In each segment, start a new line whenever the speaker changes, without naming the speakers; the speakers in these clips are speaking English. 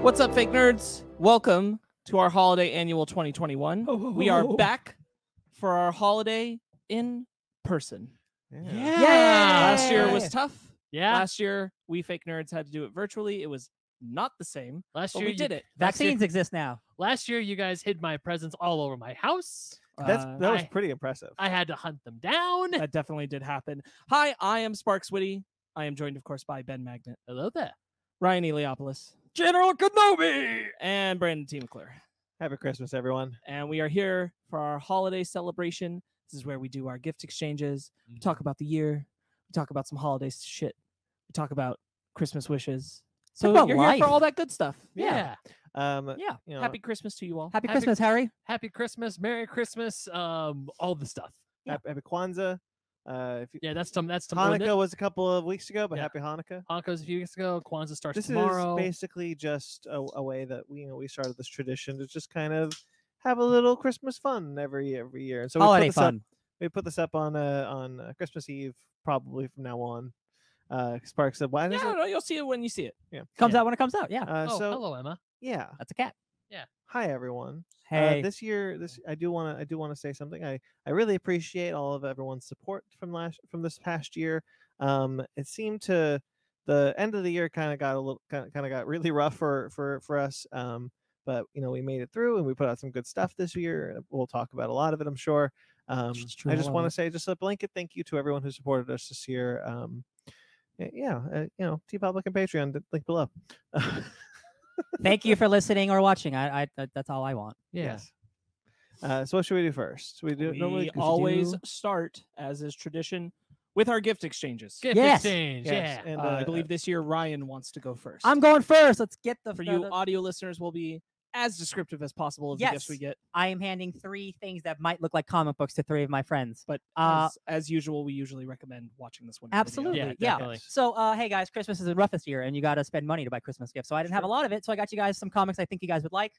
What's up, fake nerds? Welcome to our holiday annual 2021. We are back for our holiday in person.
Yeah.
Last year was tough.
Yeah,
Last year, we fake nerds had to do it virtually. It was not the same,
last
but
year
we
you-
did it.
last year-
Vaccines exist now.
Last year, you guys hid my presents all over my house.
That's
Uh,
That was
I-
pretty impressive.
I had to hunt them down.
that definitely did happen. Hi, I am Sparks Witty. I am joined, of course, by Ben Magnet,
Hello there.
Ryan Eliopoulos,
General Kenobi.
and Brandon T. McClure.
Happy Christmas, everyone.
and we are here for our holiday celebration. This is where we do our gift exchanges. We talk about the year. We talk about some holiday shit. We talk about Christmas wishes. So
about
you're here for all
life.
that good stuff.
Yeah.
Um,
Yeah.
you know,
Happy Christmas to you all.
Happy,
Happy-
Christmas, Harry.
Happy Christmas, Merry Christmas, um, all the stuff.
hap- happy Kwanzaa. Uh, if you,
Yeah, that's some. That's some.
Hanukkah was a couple of weeks ago, but
Yeah.
happy Hanukkah.
Honko's a few weeks ago. Kwanzaa starts
This
tomorrow.
is basically just a, a way that we you know we started this tradition to just kind of have a little Christmas fun every every year. And so we put
Holiday
this Up,
fun.
we put this up on uh, on uh, Christmas Eve, probably from now on. Uh, Sparks said, "Why
Yeah,
does
no,
it?"
no, you'll see it when you see it.
Comes
Yeah.
out when it comes out. Yeah.
Uh,
oh,
so
hello, Emma.
yeah,
That's a cat.
hi everyone.
Hey.
Uh, this year, this I do want to I do want to say something. I I really appreciate all of everyone's support from last from this past year. Um, it seemed to the end of the year kind of got a little kind of got really rough for for for us. Um, but you know we made it through and we put out some good stuff this year. and We'll talk about a lot of it, I'm sure. Um,
It's true,
I
a
just
lot of
want
it.
to say just a blanket thank you to everyone who supported us this year. Um, y- yeah, uh, you know, T Public and Patreon d- link below.
Thank you for listening or watching. I, I that- that's all I want.
Yeah.
Uh, so what should we do first? We do
we
normally
always
do-
start, as is tradition, with our gift exchanges.
Gift
Yes.
exchange.
Yes,
Yeah.
and,
Uh,
uh,
I believe this year Ryan wants to go first.
I'm going first. Let's get the
for
the-
you
the-
audio listeners will be as descriptive as possible of the gifts we
Yes.
get.
I am handing three things that might look like comic books to three of my friends.
But
Uh,
as, as usual, we usually recommend watching this one. in video.
Absolutely. Yeah.
definitely.
So, uh, hey guys, Christmas is the roughest year, and you got to spend money to buy Christmas gifts. So I didn't have a
Sure.
lot of it. So I got you guys some comics I think you guys would like.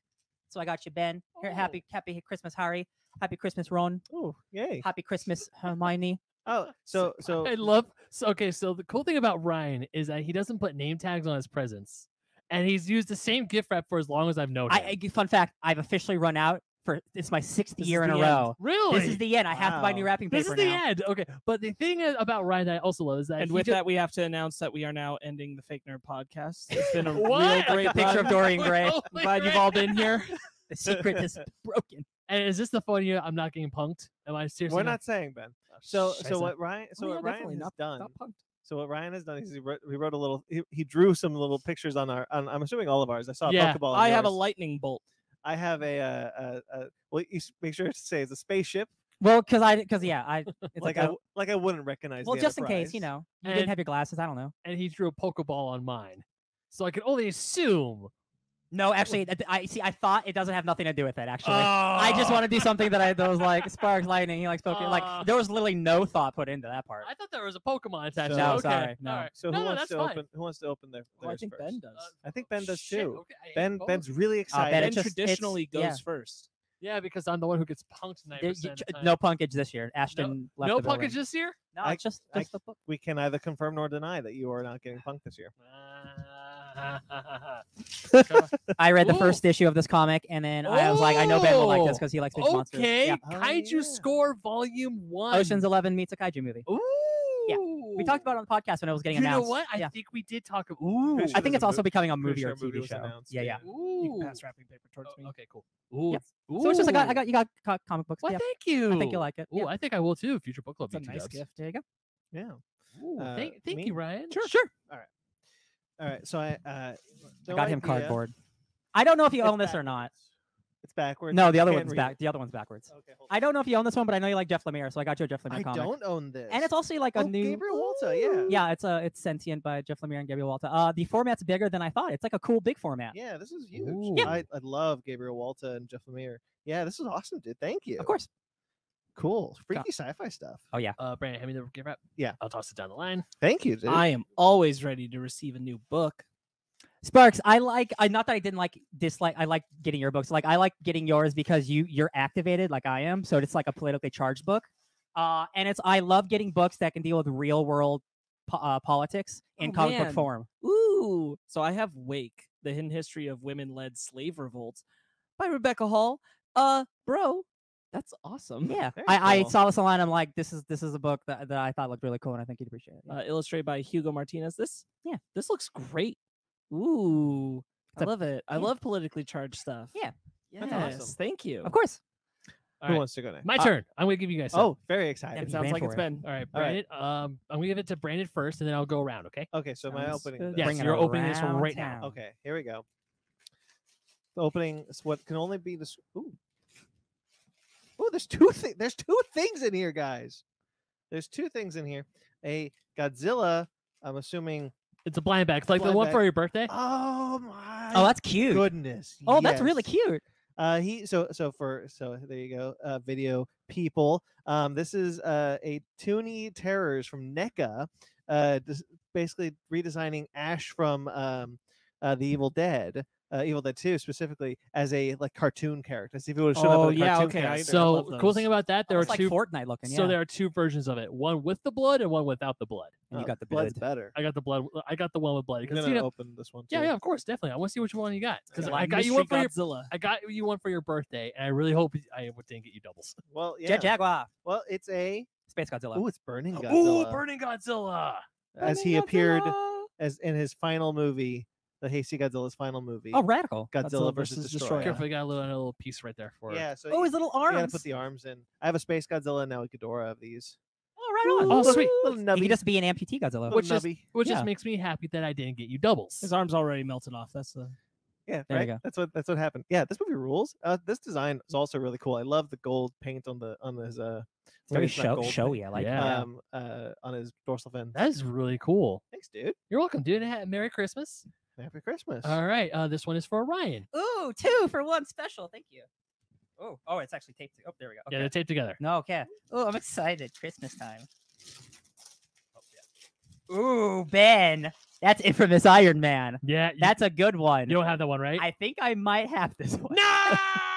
So I got you Ben. Here, happy happy Christmas, Harry. Happy Christmas, Ron.
Oh, yay.
Happy Christmas, Hermione.
Oh, so so
I love. So okay. So the cool thing about Ryan is that he doesn't put name tags on his presents, and he's used the same gift wrap for as long as I've known him.
I, I fun fact: I've officially run out for it's my sixth
This is
year in
the
a
end.
row.
really.
This is the end. I have to buy new
Wow.
wrapping paper
This is the
now.
end. Okay. But the thing is about Ryan that I also love is that
And
he
with
ju-
that, we have to announce that we are now ending the Fake Nerd podcast. It's been a real
What?
great
Picture of
run.
Dorian Gray.
Oh
I'm
my
glad you've
God.
all been here.
The secret is broken.
And is this the phone year I'm not getting punked? Am I seriously?
we're not saying Ben. So so
Scheiße.
what Ryan so
yeah,
what
definitely,
Ryan has done.
Not punked.
So what Ryan has done is he wrote, he wrote a little he, he drew some little pictures on our on, I'm assuming all of ours. I saw a
Yeah,
Pokeball. on
I have a
yours.
lightning bolt.
I have a uh a, a well you s- make sure to say it's a spaceship.
Well, because I because yeah, I it's
like
like,
I
a,
w- like I wouldn't recognize.
well,
the
just in case you
Enterprise.
know you didn't
And-
have your glasses. I don't know.
And he drew a Pokeball on mine, so I can only assume.
No, actually, I- I see. I thought it doesn't have nothing to do with it. Actually, I
I
just
Ah!
want to do something that I that was like sparks lightning. He likes Pokemon.
Ah.
like there was literally no thought put into that part.
I thought there was a Pokemon attached.
No,
to it. okay.
sorry, no.
All right.
So
no,
who
no,
wants
that's
to
fine.
open who wants to open their
Well, I
theirs
think
first?
Ben does.
I think Ben does
Oh, Shit,
too.
okay, I hate
Uh, Ben
both.
Ben's really
Ah,
excited.
Ben,
Uh, ben
it's just- it's-
traditionally goes
yeah.
first.
Yeah, because I'm the one who gets punked ninety
There- you
percent.
ch- no punkage this year. Ashton left
no
the building.
punkage this year.
No,
I-
it's just,
I-
just the book.
we can either confirm nor deny that you are not getting punked this year.
I read the
Ooh.
first issue of this comic, and then I was like, I know Ben will like this
Oh,
because he likes big monsters.
okay,
Yeah.
Oh,
Kaiju
yeah.
Score Volume One.
Ocean's Eleven meets a kaiju movie.
Ooh.
Yeah, We talked about it on the podcast when it was
You
getting announced.
know what? I
yeah.
think we did talk about. Ooh.
Pretty
I
sure
think
there's
it's
a
also
mo-
becoming a
pretty
movie
sure
or
a
TV
movie was
show.
announced,
Yeah, yeah.
You can
Ooh.
pass wrapping paper towards me.
Okay, cool. Ooh.
So it's just I got,
Ooh.
I got, you got co- comic books.
Well,
yeah.
thank you.
I think you'll like it.
Ooh,
yeah.
I think I will too. Future book club.
It's a
you two
nice
devs.
gift.
There you go.
Yeah.
Ooh,
Uh,
thank, thank
me?
you, Ryan.
Sure, sure.
All right. So I uh,
I
no
got him
idea.
cardboard. I don't know if you
It's
own this or not.
It's backwards.
No, the
You
other
can't
one's
read it.
back. The other one's backwards.
Okay, hold
I don't know if you own this one, but I know you like Jeff Lemire, so I got you a Jeff Lemire
I
comic.
don't own this.
And it's also like a
oh,
new
Gabriel Walter, yeah.
Yeah, it's a it's sentient by Jeff Lemire and Gabriel Walter. Uh, the format's bigger than I thought. It's like a cool big format.
Yeah, this is huge.
Yep.
I, I love Gabriel Walter and Jeff Lemire. Yeah, this is awesome, dude. Thank you.
Of course.
Cool. Freaky sci-fi stuff.
Uh, Brandon, hand me the gift wrap.
Yeah.
I'll toss it down the line.
Thank you, dude.
I am always ready to receive a new book.
Sparks, I like I not that I didn't like dislike I like getting your books. Like I like getting yours because you you're activated like I am. So it's like a politically charged book. Uh, and it's I love getting books that can deal with real world po- uh, politics in
Oh,
comic
man.
book form.
Ooh. So I have Wake. The Hidden History of Women Led Slave Revolts by Rebecca Hall. Uh, bro, that's awesome.
Yeah,
Very
I,
cool.
I saw this online. I'm like, this is this is a book that, that I thought looked really cool, and I think you'd appreciate it. yeah.
Uh, illustrated by Hugo Martinez. This,
Yeah.
this looks great.
Uh,
Ooh, I
It's a-
love it. I
yeah.
love politically charged stuff.
Yeah,
Yes,
That's awesome.
thank you.
of course.
All
Who
right.
wants to go next?
My turn. I'm gonna give you guys. some.
Uh, oh, very excited.
It
you
sounds
ran
like
for
it's
it.
been.
all right,
all right.
Brandon. Um, I'm gonna give it to Brandon first, and then I'll go around. Okay.
Okay, so my
Sounds
opening.
good.
is-
Yes,
Bring it
you're opening this
around
right now.
town.
Okay, here we go. The opening is what can only be this. Ooh, ooh, there's two thi- There's two things in here, guys. There's two things in here. A Godzilla. I'm assuming.
It's a blind bag. It's like the
Blind
one
bag.
for your birthday.
Oh my.
Oh, that's cute.
goodness.
Oh, that's really
yes.
cute.
Uh, he so so for so there you go. Uh, video people. Um, this is uh, a Toonie Terrors from NECA, uh, dis- basically redesigning Ash from um, uh, the Evil Dead, uh, Evil Dead Two specifically as a like cartoon character. See if it would have shown
Oh,
up. as a
yeah,
cartoon
okay, I
character.
see. I love
So cool thing
those.
about that, there are
it's like
two.
Fortnite looking. Yeah.
So there are two versions of it. One with the blood and one without the blood.
and you
Oh,
got the
blood's
blood.
better.
I got the blood. I got the one with blood.
I'm
'cause,
gonna
you know-
open this one.
yeah,
too.
yeah, of course, definitely. I want to see which one you got because
Yeah,
I got you one for your.
Godzilla.
I got you one for your birthday, and I really hope I didn't get you doubles.
Well, yeah.
Jet Jaguar,
Well, it's a.
Space Godzilla.
Oh, it's burning Godzilla.
Ooh, Burning Godzilla.
Oh,
as he appeared as in his final movie, the Hasty Godzilla's final movie.
oh, radical.
Godzilla, versus, Destroyer.
Carefully got a little, another little piece right there for.
Yeah, so
Oh, his little
you
arms.
gotta put the arms in. I have a Space Godzilla and now a Ghidorah of these.
oh, right on.
Oh,
little,
sweet.
Little
He
nubby.
could just be an amputee Godzilla.
little
Which is-
nubby.
Which
Yeah.
just makes me happy that I didn't get you doubles.
His arms already melted off. That's the.
yeah,
there you
right.
go.
That's what that's what happened. Yeah, this movie rules. Uh, this design is also really cool. I love the gold paint on the on his uh
It's very
it's not
show,
gold, but-
showy. I like. it,
Yeah.
um uh on his dorsal fin.
That is really cool.
Thanks, dude.
You're welcome, dude. Ha- Merry Christmas.
Happy Christmas.
All right. Uh, this one is for Ryan.
Ooh, two for one special. Thank you. Oh, oh, it's actually taped. Oh, there we go.
Yeah, they're taped together.
No, okay. Oh, I'm excited. Christmas time.
Oh,
Ooh, Ben. That's infamous Iron Man.
Yeah. You,
That's a good one.
you don't have that one, right?
I think I might have this one.
no.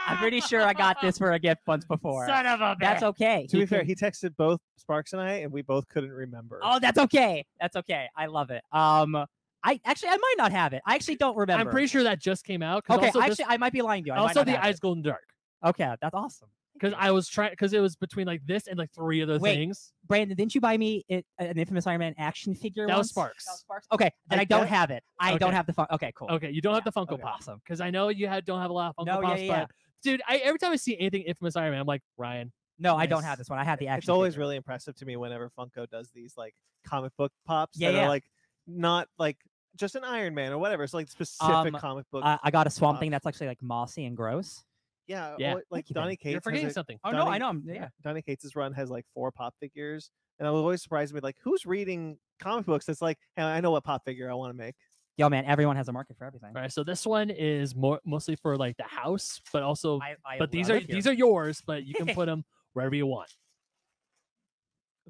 I'm pretty sure I got this for a gift once before.
Son of a bitch.
That's okay.
to
He
be fair,
can-
he texted both Sparks and I, and we both couldn't remember.
oh, that's okay. That's okay. I love it. Um, I actually I might not have it. I actually don't remember.
I'm pretty sure that just came out. 'cause
Okay,
also
actually
this-
I might be lying to you. I might
also
not
the
have
Eyes
it.
Golden Dark.
Okay, that's awesome.
Because I was trying. Because it was between like this and like three other
Wait,
things.
Brandon, didn't you buy me it, an infamous Iron Man action figure?
That was
once?
Sparks.
That was Sparks. Okay, then
I
I, don't
guess-
have it. I don't
Okay.
have the fun. Okay, cool.
Okay, you don't have
Yeah,
the Funko
okay.
Pop.
Awesome.
Because I know you had don't have a lot of Funko
No, yeah,
Pops,
yeah, yeah.
but dude, I every time I see anything infamous Iron Man, I'm like Ryan.
No, I don't
Nice.
have this one. I have the action.
it's always
figure.
really impressive to me whenever Funko does these like comic book pops
Yeah,
that
yeah.
are like not like just an Iron Man or whatever. It's like specific
Um,
comic book.
I, I got a swamp
Bob.
thing that's actually like mossy and gross.
yeah,
yeah.
well, Uh, like
you, Ben.
Donny Cates.
You're
has
forgetting
a-
something.
Oh no, I
Donny-
know. I'm, yeah.
Donny Cates' run has like four pop figures, and I was always surprised me like who's reading comic books that's like, hey, I know what pop figure I want to make.
Yo, man, everyone has a market for everything.
All right, so this one is more mostly for like the house, but also
I, I
but these are these are yours, but you can put them wherever you want.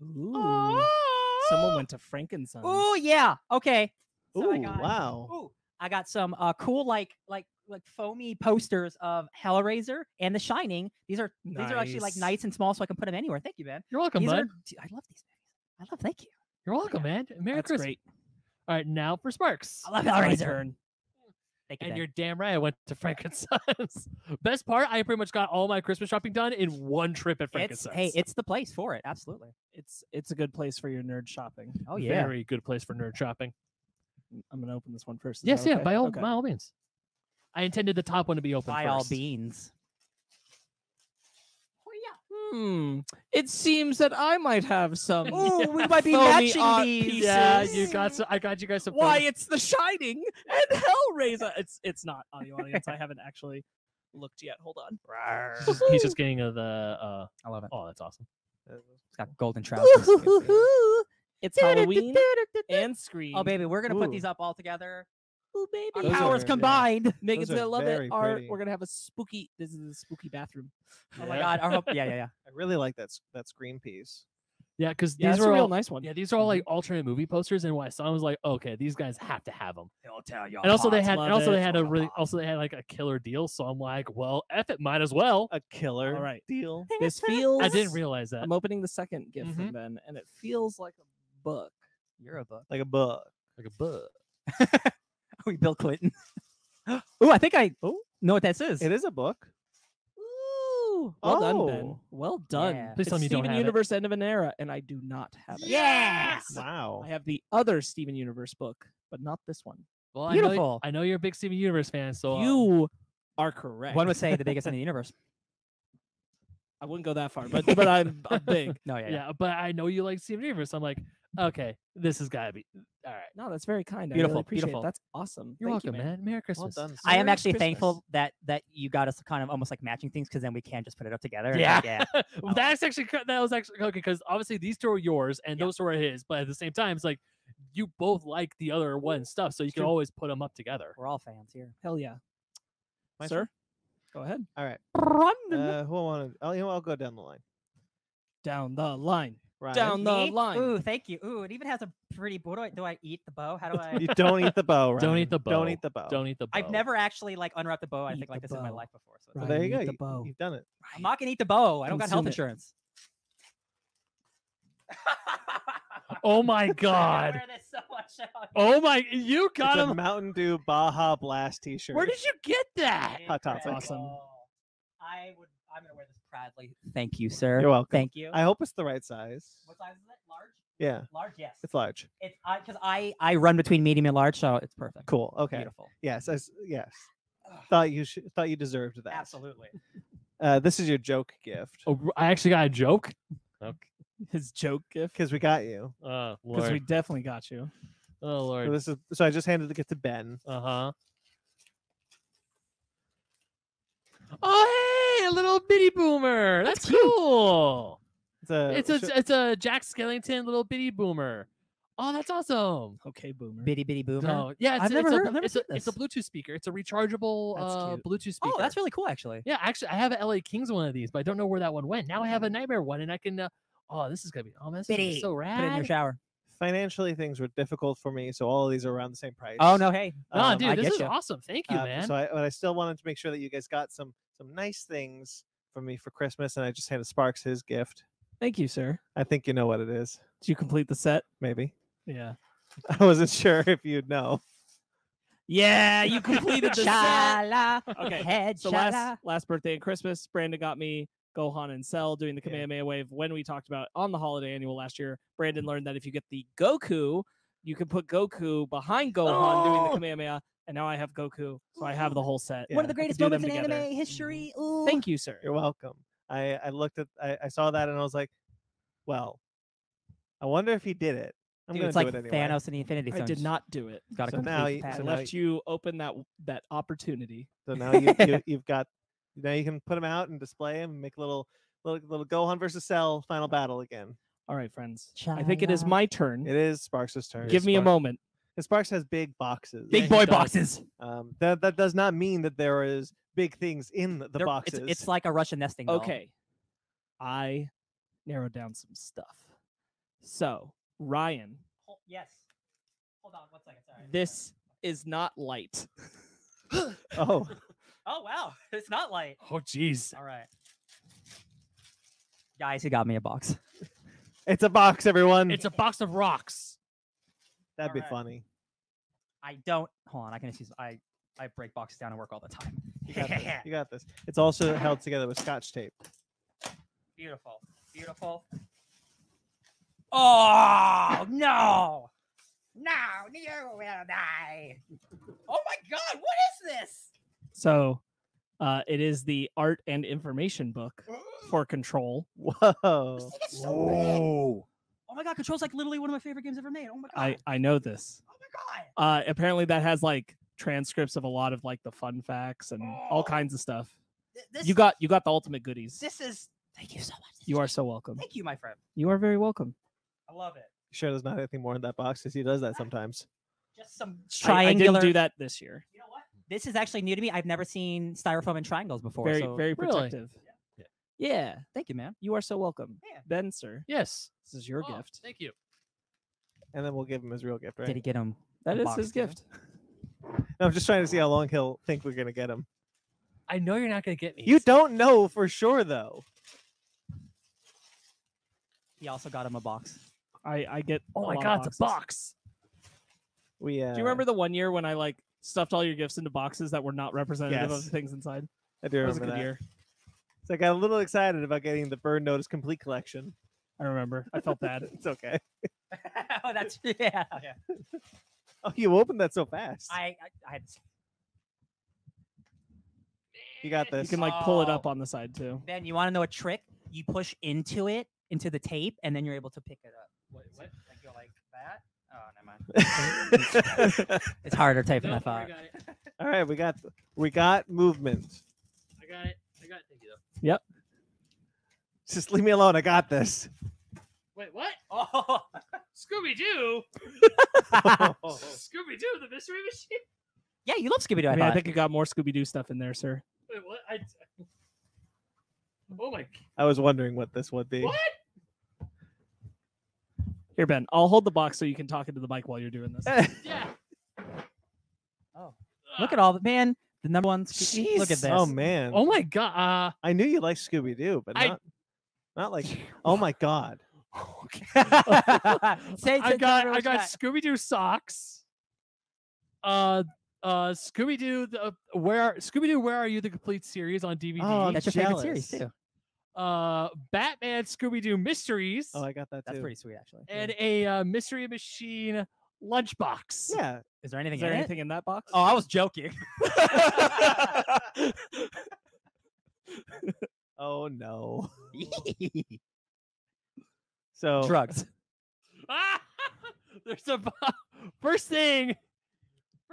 Ooh. Someone went to Frankenstein.
Oh yeah. Okay. So I
Ooh,
got-
wow.
Ooh, I got some uh, cool like like like foamy posters of Hellraiser and The Shining. These are these are actually like
Nice.
nice and small, so I can put them anywhere. Thank you, man.
You're welcome,
These
bud.
are, dude, I love these movies. I love. Thank you.
You're welcome, man. Merry
That's
Christmas.
great.
All right, now for Sparks.
I love
It's my
Hellraiser.
turn.
Thank you.
And
Ben.
you're damn right. I went to Frankenstein's. Best part, I pretty much got all my Christmas shopping done in one trip at
it's,
Frankenstein's.
hey, it's the place for it. Absolutely.
It's it's a good place for your nerd shopping.
Oh yeah.
very good place for nerd shopping.
I'm gonna open this one first. is
Yes,
that
yeah,
okay?
by all
Okay.
by all means. I intended the top one to be open.
By all
first.
beans. Oh yeah.
Hmm. It seems that I might have some.
Oh, we might be
Foamy
matching
art
these.
Yeah,
pieces.
you got. Some, I got you guys some.
Why
photos.
it's The Shining and Hellraiser. It's it's not audio audience. I haven't actually looked yet. Hold on.
He's just- He's just getting uh, the. Uh,
I love it.
oh, that's awesome.
Uh,
It's got golden trousers.
It's Halloween and Scream.
Oh baby, we're gonna put
Ooh.
these up all together.
Ooh,
Our
baby.
Those
powers
are- yeah.
combined.
Megan's
Those are
gonna love it.
very
Our,
pretty.
we're gonna have a spooky. This is a spooky bathroom.
Oh my
Yeah.
god. Our hope. Yeah, yeah, yeah.
I really like that s- that screen piece.
Yeah, because
Yeah,
these
that's a
were
real
all.
nice Mm-hmm. one.
Yeah, these are all like alternate movie posters, and when I saw, 'em, I was like, okay, these guys have to have them.
They'll tell you.
And also they
pots,
had,
love
and also
it.
they had a
Fucking
really,
pots.
also they had like a killer deal. So I'm like, well, f it, might as well.
A killer
All right.
deal.
This feels.
I didn't realize that. Mm-hmm.
I'm opening the second gift from Ben, and it feels like a book.
You're a book.
Like a book.
Like a book.
We Bill Clinton. Ooh, I think I
Oh.
know what this is.
It is a book.
Ooh, well done, Ben.
Oh.
Well done.
Yeah.
Please
It's
tell me you don't
Steven
have it.
Universe End of an Era, and I do not have it.
Yes!
Wow.
I have the other Steven Universe book, but not this one.
Well, I know-
Beautiful.
I know, you're a big Steven Universe fan, so um,
you are correct.
One would say the biggest in the universe.
I wouldn't go that far, but but I'm, I'm big.
No, yeah, yeah.
yeah, but I know you like Steven Universe. I'm like, okay, this has got to be all right.
No, that's very kind. I
Beautiful,
really appreciate
beautiful.
It. That's awesome.
You're
Thank
welcome,
you,
man. Merry
Well
Christmas.
done.
I am
Merry
actually
Christmas.
thankful that that you got us kind of almost like matching things because then we can just put it up together. and,
Yeah.
like, yeah.
Well, That's actually cr- that was actually okay because obviously these two are yours and
Yeah.
those two are his, but at the same time, it's like you both like the other one's stuff, so you can
True.
always put them up together.
We're all fans here.
Hell yeah,
My
sir.
turn?
Go ahead.
All right. Uh, who I want to? I'll, you know, I'll go down the line.
Down the line.
Ryan.
Down the
Me?
line.
Ooh, thank you. Ooh, it even has a pretty bow. Do I, do I eat the bow? How do I?
You don't eat the bow. Ryan.
Don't eat the bow.
Don't eat the bow.
Don't eat the. Bow.
I've never actually like unwrapped the bow. I
Eat
think like
the
this in my
bow.
life before. So
Well,
Ryan,
there you
eat
go.
the
you-
bow.
You've done it.
I'm not gonna eat the bow. I don't got health
Consume it.
insurance.
Oh my
I
god.
wear this so much out.
Oh my! You got
it's a
him.
Mountain Dew Baja Blast T-shirt.
Where did you get that?
Hot Topic.
Incredible. I would. I'm gonna wear this proudly. Thank you, sir.
You're welcome.
Thank you.
I hope it's the right size.
what size is it? Large.
Yeah,
Large. Yes.
it's large.
It's I because I I run between medium and large, so it's perfect.
Cool. Okay.
Beautiful.
Yes. I s- yes.
Ugh.
Thought you should, thought you deserved that.
Absolutely.
Uh, this is your joke gift
Oh, r- I actually got a joke. Okay.
His joke gift.
because we got you.
Because
Oh lord.
we definitely got you.
oh
So
lord.
this is so. I just handed the gift to Ben.
Uh huh. Oh hey, a little bitty boomer. That's, cool.
It's a.
It's a
sh-
it's a Jack Skellington little bitty boomer. Oh, that's awesome.
Okay, boomer.
Bitty bitty boomer.
No, yeah, it's,
I've never
it's
heard-
A,
I've never
it's, a,
seen
it's a
this.
Bluetooth speaker. It's a rechargeable
That's
uh,
cute.
Bluetooth speaker.
Oh, that's really cool, actually.
Yeah, actually, I have an LA Kings one of these, but I don't know where that one went. Now I have a Nightmare one, and I can. Uh, oh, this is gonna be. Oh, man, this is gonna be
Bitty.
so
Put it in your
rad.
shower.
financially, things were difficult for me, so all of these are around the same price.
Oh no, hey.
No,
Um,
dude,
I
this
get Uh,
is
ya.
awesome. Thank you,
Um,
man.
So I, but I still wanted to make sure that you guys got some some nice things from me for Christmas, and I just handed Sparks his gift.
Thank you, sir.
I think you know what it is.
Did you complete the set?
Maybe
Yeah.
I wasn't sure if you'd know.
Yeah, you completed the set.
Chala.
Okay,
Head
So
chala.
last last birthday and Christmas, Brandon got me Gohan and Cell doing the
Yeah.
Kamehameha wave when we talked about on the holiday annual last year. Brandon learned that if you get the Goku, you can put Goku behind Gohan doing
Oh!
the Kamehameha, and now I have Goku, so I have the whole set.
Yeah.
One
I
of the
could
greatest
do them
moments in
together. Mm-hmm.
anime history. Ooh.
Thank you, sir.
You're welcome. I I looked at I, I saw that and I was like, well, I wonder if he did it. I'm
Dude,
gonna
it's
do
like
it anyway.
Thanos and the Infinity
I
Stones.
did not do it.
Got to
So
complete
now
the
you- so
I
pattern.
now
left you open that that opportunity.
So now you, you you've got now you can put them out and display them and make little little little Gohan versus Cell
Uh,
final battle again.
All right, friends. I think it is
Chala.
my turn.
mm.
It is Sparks' turn.
Give me a
Spark.
moment.
And Sparks has big boxes.
Big Yeah, he boy does. boxes.
Um, that that does not mean that there is big things in the
They're-
boxes.
It's, it's like a Russian nesting doll.
Okay. I narrowed down some stuff. So, Ryan,
Hol- Yes. Hold on one second. Sorry. sorry.
this is not light.
oh,
Oh wow, it's not light.
oh, jeez.
All right. Guys, he got me a box.
it's a box, everyone.
It's a box of rocks.
That'd be
alright.
funny.
I don't. Hold on. I can just use. I I break boxes down and work all the time.
You got, this. you got this. It's also held together with scotch tape.
Beautiful. Beautiful. Oh no! No, you will die. Oh my God! What is this?
So, uh, it is the art and information book for Control.
Whoa.
This thing is so big. Oh my God! Control's like literally one of my favorite games ever made. Oh my God!
I
Ah.
I know this.
oh my
Uh, apparently that has like transcripts of a lot of like the fun facts and
Oh.
all kinds of stuff.
God! This,
You got you got the ultimate goodies.
This is. Thank you so much. This
You
is-
are so welcome.
Thank you, my friend.
You are very welcome.
I love it.
Sure, there's not anything more in that box because he does that sometimes.
Just some
I- I
triangular.
didn't do that this year.
You know what? This is actually new to me. I've never seen styrofoam and triangles before.
Very
so-
very
Really?
protective.
Yeah.
yeah.
Thank you, man.
You are so welcome.
Yeah.
Ben, sir,
Yes.
this is your
Oh,
gift.
Thank you.
And then we'll give him his real gift, right?
Did he get him?
That
a
is
box
his
too?
gift.
No, I'm just trying to see how long he'll think we're gonna get him.
I know you're not gonna get me.
You don't know for sure though.
He also got him a box.
I, I get.
Oh
a
my
lot of
god, it's
boxes.
a box.
We uh,
Do you remember the one year when I like stuffed all your gifts into boxes that were not representative of
Yes.
the things inside.
I do
That was a
remember
good
that.
year.
So I got a little excited about getting the Burn Notice complete collection.
I remember. I felt bad.
It's okay.
oh, that's yeah.
Oh, you opened that so fast.
I, I, I had
you got
You
this.
can like pull it up
Oh.
on the side too.
Ben, you want to know a trick? You push into it, into the tape, and then you're able to pick it up. What? what? Like you like that? Oh, never mind. It's harder typing than I
Nope, I
thought.
got it.
All right, we got we got movement.
I got it. I got it. Thank you though.
Just leave me alone. I got this.
Wait, what?
Oh,
Scooby Doo?
Oh.
Scooby Doo, the mystery machine?
yeah, you love Scooby Doo. I,
I mean, I
thought.
think you got more Scooby Doo stuff in there, sir.
Wait, what? I... Oh my.
I was wondering what this would be.
What?
Here, Ben. I'll hold the box so you can talk into the mic while you're doing this.
Yeah.
Oh, look at all the man. The number one. Scoo- Look at this.
Oh man.
Oh my god. Uh,
I knew you liked Scooby Doo, but
I-
not not like oh my god.
Say
I
to-
got
tell her
I
what you
got Scooby Doo socks. Uh uh Scooby Doo the where Scooby Doo where are you the complete series on DVD.
Oh, I'm
That's your favorite series
jealous.
too.
Uh Batman Scooby Doo Mysteries
Oh, I got that
That's
too.
pretty sweet, actually.
and a uh, Mystery Machine lunchbox.
Yeah.
Is there anything
Is there
in
anything in that box?
it? Oh, I was joking.
Oh no. So
Drugs.
Ah! There's a bo- first thing.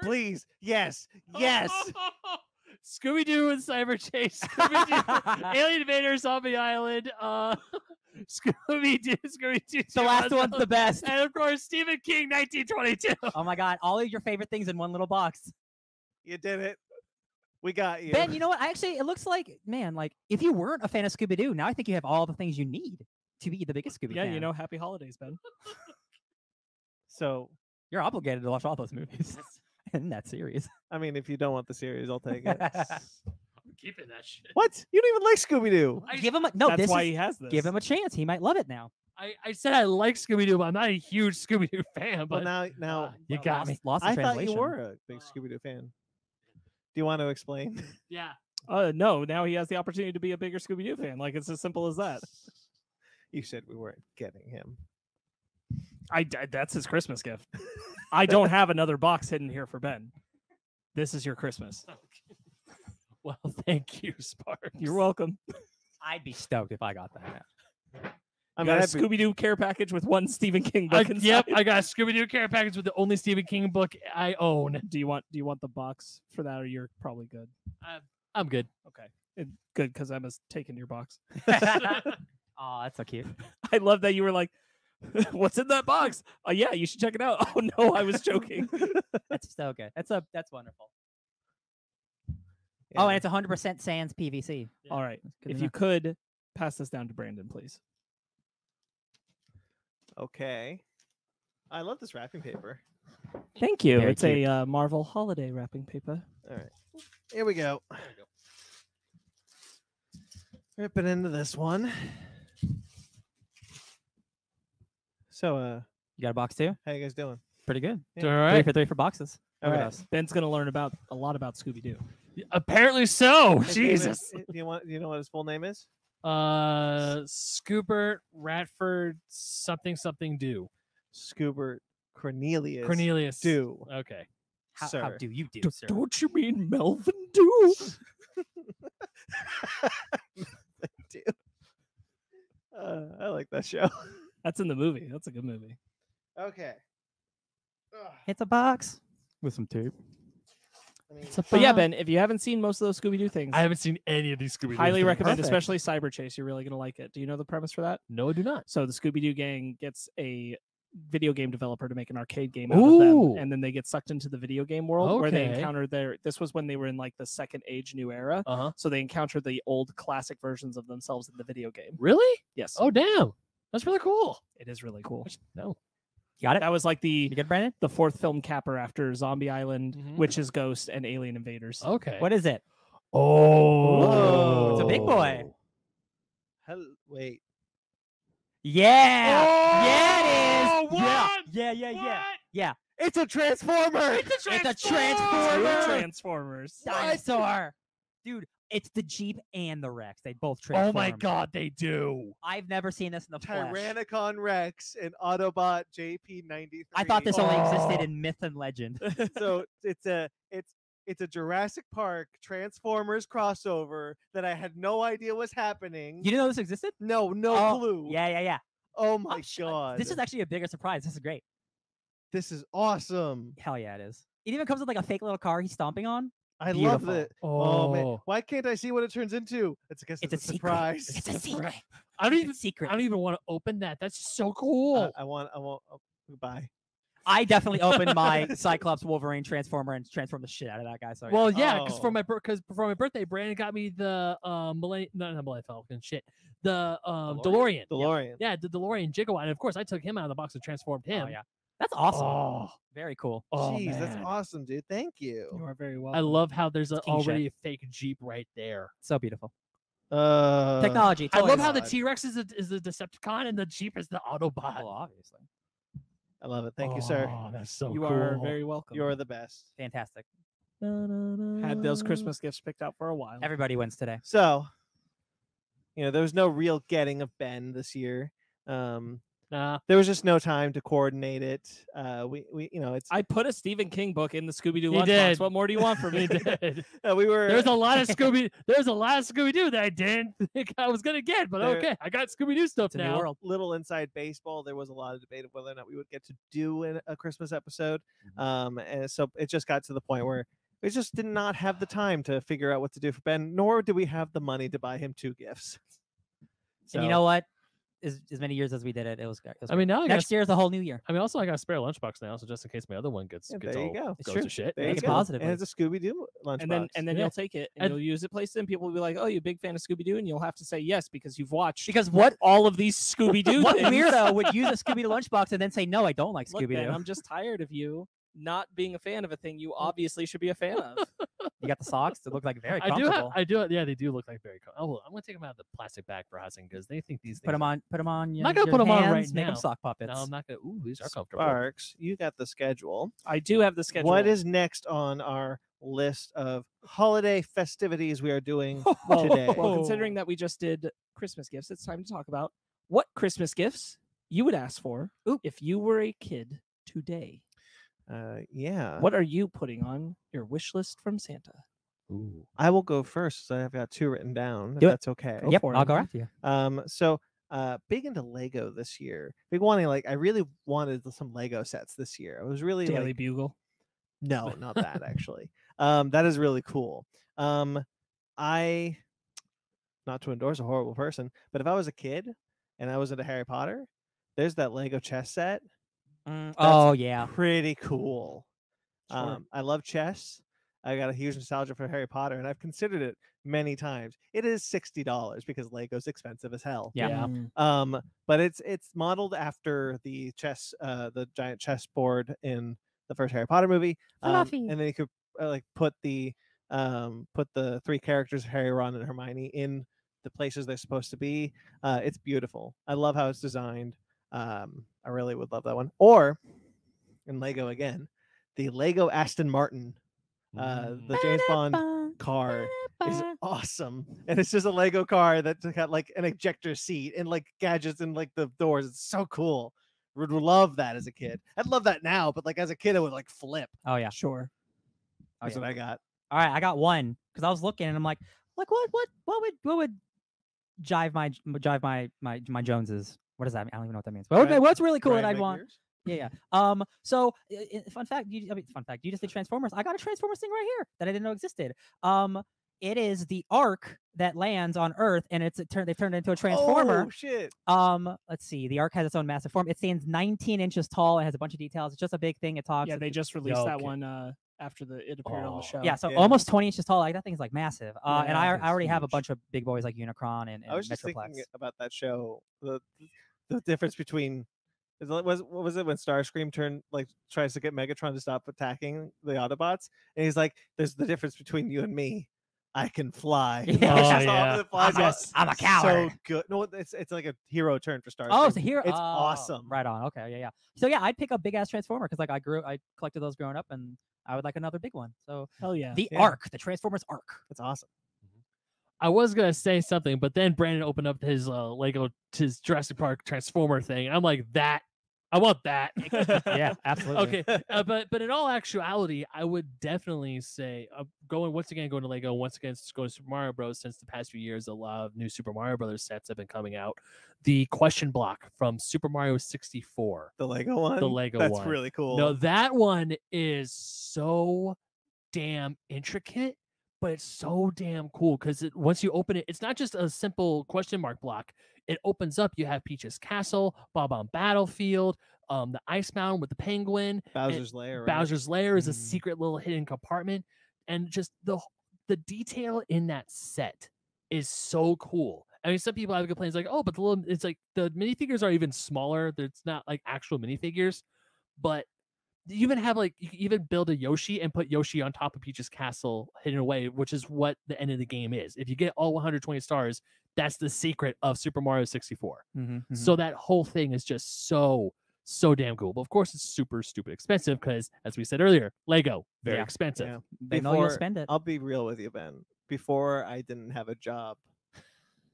please, yes, yes.
Scooby Doo and Cyber Chase. Scooby Doo. Alien Invader, Zombie Island. Uh, Scooby Doo. Scooby Doo.
The last one's the best.
And of course, Stephen King, 1922.
Oh my god, all of your favorite things in one little box.
You did it. We got you.
Ben, you know what? I actually it looks like, man, like if you weren't a fan of Scooby Doo, now I think you have all the things you need to be the biggest Scooby
yeah,
fan.
you know, happy holidays, Ben.
so
You're obligated to watch all those movies in that series.
I mean if you don't want the series, I'll take it.
I'm keeping that shit.
what? You don't even like Scooby Doo.
I-
give him a no,
That's
this
why
is-
he has this.
give him a chance. He might love it now.
I, I said I like Scooby Doo, but I'm not a huge Scooby Doo fan.
Well
But
now now
uh, you got
lost,
me.
Lost in
I thought
translation.
you were a big
Uh,
Scooby Doo fan. Do you want to explain?
Yeah.
Uh, no, now he has the opportunity to be a bigger Scooby Doo fan. Like it's as simple as that.
you said we weren't getting him.
I, I- that's his Christmas gift. I don't have another box hidden here for Ben. This is your Christmas.
Well, thank you, Spark.
You're welcome.
I'd be stoked if I got that.
I'm
got a
happy.
Scooby Doo care package with one Stephen King
I,
book inside.
yep, I got a Scooby Doo care package with the only Stephen King book I own.
Do you want Do you want the box for that, or you're probably good?
I'm good.
Okay, it, good because I must take in your box.
oh, that's so cute.
I love that you were like, "What's in that box?" Oh yeah, you should check it out. Oh no, I was joking.
That's so good. That's a that's wonderful.
Yeah.
Oh, and it's 100% sans PVC.
All right,
That's good
if
to
you
know.
could pass this down to Brandon, please.
okay. I love this wrapping paper.
Thank you.
Very
it's
cute.
a uh, Marvel holiday wrapping paper.
All right. Here we go. Ripping into this one. So, uh,
you got a box too?
how you guys doing?
Pretty good.
Yeah.
All
Three
right.
for three for boxes.
All
Look at
right.
us.
Ben's gonna learn about a lot about Scooby Doo.
Apparently
Oh,
His
so.
name is-
Jesus.
i- Do you want? Do you know what his full name is?
Uh, Scoobert Ratford something something do
Scoobert Cornelius.
Cornelius
Do.
Okay.
How, how
sir.
do you do, sir?
Don't you mean Melvin Doo?
Do. Uh, I like that show.
That's in the movie. That's a good movie.
Okay.
It's a box with some tape.
But yeah, Ben, if you haven't seen most of those Scooby Doo things,
I haven't seen any of these Scooby.
highly recommend,
Perfect.
especially Cyber Chase. You're really gonna like it. Do you know the premise for that?
No, I do not.
So the Scooby Doo gang gets a video game developer to make an arcade game out of
Ooh.
them, and then they get sucked into the video game world where they
Okay.
encounter their. This was when they were in like the second age, new era.
Uh huh.
So they encounter the old classic versions of themselves in the video game.
Really?
Yes,
Oh, damn. That's really cool.
it is really cool.
I should- No.
You got it?
That was like
You
the
good, Brandon?
the fourth film capper after Zombie Island,
Mhm.
Witches, Ghost, and Alien Invaders.
Okay.
What is it?
Oh,
Whoa.
It's a big boy.
Hell, wait.
Yeah. Yeah, it
Oh,
is. Yeah.
what?
Yeah, yeah, yeah.
What?
Yeah.
It's a transformer.
It's a
It's a
Two
transformer.
Transformers.
dinosaur. Dude, it's the Jeep and the Rex. They both transform.
Oh my god, they do.
I've never seen this in the flesh.
Tyrannicon Rex and Autobot JP93.
I thought this only
Oh.
existed in myth and legend.
so it's a it's it's a Jurassic Park Transformers crossover that I had no idea was happening.
You didn't know this existed?
no, no
Oh,
clue.
Yeah, yeah, yeah.
Oh my
I'm sh- uh,
god.
This is actually a bigger surprise. This is great.
this is awesome.
Hell yeah, it is. It even comes with like a fake little car he's stomping on.
I
Beautiful.
love it. Oh. man, why can't I see what it turns into? It's I guess
It's
it's,
a
a,
secret.
surprise.
It's a secret.
I don't
It's a
even I
secret.
don't even want to open that. That's so
I-
cool.
I want. I want. Oh, goodbye.
I definitely opened my Cyclops, Wolverine, Transformer, and transformed the shit out of that guy. So yeah.
well, yeah, because for
Oh.
my because for my birthday, Brandon got me the um Millennium, no, not Millennium Falcon, shit, the um DeLorean.
DeLorean.
Yeah, the DeLorean Gigawatt, and of course I took him out of the box and transformed him.
oh, yeah, that's awesome.
Oh,
Very cool.
oh,
Jeez, that's
man.
awesome, dude. Thank
You
you.
are very well.
I love how there's a,
It's king shit.
already a fake Jeep right there.
So beautiful.
Uh,
Technology.
Oh,
I love
toys.
how the
God.
T Rex is a, is a Decepticon and the Jeep is the Autobot.
Oh,
Well, obviously,
I love it. Thank you, sir.
Oh, that's so
You
cool.
are very welcome.
You are the best.
fantastic.
had those Christmas gifts picked out for a while.
Everybody wins today.
So, you know, there was no real getting of Ben this year. Um,
Nah,
there was just no time to coordinate it. Uh, we, we, you know, it's
I put a Stephen King book in the Scooby Doo
He
lunchbox.
did.
What more do you want from me?
he did.
uh, we were
There's a lot of Scooby. There's a lot of Scooby Doo that I didn't think I was gonna get, but
There-
okay, I got Scooby Doo stuff
It's a new
now.
world.
little inside baseball. There was a lot of debate of whether or not we would get to do an, a Christmas episode.
Mm-hmm.
Mhm.
Um, and so it just got to the point where we just did not have the time to figure out what to do for Ben, nor do we have the money to buy him two gifts.
And you
So-
know what? As, as many years as we did it, it was. It was
I
great.
mean, now I got.
next year is a whole new year.
I mean, also I got a spare lunchbox now, so just in case my other one gets
Yeah,
gets
there you
all
go. It's
goes
true.
to shit.
There
yeah,
you
Think
go.
positively.
And it's a Scooby Doo lunchbox.
And then and then
Yeah.
you'll take it and,
And-
you'll use it places and people will be like, "Oh, you're a big fan of Scooby Doo," and you'll have to say yes because you've watched
Because what
all of these Scooby Doo.
what weirdo would use a Scooby Doo lunchbox and then say no, I don't like
Look,
Scooby
Ben,
Doo?
I'm just tired of you not being a fan of a thing you obviously should be a fan of.
You got the socks that look like very
I do
comfortable.
have. I do. have- Yeah, they do look like very. Com- oh, hold on, I'm gonna take them out of the plastic bag for hot because they think these.
put
things
them
are-
on. Put them on. You
not
know,
gonna
your
put 'em on
hands,
right
Make them
now.
sock puppets.
No, I'm not gonna. Ooh, these are comfortable.
Sparks, you got the schedule.
I do have the schedule.
What is next on our list of holiday festivities we are doing?
well,
today?
well, considering that we just did Christmas gifts, it's time to talk about what Christmas gifts you would ask for if you were a kid today.
Uh, yeah,
What are you putting on your wish list from Santa?
Ooh.
I will go first. 'cause I've got two written down. If
Do it.
that's okay.
Go
yep,
for
I'll
it.
go after you.
Um, so uh, big into Lego this year. Big wanting like I really wanted some Lego sets this year. I was really
Daily
like,
Bugle.
no, not that actually. Um, that is really cool. Um, I not to endorse a horrible person, but if I was a kid and I was into Harry Potter, there's that Lego chess set.
oh yeah,
Pretty
Mm,
cool.
uh, Sure.
Um, I love chess. I got a huge nostalgia for Harry Potter, and I've considered it many times. It is sixty dollars because Lego's expensive as hell
yeah.
um but it's it's modeled after the chess uh the giant chess board in the first harry potter movie um,
Fluffy.
and then you could uh, like put the um put the three characters harry ron and hermione in the places they're supposed to be uh it's beautiful i love how it's designed um i really would love that one or in lego again the lego aston martin uh
Mm.
the james bond car is awesome. And it's just a Lego car that's got like an ejector seat and like gadgets and like the doors. It's so cool. Would love that as a kid. I'd love that now, but like as a kid, I would like flip.
Oh yeah.
Sure.
Oh,
That's
yeah.
what I got.
All right, I got one because I was looking and I'm like, like what, what, what would, what would jive my, j- jive my, my, my Joneses? What does that mean? I don't even know what that means. What would,
Brian-
what's really cool that
Brian
I'd want?
Maguire's?
Yeah, yeah. Um, so uh, uh, fun fact, you, I mean, fun fact, you just did Transformers. I got a Transformers thing right here that I didn't know existed. Um, it is the arc that lands on Earth, and it's it turned they've turned it into a transformer.
Oh, shit.
Um, let's see, the arc has its own massive form. It stands 19 inches tall. It has a bunch of details. It's just a big thing. It talks.
Yeah,
it-
they just released that
okay.
one uh, after the it appeared on
Oh.
the show.
yeah, so
yeah.
almost 20 inches tall. Like that thing's like massive. Uh, and
Yeah,
I,
that's
I already have a
huge.
bunch of big boys like Unicron and, and
I was just
Metroplex.
thinking about that show. The the difference between is it- was what was it when Starscream turned like tries to get Megatron to stop attacking the Autobots, and he's like, "There's the difference between you and me. I can fly.
Yeah.
It's just
Oh,
all-
yeah.
it flies
I'm a-
off.
I'm a
It's
coward.
So good. No, it's it's like a hero turn for Star.
Oh,
Trek.
so here
It's
oh,
awesome.
Right on. Okay. Yeah, yeah. So yeah, I'd pick a big ass transformer because like I grew, I collected those growing up, and I would like another big one. So
Hell yeah.
the
Yeah.
arc, the Transformers arc.
It's awesome.
I was gonna say something, but then Brandon opened up his uh, Lego, his Jurassic Park Transformer thing. I'm like that. I want that.
yeah, absolutely.
okay, uh, but but in all actuality, I would definitely say uh, going once again going to Lego, once again s- going to Super Mario Bros. Since the past few years, a lot of new Super Mario Brothers sets have been coming out. The question block from Super Mario 64.
The Lego one.
Lego
That's
one.
really cool.
No, that one is so damn intricate, but it's so damn cool because it, once you open it, it's not just a simple question mark block. It opens up. You have Peach's Castle, Bob on Battlefield, um, the Ice Mountain with the Penguin,
Bowser's
eh,
Lair. Right?
Bowser's Lair is a
Mm.
secret little hidden compartment, and just the wh- the detail in that set is so cool. I mean, some people have complaints like, "Oh, but the little," it's like the minifigures are even smaller. they're- It's not like actual minifigures, but you even have like you can even build a Yoshi and put Yoshi on top of Peach's castle hidden away, which is what the end of the game is. If you get all 120 stars, that's the secret of Super Mario 64.
Mm-hmm,
So that whole thing is just so so damn cool. But of course, it's super stupid expensive because, as we said earlier, Lego very
Yeah.
expensive.
Yeah.
they know you'll
Before-
spend it.
I'll be real with you, Ben. Before I didn't have a job,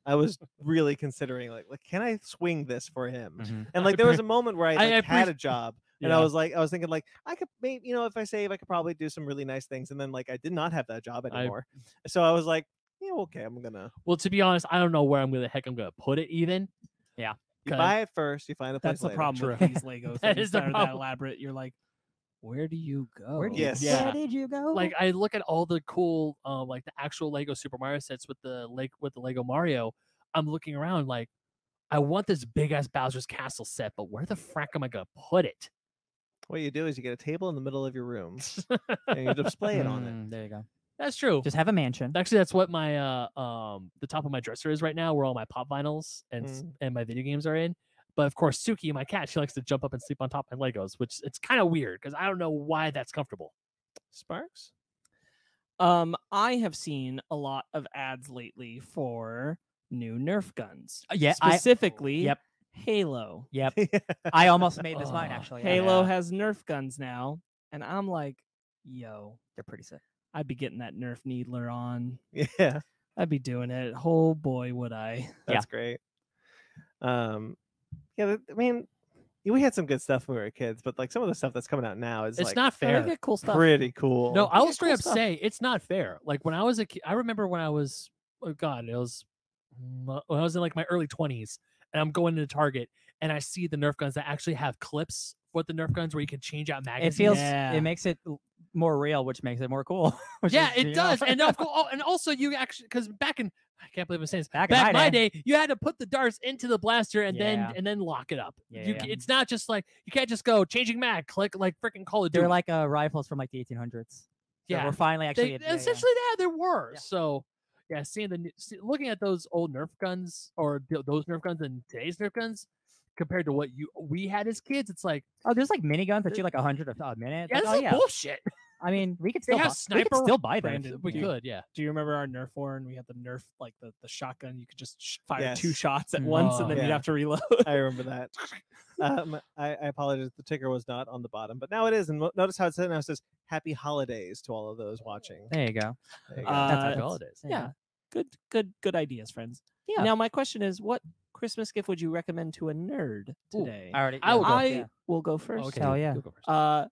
I was really considering like, like can I swing this for him?
Mm.
And like there was a moment where I,
I
like, had
appreci-
a job and I
Yeah.
was like I was thinking like I could maybe you know if I save I could probably do some really nice things and then like I did not have that job
I-
anymore. So I was like, yeah, okay, I'm gonna
Well, to be honest, I don't know where I'm gonna heck I'm gonna put it even.
you
Okay.
buy it first, you find a place.
That's the
later.
problem with
True.
these Lego
That
things
is the
that are that
problem.
elaborate. You're like, where do you go?
Where, did
Yes.
you,
Yeah.
where did you
Oh.
go?
Like I look at all the cool, um, like the actual Lego Super Mario sets with the like with the Lego Mario. I'm looking around like, I want this big ass Bowser's Castle set, but where the frack am I gonna put it?
What you do is you get a table in the middle of your room and you display it on it.
Mm, There you go.
That's true.
Just have a mansion.
Actually, that's what my uh um the top of my dresser is right now, where all my pop vinyls and s
Mm.
and my video games are in. But of course, Suki, my cat, she likes to jump up and sleep on top of my Legos, which it's kind of weird because I don't know why that's comfortable.
Sparks?
Um, I have seen a lot of ads lately for new Nerf guns.
Uh, yeah, I-
specifically,
yep.
Halo.
Yep. I almost made this mine
Oh,
actually. yeah.
Halo
Yeah.
has Nerf guns now, and I'm like, yo,
They're pretty sick.
I'd be getting that Nerf needler on.
yeah. That's
I'd be doing it. Oh boy, would I!
Uh
great. Um yeah, th- I mean we had some good stuff when we were kids, but like some of the stuff that's coming out now is
It's
like
not
I
fair.
get cool stuff.
pretty cool.
No, I
Yeah,
will straight
cool
up
stuff.
say it's not fair. Like when I was a kid, I remember when I was, oh God, it was mm, when I was in like my early 20s and I'm going to Target and I see the Nerf guns that actually have clips with the Nerf guns where you can change out
It
magazines.
feels.
Yeah.
It makes it l- more real, which makes it more cool. which
yeah,
is,
it
you know,
does. And of course, oh, and also you actually because back in I can't believe I'm saying this.
Back in
Back
my
my day, you had to put the darts into the blaster and
Yeah.
then and then lock it up.
Yeah,
you,
yeah,
ca-
yeah.
It's not just like you can't just go changing mag, click like freaking Call of Duty.
They're like uh, rifles from like the 1800s. So
yeah,
we're finally actually
they,
yeah, yeah.
essentially that there were.
Yeah.
So yeah, seeing the new- see, looking at those old Nerf guns or th- those Nerf guns and today's Nerf guns compared to what you we had as kids, it's like
Oh, there's like miniguns that shoot like 100 a a minute.
yeah,
Like,
this
oh,
is
yeah.
bullshit.
I mean, we could
They
still
have
bu- we could
sniper
still buy them. if
Brandon,
We
Yeah.
could, yeah.
Do you remember our Nerf war and we had the Nerf like the, the shotgun? You could just sh- fire two
Yes.
shots at
Mm.
once,
Oh,
and then you'd
yeah.
have to reload.
I remember that. Um, I, I apologize. The ticker was not on the bottom, but now it is. And mo- notice how it says now it says "Happy Holidays" to all of those watching.
There you go.
There you go.
Uh,
That's
it's-
how cool it is. There you
yeah,
go.
good, good, good ideas, friends.
Yeah.
Now my question is, what Christmas gift would you recommend to a nerd
Ooh,
today?
I already.
I
yeah,
will go.
I
yeah.
will go first.
Hell yeah.
you go first.
Uh,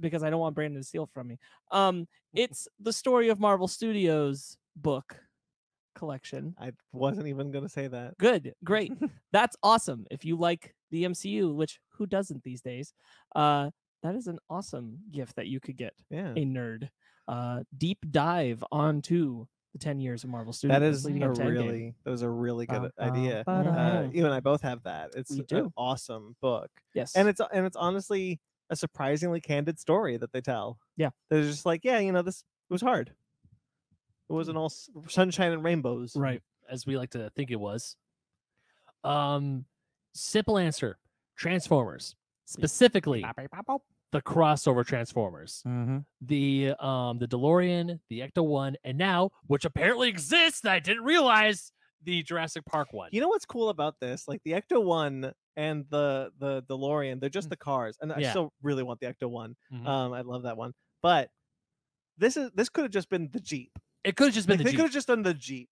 because I don't want Brandon to steal from me. Um, it's the story of Marvel Studios book collection.
I wasn't even going to say that.
Good, great. That's awesome. If you like the MCU, which who doesn't these days, uh, that is an awesome gift that you could get
Yeah,
a nerd. Uh, deep dive onto the 10 years of Marvel Studios.
that is a
leading up to Endgame.
really that was a really good
Ba-dum,
idea. Uh,
ba-dum.
you and I both have that. It's
We
an
do.
awesome book,
yes,
and it's and it's honestly a surprisingly candid story that they tell.
Yeah.
they're just like, yeah, you know, this it was hard. It wasn't all s- sunshine and rainbows.
right.
as we like to think it was. Um, simple answer: Transformers, specifically
Bop, bop, bop, bop.
the crossover Transformers,
Mm-hmm.
the um, the DeLorean, the Ecto One, and now, which apparently exists, that I didn't realize, the Jurassic Park one.
You know what's cool about this? Like the Ecto One and the the DeLorean, they're just the cars, and I
Yeah.
still really want the Ecto One.
Mhm.
Um, I love that one, but this is this could have just been the Jeep.
it could have just
Like,
been the
they could
Jeep.
have just done the Jeep,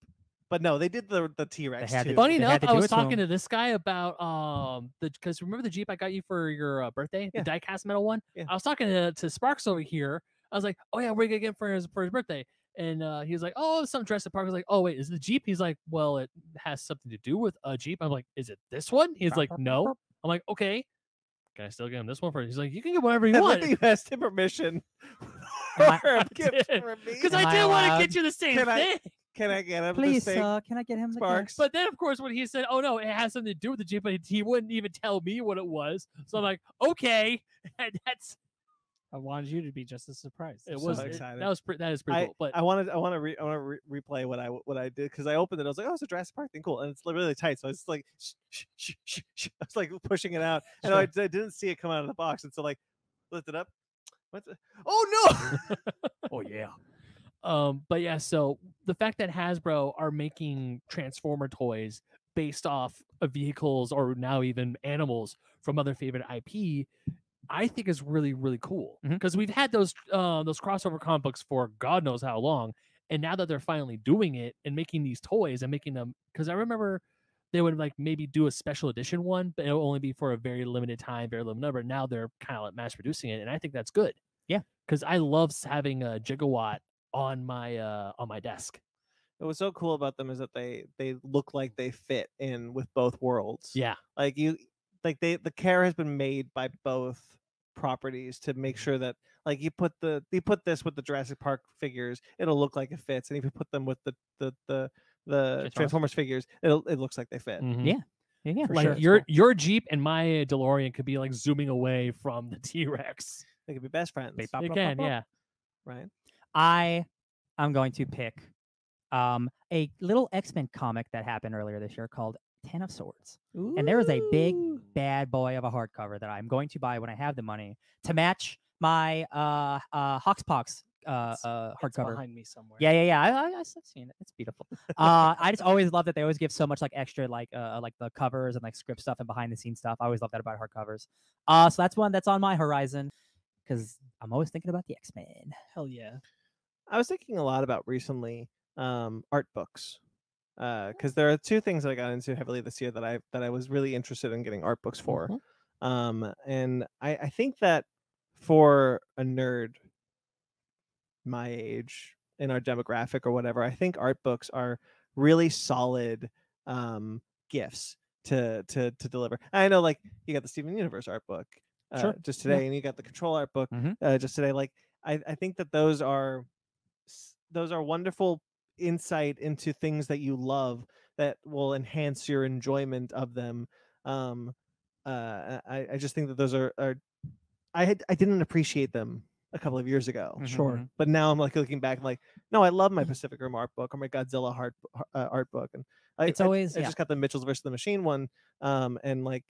but no, they did the the T Rex
had to
too.
do
Funny
They
enough,
had to
I
do
was
it to
talking
him.
to this guy about um the because remember the Jeep I got you for your uh, birthday, the diecast metal one.
Yeah.
I was talking to, to Sparks over here. I was like, "Oh yeah, we're gonna get him for his for his birthday," and uh, he was like, "Oh, some Jurassic Park." I was like, "Oh wait, is it the Jeep?" He's like, "Well, it has something to do with a Jeep." I'm like, "Is it this one?" He's like, "No." I'm like, "Okay." Can I still get him this one for? He's like, "You can get whatever you
I
want."
love that you asked him permission
I-
for a
I
gift
did,
for me.
Because
Am
I
I
did want to
allowed-
get you the same
Can I-
thing.
Can I get him
Please,
the same
uh, can I get him the gift?
sparks?
But then, of course, when he said, "Oh no, it has something to do with the Jeep," but he wouldn't even tell me what it was. So I'm like, "Okay," and that's
I wanted you to be just as surprised.
it
So
was
so
it-
excited.
that was pre- that is pretty cool. But
I wanted I want to re- I want to re- replay what I w- what I did because I opened it. I was like, oh, it's a Jurassic Park thing, cool, and it's li- really tight. So I was just like, sh- sh- sh- sh- sh- I was like pushing it out, and I, d- I didn't see it come out of the box, and so like lift it up. What's it? Oh no!
oh yeah, um, but yeah. So the fact that Hasbro are making Transformer toys based off of vehicles or now even animals from other favorite IP, I think is really really cool
Mhm.
because we've had those uh, those crossover comic books for God knows how long, and now that they're finally doing it and making these toys and making them because I remember they would like maybe do a special edition one, but it'll only be for a very limited time, very limited number. Now they're kind of like mass producing it, and I think that's good.
Yeah.
because I love s- having a gigawatt on my uh on my desk.
what was so cool about them is that they they look like they fit in with both worlds.
Yeah,
like you like they the care has been made by both properties to make sure that like you put the you put this with the Jurassic Park figures, it'll look like it fits, and if you put them with the the the the
Transformers.
Transformers figures, it'll it looks like they fit.
Mhm.
Yeah, Yeah, yeah, for
like
sure.
your your Jeep and my DeLorean could be like zooming away from the T Rex.
They could be best friends,
Beep,
It
bop,
can,
bop, bop.
yeah.
right?
I am going to pick um, a little X Men comic that happened earlier this year called Ten of Swords. And there is a big
Ooh.
bad boy of a hardcover that I'm going to buy when I have the money to match my uh, uh, Hoxpox uh, uh,
It's
hardcover.
behind me somewhere.
Yeah, yeah, yeah. I, I, I've seen it. It's beautiful. Uh, I just always love that they always give so much like extra, like uh, like the covers and like script stuff and behind the scenes stuff. I always love that about hardcovers. Uh, so that's one that's on my horizon because I'm always thinking about the X Men.
Hell yeah.
I was thinking a lot about recently um, art books because there are two things that I got into heavily this year that I that I was really interested in getting art books for, um, and I, I think that for a nerd my age in our demographic or whatever, I think art books are really solid um, gifts to to to deliver. I know, like you got the Steven Universe art book uh,
Sure,
just
yeah.
today, and you got the Control art book
Mhm.
uh, just today. Like I, I think that those are s- those are wonderful insight into things that you love that will enhance your enjoyment of them. Um, uh, I, I just think that those are, are I had I didn't appreciate them a couple of years ago.
Mhm,
Sure.
mhm.
But now I'm like looking back, I'm like, no, I love my
Mm-hmm.
Pacific Rim art book or my Godzilla art uh, art book, and I,
It's
I-
always-
I,
yeah.
just got the Mitchells versus the Machine one, um, and like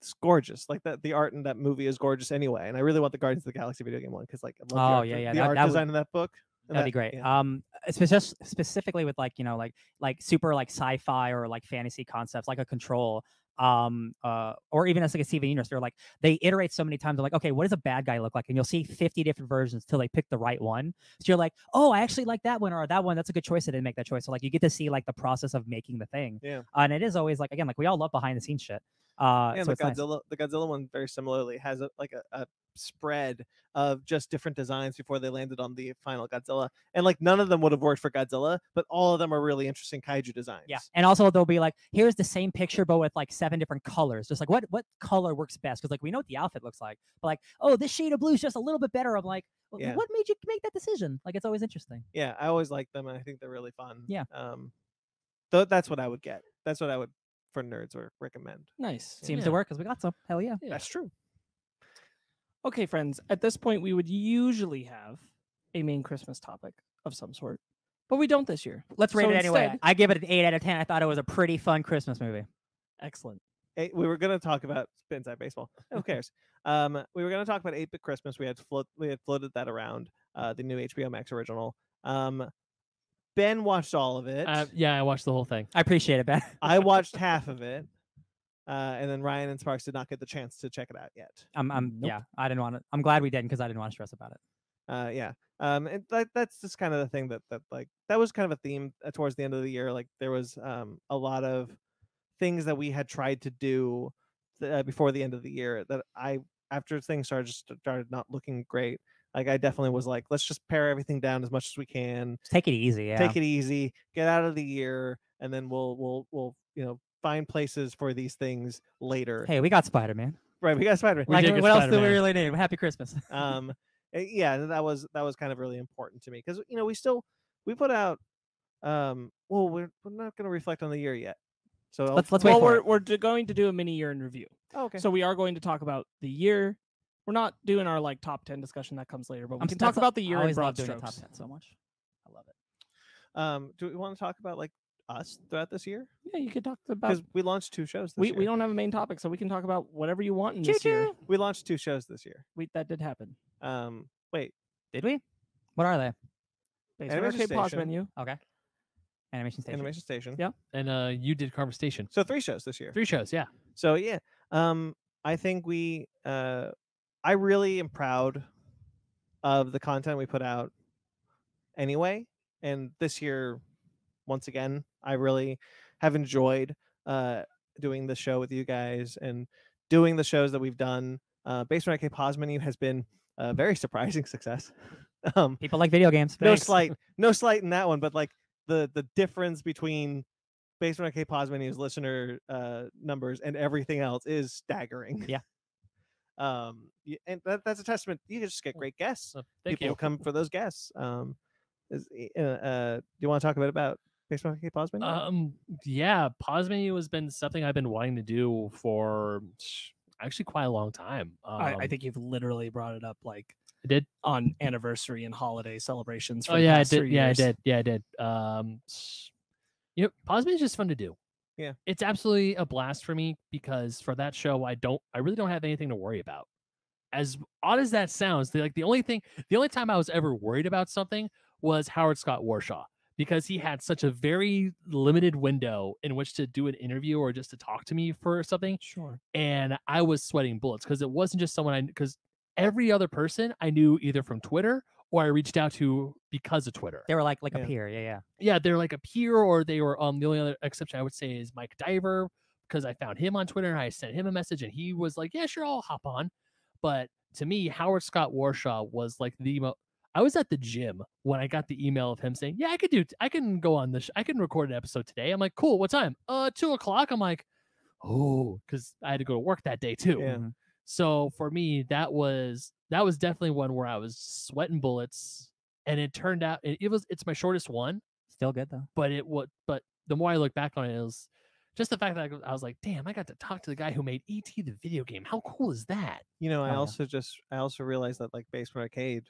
it's gorgeous. Like that, the art in that movie is gorgeous anyway, and I really want the Guardians of the Galaxy video game one because like I love
Oh,
the art,
yeah,
de-
yeah,
the
that-
art
that would-
design in that book. and
That'd be
that-
great.
yeah.
Um, especially specifically with like you know like like super like sci-fi or like fantasy concepts like a control, um, uh, or even as like a Steven Universe, they're like they iterate so many times. I'm like, okay, what does a bad guy look like? And you'll see 50 different versions till they pick the right one. So you're like, oh, I actually like that one or that one. That's a good choice. I didn't make that choice. So like you get to see like the process of making the thing.
Yeah.
and it is always like again like we all love behind the scenes shit. Uh,
and
so
the
it's nice.
Godzilla, the Godzilla one, very similarly has a, like a, a spread of just different designs before they landed on the final Godzilla, and like none of them would have worked for Godzilla, but all of them are really interesting kaiju designs.
Yeah, and also they'll be like, here's the same picture but with like seven different colors. Just like what what color works best? Because like we know what the outfit looks like, but like oh this shade of blue is just a little bit better. I'm like, "W-
Yeah.
what made you make that decision? Like it's always interesting.
yeah, I always like them, and I think they're really fun.
Yeah.
um, th- that's what I would get. That's what I would for nerds or recommend.
Nice.
Seems
Yeah.
to work because we got some. Hell yeah.
Yeah.
That's true.
Okay, friends, at this point, we would usually have a main Christmas topic of some sort, but we don't this year.
Let's rate
So
it anyway.
instead-
I give it an eight out of ten. I thought it was a pretty fun Christmas movie.
Excellent.
eh, we were gonna talk about inside baseball. Who cares? um, we were gonna talk about 8-bit Christmas. We had float we had floated that around. Uh, the new HBO Max original. Um, ben watched all of it.
Uh, yeah, I watched the whole thing.
I appreciate it, Ben.
I watched half of it. Uh, and then Ryan and Sparks did not get the chance to check it out yet.
I'm, I'm,
Nope.
yeah. I didn't want to. I'm glad we didn't because I didn't want to stress about it.
uh yeah um and that, that's just kind of the thing that that like that was kind of a theme uh, towards the end of the year like there was um a lot of things that we had tried to do th- uh, before the end of the year that i after things started just started not looking great like i definitely was like let's just pare everything down as much as we can
Just take it easy. Yeah.
take it easy get out of the year and then we'll we'll we'll you know find places for these things later
Hey, we got Spider Man.
right we got spider-man
We
Like,
did get
what else do we
Spider-Man.
really need? Happy Christmas.
um uh, yeah that was that was kind of really important to me because you know we still we put out um well we're, we're not going to reflect on the year yet so I'll-
Let's let's wait
well,
for
we're
it.
we're do- going to do a mini year in review.
oh, okay
So we are going to talk about the year. We're not doing our like top ten discussion that comes later, but we
I'm
can
s-
talk
that's-
about the
I
year in
always
broad
love doing the top
strokes.
ten so much. I love it.
um do we want to talk about like us throughout this year
Yeah, you could talk about.
because we launched two shows this
Uh, We,
year.
we don't have a main topic, so we can talk about whatever you want in this year.
we launched two shows this year
We, that did happen.
um wait
Did we? What are they?
Based
Animation
arcade pause
Station.
menu.
Okay. Animation station.
animation station
Yeah.
And uh, you did conversation.
so three shows this year
Three shows, yeah.
so yeah um i think we uh i really am proud of the content we put out anyway and this year once again i really have enjoyed uh doing the show with you guys and doing the shows that we've done uh based on IK pause menu has been a very surprising success um
People like video games.
no
Thanks.
slight, no slight in that one, but like the the difference between Basement on K Posmany's listener uh, numbers and everything else is staggering.
Yeah.
Um, y- and that, that's a testament. You just get great guests.
So thank
People
you.
come for those guests. Um, is, uh, uh, do you want to talk a bit about Basement on K Posmany?
Uh,
Um, yeah, pause menu has been something I've been wanting to do for sh- actually quite a long time. Um,
I, I think you've literally brought it up like
I did.
on anniversary and holiday celebrations. For
Oh
the
yeah, I
past
did.
three
Yeah,
years.
I did. Yeah, I did. Um, s- you know, pause menu is just fun to do.
Yeah.
it's absolutely a blast for me because for that show, I don't, I really don't have anything to worry about. As odd as that sounds, the, like the only thing, the only time I was ever worried about something was Howard Scott Warshaw because he had such a very limited window in which to do an interview or just to talk to me for something
Sure.
and I was sweating bullets because it wasn't just someone I because every other person I knew either from Twitter or I reached out to because of Twitter.
They were like like
Yeah.
a peer. Yeah, yeah.
yeah, they're like a peer or they were um the only other exception I would say is Mike Diver because I found him on Twitter and I sent him a message and he was like, yeah, sure, I'll hop on. But to me, Howard Scott Warshaw was like the mo- I was at the gym when I got the email of him saying, "Yeah, I could do. I can go on this. I can record an episode today." I'm like, "Cool. What time?" Uh, two o'clock. I'm like, "Oh," because I had to go to work that day too.
Yeah.
Mhm.
So for me, that was that was definitely one where I was sweating bullets, and it turned out it, it was it's my shortest one,
Still good though.
but it was but the more I look back on it, it was just the fact that I go- I was like, damn, I got to talk to the guy who made ET the video game. How cool is that?
you know, I
Oh, yeah.
also just I also realized that like Basement Arcade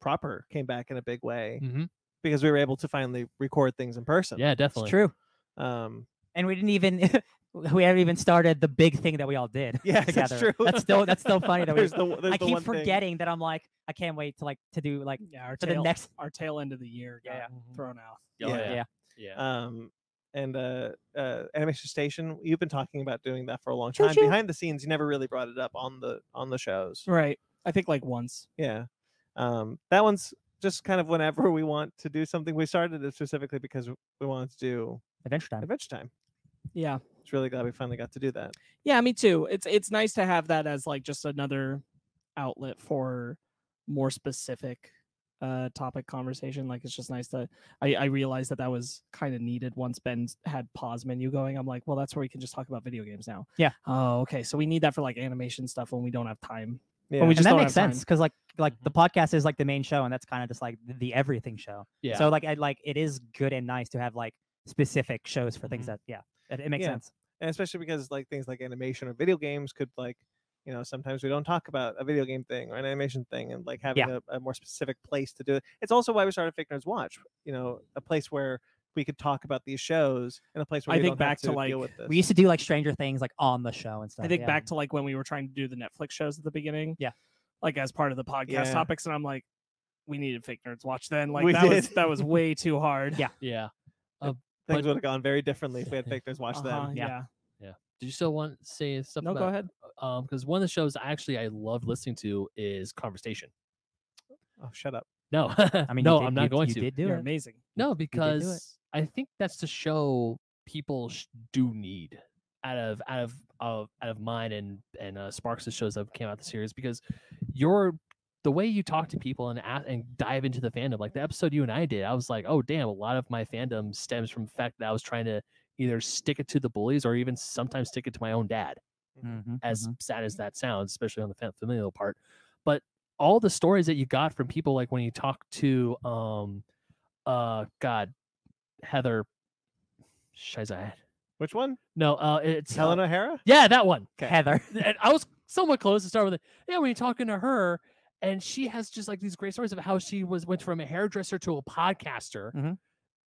proper came back in a big way
Mm.
Mm-hmm.
because we were able to finally record things in person.
Yeah,
Eh, It's
definitely.
true.
Um,
And we didn't even we haven't even started the big thing that we all did.
yeah, that's
together.
true.
That's still that's still funny that we.
There's the- there's
I
the
keep
one thing.
forgetting that I'm like I can't wait to like to do like
Yeah, our
for the
tail,
next.
our tail end of the year got
Yeah, yeah.
Mhm.
thrown out.
Oh,
Yeah.
yeah.
Yeah.
Yeah.
um and uh, uh animation station you've been talking about doing that for a long
Choo
time
choo.
behind the scenes you never really brought it up on the on the shows
Right. I think like once.
yeah um that one's just kind of whenever we want to do something we started it specifically because w- we wanted to do
Adventure Time.
adventure time
Yeah.
it's really glad we finally got to do that
Yeah, me too. It's it's nice to have that as like just another outlet for more specific uh topic conversation. Like it's just nice to I I realized that that was kind of needed once Ben had pause menu going. I'm like, well, that's where we can just talk about video games now.
Yeah.
Oh, okay. So we need that for like animation stuff when we don't have time.
yeah
When we
and
just
that
don't
makes
have time. Mm-hmm.
sense because like like the podcast is like the main show and that's kind of just like th- the everything show
Yeah.
so like i like it is good and nice to have like specific shows for things
Mm-hmm.
Mhm.
that yeah it, it makes
Yeah.
sense
and especially because like things like animation or video games could like you know sometimes we don't talk about a video game thing or an animation thing and like having a, a more specific place to do it it's also why we started fake nerds watch you know a place where we could talk about these shows in a place where
I
we
think
don't
back to,
have to,
like,
deal with this.
We used to do like Stranger Things like on the show and stuff.
I think
yeah.
back to like when we were trying to do the Netflix shows at the beginning.
Yeah.
Like as part of the podcast
Yeah.
topics, and I'm like, we needed fake nerds watch then. Like
We
that was
did.
that was way too hard.
Yeah.
Yeah.
Things
but-
would have gone very differently if we had Victor's watch
Uh-huh,
them.
yeah.
Yeah.
Did you still want to say something?
No, go ahead.
Um, because one of the shows I actually I love listening to is Conversation.
Oh, shut up.
No,
I mean, you
no,
did-
I'm not
you-
going
you
to.
Did do
You're
it.
amazing.
No,
You did do it.
because I think that's the show people sh- do need out of out of of out of mine and and uh, Sparks' shows that came out this year is because you're the way you talk to people and ask, and dive into the fandom. Like the episode you and I did, I was like, oh damn, a lot of my fandom stems from the fact that I was trying to either stick it to the bullies or even sometimes stick it to my own dad
Mhm,
as
mhm.
sad as that sounds, especially on the fam- familial part. But all the stories that you got from people, like when you talk to, um, uh, God, Heather, Shizai.
Which one?
No, uh, it's uh,
Helen O'Hara?
yeah, that one.
Heather.
And I was somewhat close to start with it. Yeah, when you're talking to her, and she has just like these great stories of how she was went from a hairdresser to a podcaster,
Mhm.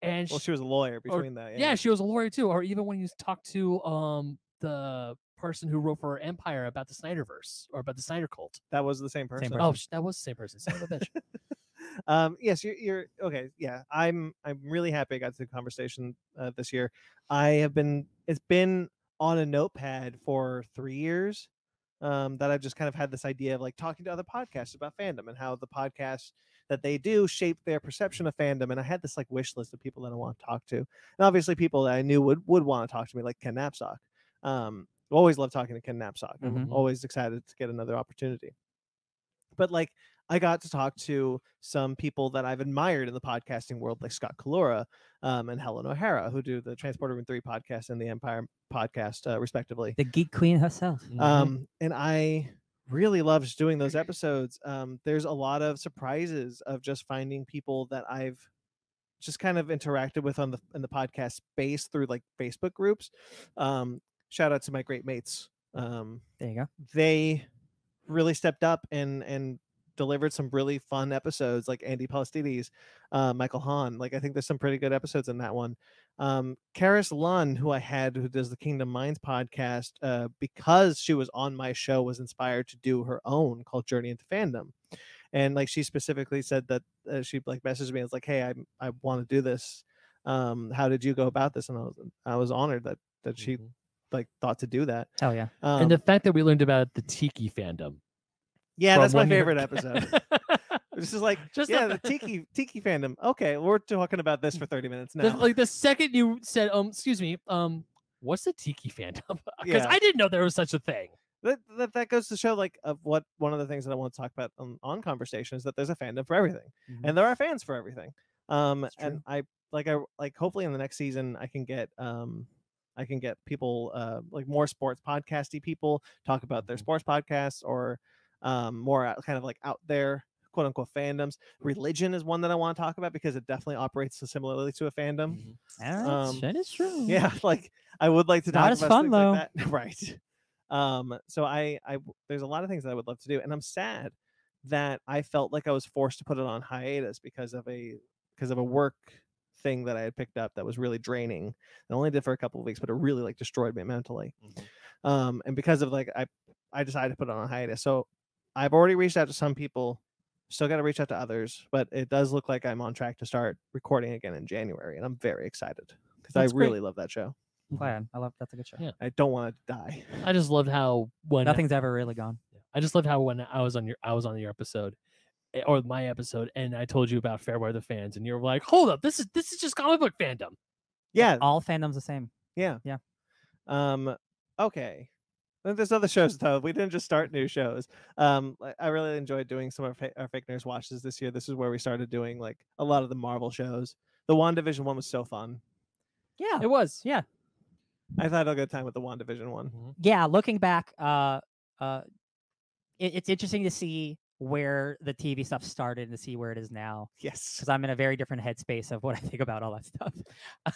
and
Well,
she-
she was a lawyer between that.
yeah, she was a lawyer too. Or even when you talk to um the person who wrote for Empire about the Snyderverse or about the Snyder Cult.
That was the same person.
person.
Oh, sh- that was the same person. Son of a bitch.
um yes you're, you're okay yeah i'm i'm really happy i got to the conversation uh, this year i have been it's been on a notepad for three years um that i've just kind of had this idea of like talking to other podcasts about fandom and how the podcasts that they do shape their perception of fandom and i had this like wish list of people that i want to talk to and obviously people that i knew would would want to talk to me like ken knapsack um always love talking to ken knapsack i'm
Mhm.
always excited to get another opportunity but like I got to talk to some people that I've admired in the podcasting world, like Scott Kalura um, and Helen O'Hara, who do the Transporter Room 3 podcast and the Empire podcast, uh, respectively.
The geek queen herself.
Um, and I really loved doing those episodes. Um, there's a lot of surprises of just finding people that I've just kind of interacted with on the in the podcast space through like Facebook groups. Um, shout out to my great mates. Um,
There you go.
they really stepped up and and delivered some really fun episodes like andy palastides uh, michael hahn like i think there's some pretty good episodes in that one um Karis Lunn, who I had who does the Kingdom Minds podcast, uh, because she was on my show, was inspired to do her own called Journey into Fandom. And like she specifically said that uh, she like messaged me and was like, "Hey, I I want to do this. Um, how did you go about this?" And I was I was honored that that she
Mhm.
like thought to do that.
Hell yeah.
Um,
and the fact that we learned about the Tiki fandom.
yeah,
from
that's my
when we were-
favorite episode. This is like,
Just the
yeah, the
fa-
tiki tiki fandom. Okay, we're talking about this for thirty minutes
the-
now.
like the second you said, um, excuse me, um, what's the Tiki fandom? Because
Yeah.
I didn't know there was such a thing.
that, that that goes to show like of what one of the things that I want to talk about on, on conversation is that there's a fandom for everything,
Mhm.
and there are fans for everything. Um,
It's
and
true.
I like I like hopefully in the next season I can get um I can get people uh like more sports podcasty people talk about their sports podcasts or um more out, kind of like out there quote unquote fandoms. Religion is one that I want to talk about because it definitely operates similarly to a fandom.
Ah,
Um,
that is true.
yeah like i would like to
Not
talk
as
about
fun,
things
though.
like that right um so i i w- there's a lot of things that i would love to do and i'm sad that i felt like i was forced to put it on hiatus because of a because of a work thing that i had picked up that was really draining i only did for a couple of weeks but it really like destroyed me mentally
Mm-hmm.
um and because of like i i decided to put it on hiatus so i've already reached out to some people still got to reach out to others but it does look like i'm on track to start recording again in january and i'm very excited because i
That's great.
really love that show
Glad. I love that's a good show.
Yeah.
I don't want to die.
I just loved how when
Nothing's ever really gone.
I just loved how when I was on your I was on your episode eh, or my episode, and I told you about Fair Weather fans, and you're like, hold up, this is this is just comic book fandom.
Yeah,
All fandoms the same.
yeah,
yeah.
Um, okay. Then There's other shows though. We didn't just start new shows. Um, I- I really enjoyed doing some of our, fa- our fake nurse watches this year. This is where we started doing like a lot of the Marvel shows. The Wandavision one was so fun.
Yeah.
It was.
Yeah.
I thought I had a good time with the Wandavision one.
yeah, looking back, uh, uh, it, it's interesting to see where the TV stuff started and to see where it is now.
Yes.
Because I'm in a very different headspace of what I think about all that stuff.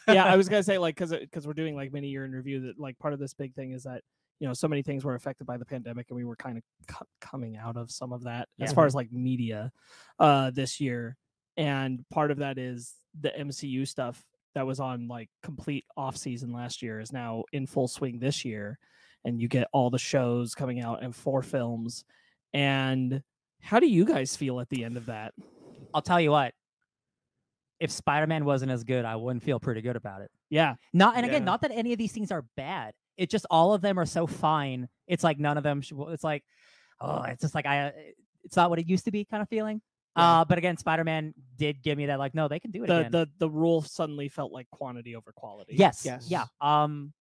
yeah, I was gonna say like because because we're doing like many year in review that like part of this big thing is that you know so many things were affected by the pandemic and we were kind of cu- coming out of some of that as
Yeah.
far as like media uh this year and part of that is the MCU stuff that was on like complete off season last year is now in full swing this year, and you get all the shows coming out and four films. And how do you guys feel at the end of that?
I'll tell you what. If Spider Man wasn't as good, I wouldn't feel pretty good about it.
Yeah,
Not and again,
Yeah.
not that any of these things are bad. It just all of them are so fine. It's like none of them. Should, it's like, oh, it's just like I. uh, It's not what it used to be, kind of feeling.
Yeah.
Uh, but again, Spider Man did give me that like, no, they can do it
the
again.
the the rule suddenly felt like quantity over quality.
yes,
Yes.
yeah. Um,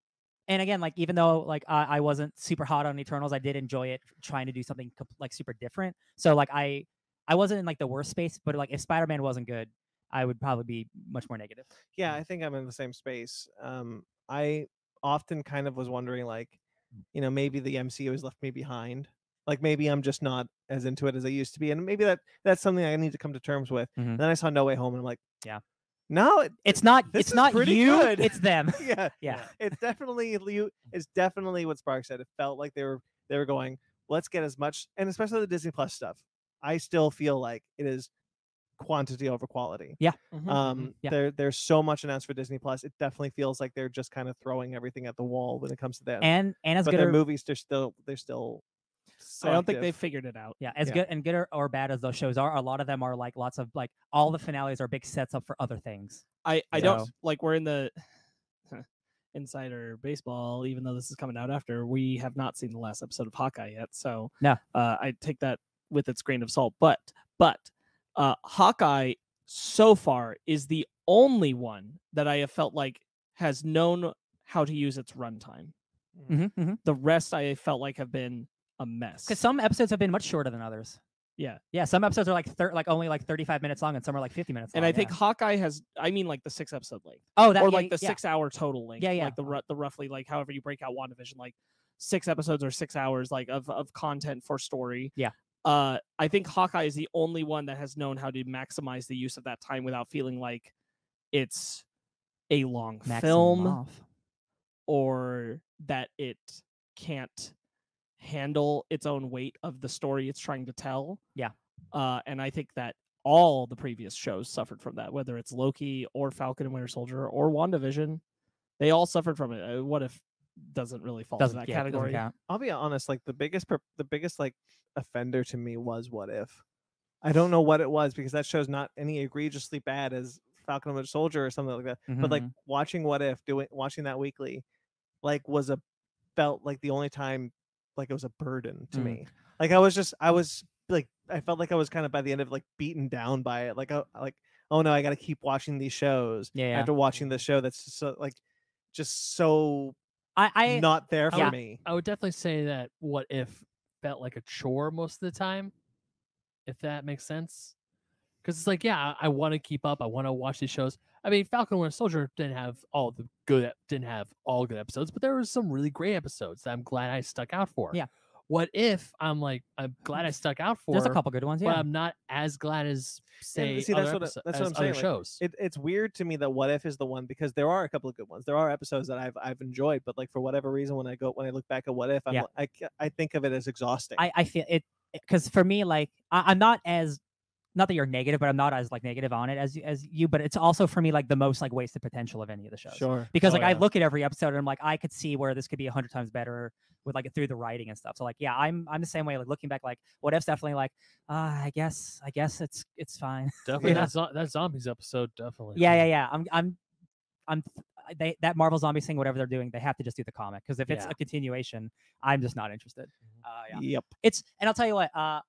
and again, like even though like I, I wasn't super hot on Eternals, I did enjoy it trying to do something com- like super different. So like I, I wasn't in like the worst space, but like if Spider Man wasn't good, I would probably be much more negative.
yeah i think i'm in the same space um i often kind of was wondering like
Mm.
you know maybe the mcu has left me behind like maybe i'm just not as into it as i used to be and maybe that that's something i need to come to terms with
Mhm.
and then i saw no way home and i'm like
Yeah.
no it,
It's not.
This
it's
is
not
pretty
you.
good.
It's them.
yeah
Yeah. Mm.
it's definitely you it's definitely what spark said it felt like they were they were going let's get as much and especially the disney plus stuff i still feel like it is quantity over quality
Mhm.
um
Yeah.
there there's so much announced for disney plus it definitely feels like they're just kind of throwing everything at the wall when it comes to that
and and as
but
good
their
or
movies they're still they're still
I don't think they
selective.
figured it out.
yeah, as
yeah.
good and good or, or bad as those shows are, a lot of them are like lots of like all the finales are big sets up for other things.
I I
Yeah.
don't like we're in the insider baseball even though this is coming out after we have not seen the last episode of Hawkeye yet so
No.
uh, I take that with its grain of salt but but uh, Hawkeye so far is the only one that I have felt like has known how to use its runtime Mm-hmm.
Because
the rest I felt like have been a mess
Mm-hmm, some episodes have been much shorter than others.
Yeah.
yeah. Some episodes are like thir- like only like thirty five minutes long, and some are like fifty minutes.
and
long,
I think
Oh, yeah.
Hawkeye has I mean like the six episode length
oh that
or
yeah,
like the
yeah.
six hour total length.
Yeah, yeah.
Like the ru- the roughly like however you break out WandaVision, like six episodes or six hours like of of content for story.
Yeah.
Uh, I think Hawkeye is the only one that has known how to maximize the use of that time without feeling like it's a long
Maximum
film
off.
or that it can't handle its own weight of the story it's trying to tell.
Yeah.
Uh, and I think that all the previous shows suffered from that, whether it's Loki or Falcon and Winter Soldier or WandaVision. They all suffered from it. Uh, what if doesn't really fall
Doesn't
into that
yeah, doesn't
category?
count.
i'll be honest like the biggest per- the biggest like offender to me was what if i don't know what it was because that show's not any egregiously bad as falcon and Winter soldier or something like that but like
Mhm.
watching what if doing watching that weekly like was a felt like the only time like it was a burden to
Mm.
me like i was just i was like i felt like i was kind of by the end of like beaten down by it like I, like oh no i gotta keep watching these shows
mm-hmm. yeah, yeah.
after watching this show that's just so like just so
I I
not there for
yeah.
me
I would definitely say that what if felt like a chore most of the time, if that makes sense. Because it's like, yeah, I want to keep up. I want to watch these shows. I mean, Falcon and Winter Soldier didn't have all the good, ep- didn't have all good episodes, but there were some really great episodes that I'm glad I stuck out for.
Yeah.
What if I'm like, I'm glad I stuck out for.
there's a couple good ones.
but
Yeah,
I'm not as glad as say
see, that's
other,
what I-
episo-
that's what
as
I'm
other
saying, like,
shows.
it, it's weird to me that what if is the one because there are a couple of good ones there are episodes that i've i've enjoyed but like for whatever reason when i go when i look back at what if I'm,
Yeah.
li- I, ca- I think of it as exhausting
I, I feel it because for me, like I, I'm not as not that you're negative, but I'm not as like negative on it as you- as you. But it's also for me like the most like wasted potential of any of the shows.
sure
Because
Oh,
like I
yeah.
look at every episode and I'm like I could see where this could be a hundred times better with like through the writing and stuff. So like yeah, I'm I'm the same way. Like looking back, like what if's definitely like uh, I guess I guess it's it's fine.
Definitely
Yeah.
that, zo- that zombies episode. Definitely.
yeah, yeah, yeah. I'm I'm I'm I- they that Marvel zombie thing, whatever they're doing, they have to just do the comic because if it's
Yeah. Mm-hmm.
a continuation, I'm just not interested. Uh, yeah.
yep
it's and I'll tell you what, uh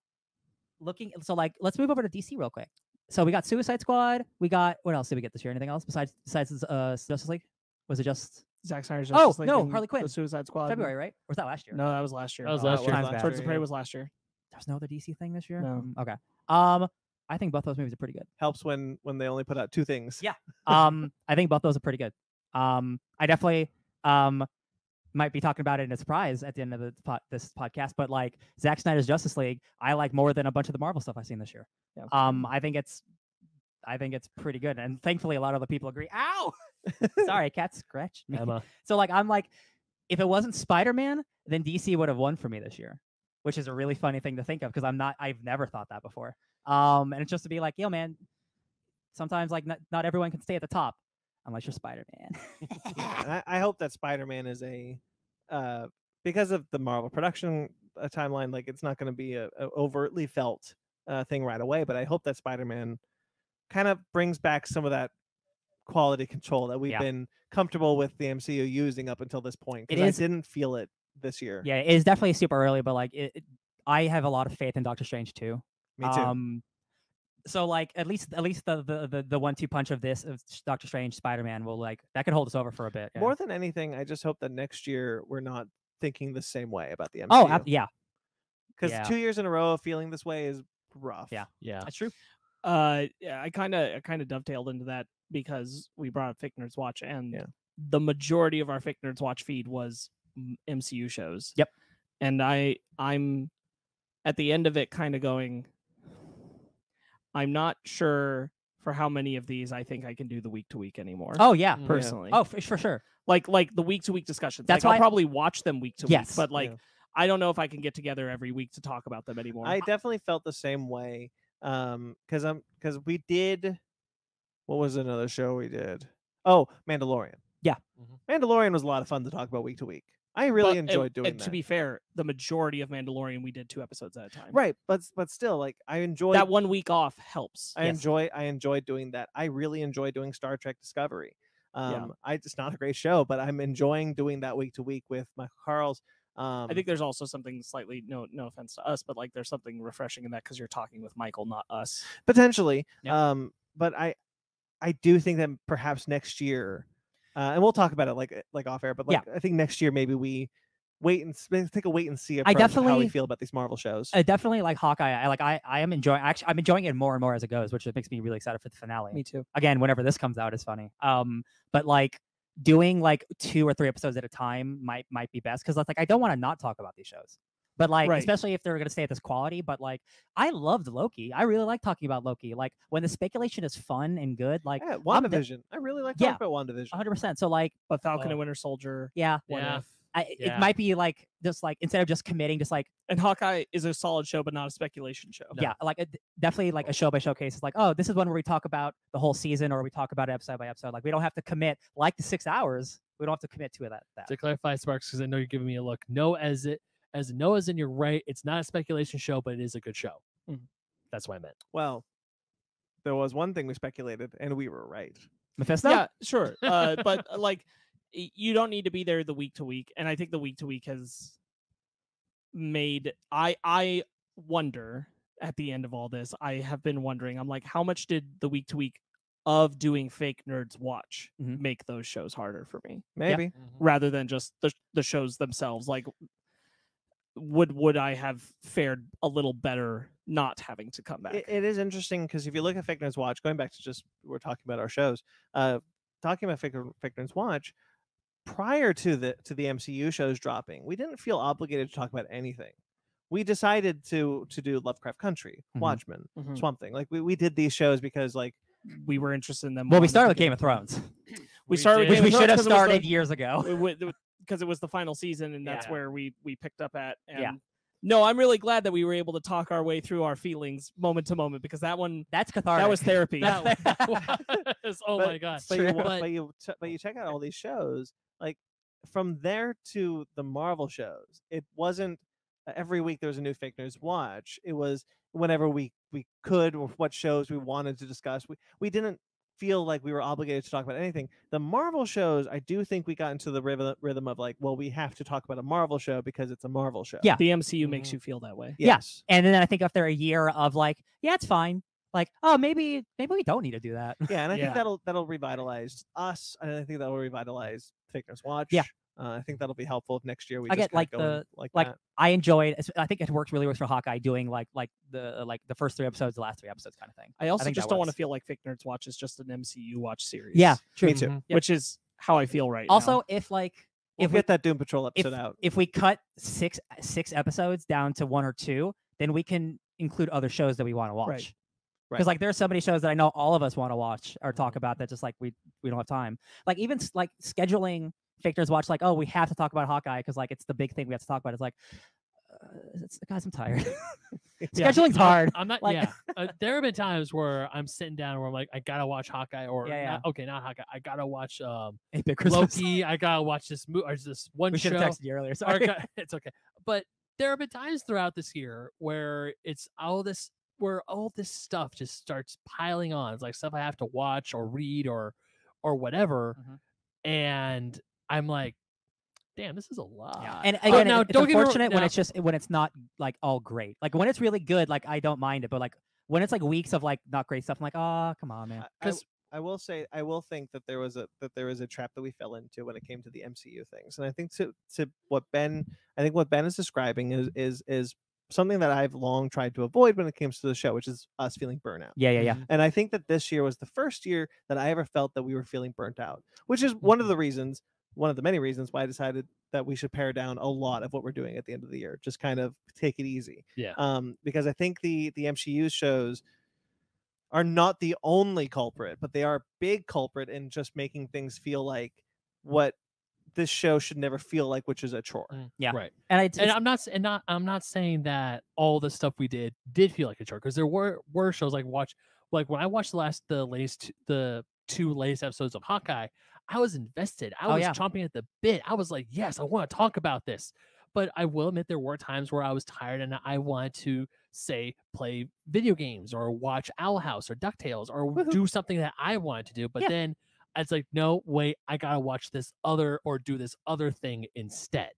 looking so like let's move over to DC real quick. So we got Suicide Squad, we got what else did we get this year? Anything else besides besides uh Justice League? Was it just
Zack Snyder's
Oh,
Justice League
no,
and
Harley Quinn.
The Suicide
Um,
Squad.
February, right? Or was that last year?
No, that was last year.
That was
Oh,
last
it
year.
Time's
last
bad.
Swords of
year,
Prey
yeah.
was last year.
There's no other DC thing this year?
No.
Mm, Okay. Um I think both those movies are pretty good.
helps when when they only put out two things.
Yeah. Um I think both those are pretty good. Um I definitely um might be talking about it in a surprise at the end of the pod, this podcast, but like Zack Snyder's Justice League, I like more than a bunch of the Marvel stuff I've seen this year.
Yeah.
Um, I think it's, I think it's pretty good, and thankfully a lot of the people agree. Ow, sorry, cat scratched me.
Emma.
So like I'm like, if it wasn't Spider Man, then DC would have won for me this year, which is a really funny thing to think of because I'm not I've never thought that before. Um, and it's just to be like, yo man, sometimes like not, not everyone can stay at the top. unless you're Spider Man.
and I, I hope that Spider-Man is a uh because of the Marvel production uh, timeline, like it's not going to be a, a overtly felt uh, thing right away. But I hope that Spider-Man kind of brings back some of that quality control that we've
Yeah.
been comfortable with the MCU using up until this point.
It
Because I
is-
didn't feel it this year.
yeah, it is definitely super early, but like, it, it- I have a lot of faith in Doctor Strange too.
me too.
Um, so like at least at least the the the, the one two punch of this of s- Doctor Strange Spider Man will like that could hold us over for a bit. yeah.
More than anything, I just hope that next year we're not thinking the same way about the MCU.
oh ab- yeah,
because
yeah.
two years in a row of feeling this way is rough.
Yeah.
Yeah.
that's true.
uh yeah, i kind of i kind of dovetailed into that because we brought up fickner's watch and
Yeah.
the majority of our fickner's watch feed was m- mcu shows
Yep.
and i i'm at the end of it kind of going i'm not sure for how many of these i think i can do the week to week anymore
Oh yeah.
Mm.
personally
Oh for, for sure.
like like the week to week discussions
That's
like,
why-
i'll probably watch them week to
Yes.
week but like
Yeah.
i don't know if i can get together every week to talk about them anymore
I definitely felt the same way. Um, because I'm because we did what was another show we did? Oh, Mandalorian. Mm-hmm.
Yeah.
Mhm.
Mandalorian was a lot of fun to talk about week to week. I really
But- and-
enjoyed doing
and
that.
to be fair the majority of mandalorian we did two episodes at a time
right, but s- but still, like I enjoy
that one week off helps
I
Yes.
enjoy I enjoy doing that. I really enjoy doing Star Trek Discovery. Um,
Yeah.
I it's not a great show, but I'm enjoying doing that week to week with my Carl's. Um,
i think there's also something slightly no no offense to us but like there's something refreshing in that because you're talking with michael not us
potentially
Yeah.
um but i i do think that perhaps next year uh and we'll talk about it like uh, like off air but
Yeah.
like i think next year maybe we wait and s- maybe take a wait and see approach of how we
definitely-
feel about these marvel shows
Uh, definitely like Hawkeye. I like I I am enjoying actually I'm enjoying it more and more as it goes, which makes me really excited for the finale.
too
Again, whenever this comes out is funny. Um, but like doing like two or three episodes at a time might might be best because like I don't want to not talk about these shows. But like
Right.
especially if they're gonna stay at this quality. But like I loved Loki. I really like talking about Loki. Like when the speculation is fun and good, like
Eh.
yeah,
I'm de-
wandavision i really like
Yeah. Uh-huh.
talking about wandavision
100. percent So like
but falcon
Oh.
and winter soldier
yeah,
What
Yeah.
if?
I,
Yeah.
it might be like just like instead of just committing, just like
and hawkeye is a solid show but not a speculation show
yeah, like a, definitely like a show by show case. It's like, oh, this is one where we talk about the whole season or we talk about it episode by episode. Like we don't have to commit like the six hours. We don't have to commit to it that. that.
to clarify sparks because i know you're giving me a look no as it as no as in you're right it's not a speculation show but it is a good show
Mm-hmm.
Mhm.
that's what i meant
well there was one thing we speculated and we were right
Mephisto.
yeah sure uh but uh, like y- you don't need to be there the week to week and i think the week to week has made i i wonder at the end of all this i have been wondering i'm like how much did the week to week of doing fake nerds watch
Mhm.
make those shows harder for me
maybe
Mm-hmm.
rather than just the the shows themselves like would would i have fared a little better not having to come back
It, it is interesting because if you look at Fickner's Watch, going back to just we're talking about our shows, uh, talking about Fickner, Fickner's Watch, prior to the to the MCU shows dropping, we didn't feel obligated to talk about anything. We decided to to do Lovecraft Country,
Mhm.
Watchmen,
Mhm.
Swamp Thing. Like we, we did these shows because like
we were interested in them
Well,
on
we
at
started
the
with Game
beginning.
of Thrones,
we started with
which
Game
we
of
should
Thrones
have
'cause it was the-
started years ago.
because it was the final season and that's
Yeah.
where we we picked up at and
Yeah.
no i'm really glad that we were able to talk our way through our feelings moment to moment because that one
That's cathartic.
that was therapy
That's
That
the-
was- oh
But-
my god
but you,
true.
wa-
But-
but you t- but you check out all these shows like from there to the Marvel shows. It wasn't uh, every week there was a new Fickner's Watch. It was whenever we we could or what shows we wanted to discuss. We we didn't feel like we were obligated to talk about anything. The Marvel shows, I do think we got into the rhythm rhythm of like, well, we have to talk about a Marvel show because it's a Marvel show.
Yeah. Mm-hmm.
the mcu makes
Mhm.
you feel that way
Yeah.
Yes.
and then I think after a year of like, yeah, it's fine. Like, oh, maybe maybe we don't need to do that.
Yeah, and I
Yeah.
think that'll that'll revitalize us, and I think that'll revitalize Fickner's Watch.
Yeah.
uh, I think that'll be helpful if next year we
I
just
get,
kinda
like,
go in
the-
like
like,
that.
I enjoyed. it's- I think it worked really well for Hawkeye doing like like the like the first three episodes, the last three episodes kind of thing.
i also
think that
just don't want to
works.
feel like Fick nerds watch is just an mcu watch series
Yeah,
Me
true.
too.
Mhm.
yeah.
which is how i feel right now.
Also, if like
We'll
if we
get that Doom Patrol episode out.
if we cut six six episodes down to one or two, then we can include other shows that we want to watch. Because
Right.
like there are so many shows that I know all of us want to watch or talk about that just like we we don't have time. Like even s- like scheduling Fictor's watch, like oh we have to talk about Hawkeye because like it's the big thing we have to talk about. It's like it's, guys, I'm tired.
Yeah,
Scheduling's
I'm not-
hard.
I'm not.
Like-
yeah, uh, there have been times where I'm sitting down where I'm like, I gotta watch Hawkeye, or
Yeah,
Not, okay, not Hawkeye. I gotta watch um,
Ain't there Christmas?
Loki. I gotta watch this movie or this one
We should
show.
have texted you earlier.
or
Sorry.
got- it's okay. But there have been times throughout this year where it's all this, where all this stuff just starts piling on. It's like stuff I have to watch or read or, or whatever,
Mhm.
and I'm like, damn, this is a lot.
And
Oh,
again, it-
now,
it's
don't get me wrong-
unfortunate when
now-
it's just when it's not like all great. Like when it's really good, like I don't mind it. But like when it's like weeks of like not great stuff, I'm like, oh, come on, man.
I- I, w-
'Cause-
I will say I will think that there was a that there was a trap that we fell into when it came to the MCU things, and I think to to what Ben I think what Ben is describing is is is something that I've long tried to avoid when it comes to the show, which is us feeling burnout.
Yeah, yeah, yeah.
Mm-hmm.
And I think that this year was the first year that I ever felt that we were feeling burnt out, which is one of the reasons, one of the many reasons why I decided that we should pare down a lot of what we're doing at the end of the year. Just kind of take it easy.
Yeah.
Uh,
Um, because I think the the MCU shows are not the only culprit, but they are a big culprit in just making things feel like what this show should never feel like, which is a chore.
Mm.
Yeah.
Right.
And I it's,
and I'm not s- and not I'm not saying that all the stuff we did did feel like a chore because there were were shows like watch like when I watched the last the latest t- the two latest episodes of Hawkeye, I was invested. I
Oh,
was
yeah.
chomping at the bit. I was like, yes, I want to talk about this. But I will admit there were times where I was tired and I wanted to say play video games or watch Owl House or Ducktales or
Woohoo.
do something that I wanted to do. But
Yeah.
then it's like, no, wait, I gotta watch this other or do this other thing instead.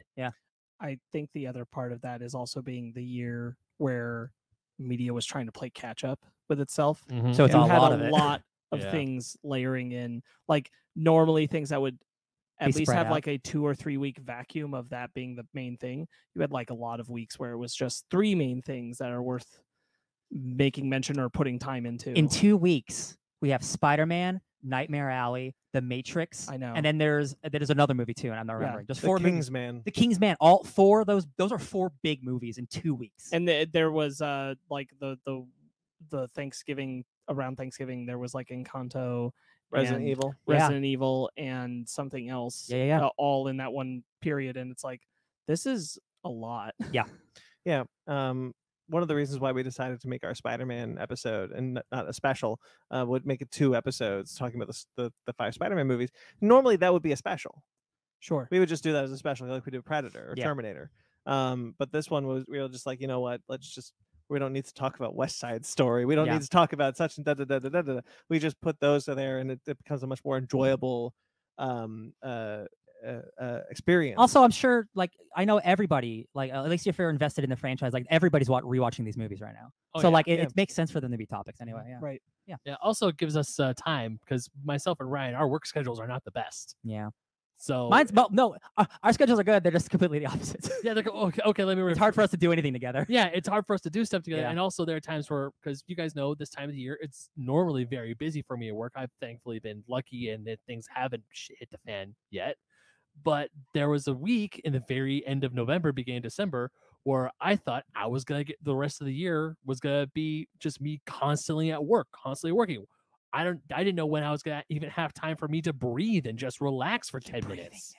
I think the other part of that is also being the year where media was trying to play catch up with itself.
so it's
you
a
had
lot
a
of it.
lot of
Yeah.
things layering in. Like normally things that would at least
spread
have
out.
like a two or three week vacuum of that being the main thing. You had like a lot of weeks where it was just three main things that are worth making mention or putting time into.
in two weeks we have Spider Man, Nightmare Alley, The Matrix.
I know.
And then there's there's another movie too, and I'm not
Yeah.
remembering. Just
The
four movies.
Kings, man.
The King's Man. All four of those. Those are four big movies in two weeks.
and the, there was uh like the the the Thanksgiving around Thanksgiving there was like Encanto,
Resident
and-
Evil.
Yeah.
Resident Evil, and something else.
Yeah, yeah,
oh,
yeah.
uh, all in that one period, and it's like this is a lot.
Yeah. Um, one of the reasons why we decided to make our Spider-Man episode and n- not a special uh, would make it two episodes talking about the, s- the the five Spider-Man movies. Normally, that would be a special.
Sure.
We would just do that as a special, like we do Predator or
Yeah.
Terminator. Um, but this one was we were just like, you know what? Let's just we don't need to talk about West Side Story. We don't
Yeah.
need to talk about such and da da da da da da. da. We just put those in there, and it, it becomes a much more enjoyable um uh, uh, uh experience.
Also, I'm sure, like I know everybody, like uh, at least if you're invested in the franchise, like everybody's wa- rewatching these movies right now.
Oh,
so
yeah.
like it,
Yeah.
it makes sense for them to be topics anyway. Yeah.
Right.
Yeah, also it gives us uh, time because myself and Ryan, our work schedules are not the best.
Yeah.
So
Mine's well, no, uh, our schedules are good. They're just completely the opposite.
yeah, they're, go- okay, okay. Let me.
it's hard for us to do anything together.
Yeah, it's hard for us to do stuff together,
Yeah.
and also there are times where because you guys know this time of the year, it's normally very busy for me at work. I've thankfully been lucky and that things haven't sh- hit the fan yet. But there was a week in the very end of November, beginning of December, where I thought I was gonna get the rest of the year was gonna be just me constantly at work, constantly working. I don't I didn't know when I was gonna even have time for me to breathe and just relax for 10 minutes.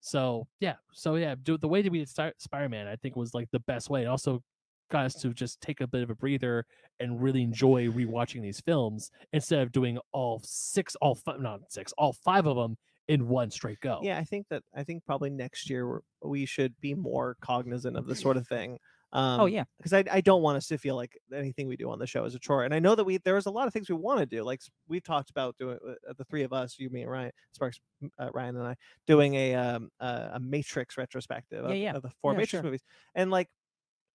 So yeah, so yeah, do, the way that we did Star- Spider-Man, I think was like the best way. It also got us to just take a bit of a breather and really enjoy rewatching these films instead of doing all six, all five, not six, all five of them in one straight go.
yeah i think that i think probably next year we're- we should be more cognizant of this sort of thing um,
Oh yeah.
because I, I don't want us to feel like anything we do on the show is a chore and i know that we there was a lot of things we want to do like s- we talked about doing uh, the three of us you me and ryan sparks m- uh, ryan and i doing a um uh, a matrix retrospective of,
Yeah, yeah.
of the four
Yeah,
matrix
sure.
movies and like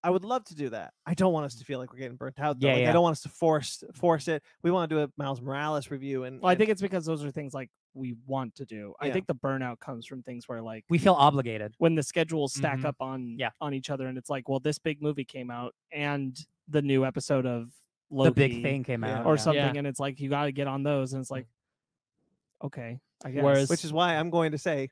I would love to do that. I don't want us to feel like we're getting burnt out. Though.
Mm. Yeah,
like, I
yeah.
don't want us to force force it. We want to do a Miles Morales review, and
Well, I
and-
think it's because those are things like we want to do. I
Yeah.
think the burnout comes from things where like
We feel obligated.
when the schedules stack
Mm-hmm.
Mhm.
up on
Yeah.
on each other, and it's like, well, this big movie came out, and the new episode of Loki,
the big thing came
yeah. Mm.
out
or
yeah.
something,
Yeah.
and it's like you got to get on those, and it's like, okay, I guess.
Whereas-
which is why I'm going to say,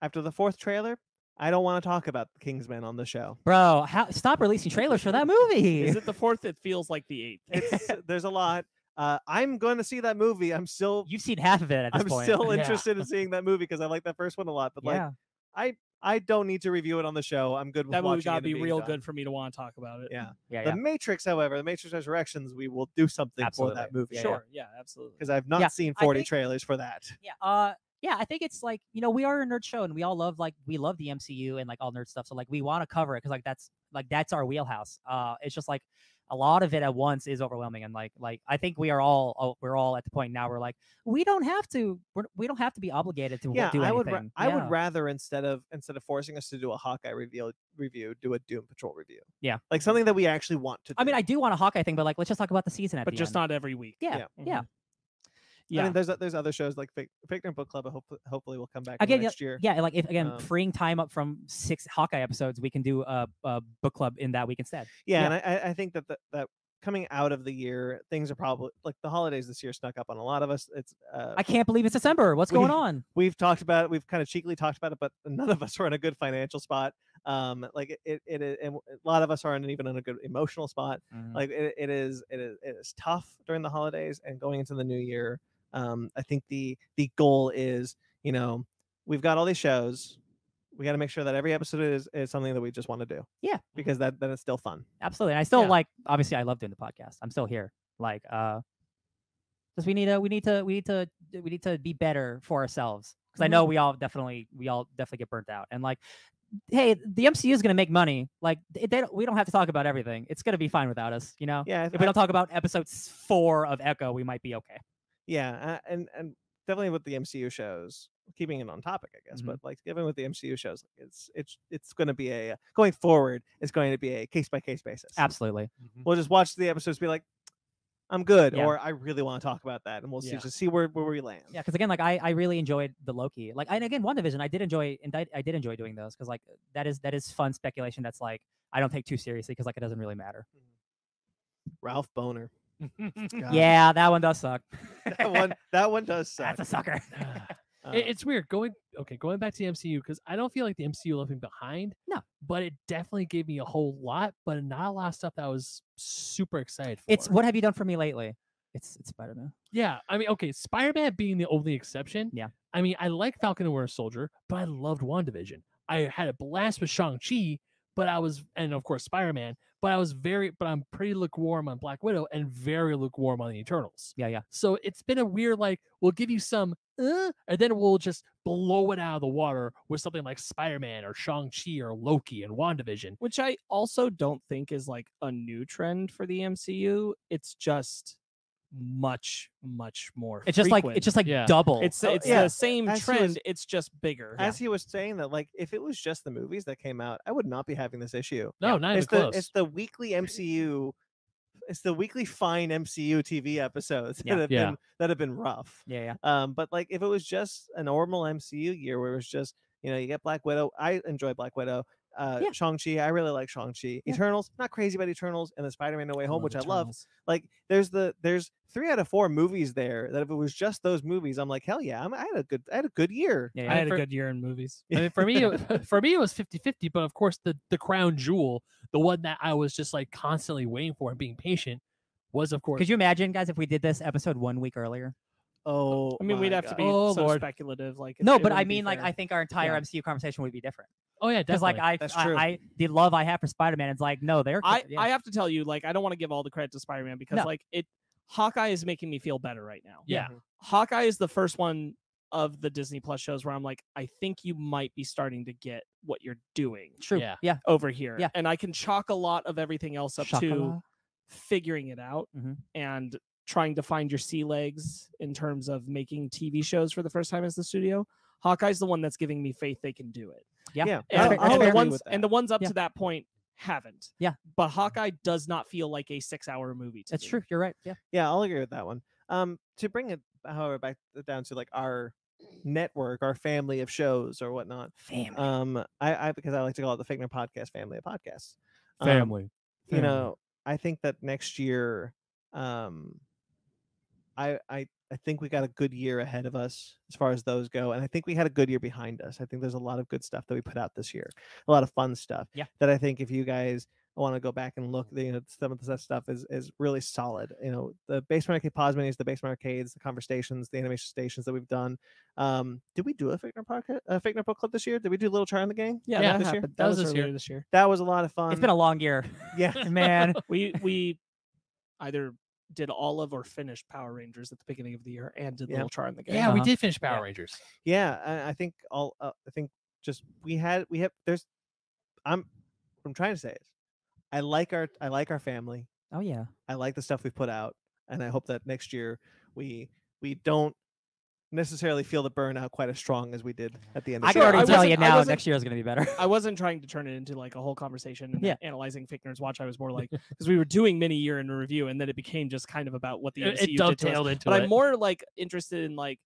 after the fourth trailer, I don't want to talk about Kingsman on the show.
Bro, how, stop releasing trailers for that movie.
is it the fourth? It feels like the eighth.
It's there's a lot. Uh, I'm going to see that movie. I'm still
You've seen half of it at this
I'm
point.
still
Yeah.
interested in seeing that movie because I like that first one a lot. But like
yeah.
I don't need to review it on the show. I'm good with
that movie
watching it
gotta
and
be
being
real
done.
good for me to want to talk about it.
Yeah.
Yeah,
The Matrix, however, The Matrix Resurrections, we will do something
Absolutely.
for that movie.
Yeah, yeah.
sure. Yeah, absolutely.
Because I've not
Yeah,
seen
I
40
think-
trailers for that.
yeah. Uh, yeah, I think it's like you know we are a nerd show and we all love like we love the MCU and like all nerd stuff. So like we want to cover it because like that's like that's our wheelhouse. Uh, it's just like a lot of it at once is overwhelming and like like I think we are all oh, we're all at the point now we're like we don't have to we're, we don't have to be obligated to
Yeah,
do
I
anything.
would. Ra- I
Yeah.
would rather instead of instead of forcing us to do a Hawkeye review, review do a Doom Patrol review.
Yeah.
like something that we actually want to. Do.
I mean, I do want a Hawkeye thing, but like let's just talk about the season at
But
the
just
end.
not every week.
Yeah,
yeah. mm-hmm.
yeah.
Mhm. Yeah.
I mean, there's o- there's other shows like Fic- Fiction Book Club. Hopefully, hopefully we'll come back in
Again,
next year.
Yeah, like if again
Um,
freeing time up from six Hawkeye episodes, we can do a, a book club in that week instead.
yeah,
Yeah.
and I- I, I think that the, that coming out of the year, things are probably like the holidays this year snuck up on a lot of us. It's uh,
I can't believe it's December. What's going
We-
on?
we've talked about it, we've kind of cheekily talked about it, but none of us are in a good financial spot. Um, like it, it, it is, and a lot of us aren't even in a good emotional spot.
Mm-hmm.
Like it, it is, it is, it is tough during the holidays and going into the new year. Um, I think the the goal is, you know, we've got all these shows. We got to make sure that every episode is, is something that we just want to do.
Yeah.
because that then it's still fun.
Absolutely. And I still
Yeah.
like obviously I love doing the podcast. I'm still here. Like uh because we need to we need to we need to we need to be better for ourselves. Because I know we all definitely we all definitely get burnt out. And like hey, the MCU is gonna make money. Like they, they don't, we don't have to talk about everything. It's gonna be fine without us, you know?
Yeah, I th-
If we don't talk about episode s- four of Echo, we might be okay.
yeah uh, and and definitely with the mcu shows keeping it on topic i guess
Mhm.
but like given with the mcu shows it's it's it's going to be a uh, going forward it's going to be a case by case basis
Absolutely.
we'll just watch the episodes be like i'm good
Yeah.
or i really want to talk about that and we'll see
Yeah.
just see where, where we land
Yeah, because again, like I, I really enjoyed the Loki. Like, and again, WandaVision, I did enjoy, and I, I did enjoy doing those because like that is that is fun speculation. That's like I don't take too seriously because like it doesn't really matter.
ralph boner God,
Yeah, that one does suck.
that one that one does suck
That's a sucker.
uh,
It- it's weird going okay going back to the MCU because I don't feel like the MCU left me behind.
No.
but it definitely gave me a whole lot, but not a lot of stuff that I was super excited for.
It's what have you done for me lately? It's it's Spider Man.
Yeah, I mean, okay, Spider Man being the only exception.
Yeah.
I mean, I like Falcon and Winter Soldier, but I loved WandaVision. I had a blast with Shang Chi, but I was, and of course Spider Man, but I was very, but I'm pretty lukewarm on Black Widow and very lukewarm on the Eternals.
Yeah, yeah.
So it's been a weird, like, we'll give you some, uh, and then we'll just blow it out of the water with something like Spider Man or Shang Chi or Loki and WandaVision.
Which I also don't think is like a new trend for the MCU. It's just much, much more.
It's just like it's
frequent.
just like
Yeah.
double.
it's
Oh,
it's
yeah,
the same
as he was-
trend. It's just bigger.
as he was saying that like if it was just the movies that came out i would not be having this issue
No, not even
it's the
close.
it's the weekly MCU. It's the weekly fine MCU TV episodes
Yeah.
that have
Yeah.
been that have been rough.
yeah, yeah.
Um, but like if it was just a normal MCU year where it was just you know you get Black Widow, I enjoy Black Widow. Uh,
Yeah.
Shang Chi, I really like Shang Chi.
Yeah.
Eternals, not crazy about Eternals, and the Spider Man No Way Home, which I love.
Oh, Eternals.
Like there's the there's three out of four movies there that if it was just those movies, I'm like hell yeah, I'm, I had a good I had a good year.
Yeah,
I
yeah.
had a
for-
good year in movies.
I mean, for me, it- for me, it was 50-50, but of course, the the crown jewel, the one that I was just like constantly waiting for and being patient, was of course.
Could you imagine, guys, if we did this episode one week earlier?
Oh,
I mean, we'd
my
have to
God.
be
Oh,
so
Lord.
speculative. Like
No,
it
but I
wouldn't be
mean, like,
fair.
I think our entire
Yeah.
MCU conversation would be different
oh yeah,
because,
definitely.
like, I,
That's
I,
true.
I, the love I have for Spider Man, it's like, no, they're.
I,
yeah.
I have to tell you, like, I don't want to give all the credit to Spider Man because,
No.
like, it Hawkeye is making me feel better right now.
yeah,
Hawkeye is the first one of the Disney Plus shows where I'm like, I think you might be starting to get what you're doing
true.
Yeah.
yeah.
over here.
Yeah.
And I can chalk a lot of everything else up to
Chocola.
figuring it out
Mhm.
and trying to find your sea legs in terms of making TV shows for the first time as the studio. Hawkeye's the one that's giving me faith they can do it.
Yeah.
Yeah,
And,
That's fair-
and
that's
the
fair.
agree
ones
with
and
that.
the ones up
Yeah.
to that point haven't.
Yeah.
But Hawkeye does not feel like a six hour movie to
That's
me.
true. You're right. Yeah.
Yeah, I'll agree with that one. Um, to bring it, however, back down to like our network, our family of shows or whatnot.
Family.
Um, I, I because I like to call it the Figner Podcast family of podcasts.
Uh-huh.
Um, you
family.
know, I think that next year, um, I I I think we got a good year ahead of us as far as those go, and I think we had a good year behind us. I think there's a lot of good stuff that we put out this year, a lot of fun stuff.
Yeah.
That I think if you guys I want to go back and
Mm-hmm.
look. You know, some of that stuff is is really solid. You know, the basement arcade pause minis, the basement arcades, the conversations, the animation stations that we've done. Um, did we do a Figner podcast, a Figner book club this year? Did we do Little Char in the Gang?
Yeah,
Yeah,
that
this year.
happened. That, was, this year. this year.
That was a lot of fun.
It's been a long year,
yeah.
man.
We we either did all of or finished Power Rangers at the beginning of the year and did
Yeah.
Little Char in the Game.
Yeah, we
Uh-huh.
did finish Power
Yeah.
Rangers.
yeah I, I think all uh, i think just we had we have there's i'm what i'm trying to say is i like our i like our family
oh yeah.
i like the stuff we've put out and i hope that next year we we don't necessarily feel the burnout quite as strong as we did at the end of
I
So
can already
I
tell
wasn't-
you
I
now.
wasn't-
Next year is gonna be better.
I wasn't trying to turn it into like a whole conversation and
Yeah.
analyzing Fickner's watch. I was more like because we were doing mini year in review, and then it became just kind of about what the
It,
MCU
it
did to us.
dovetailed into
But
it.
I'm more like interested in like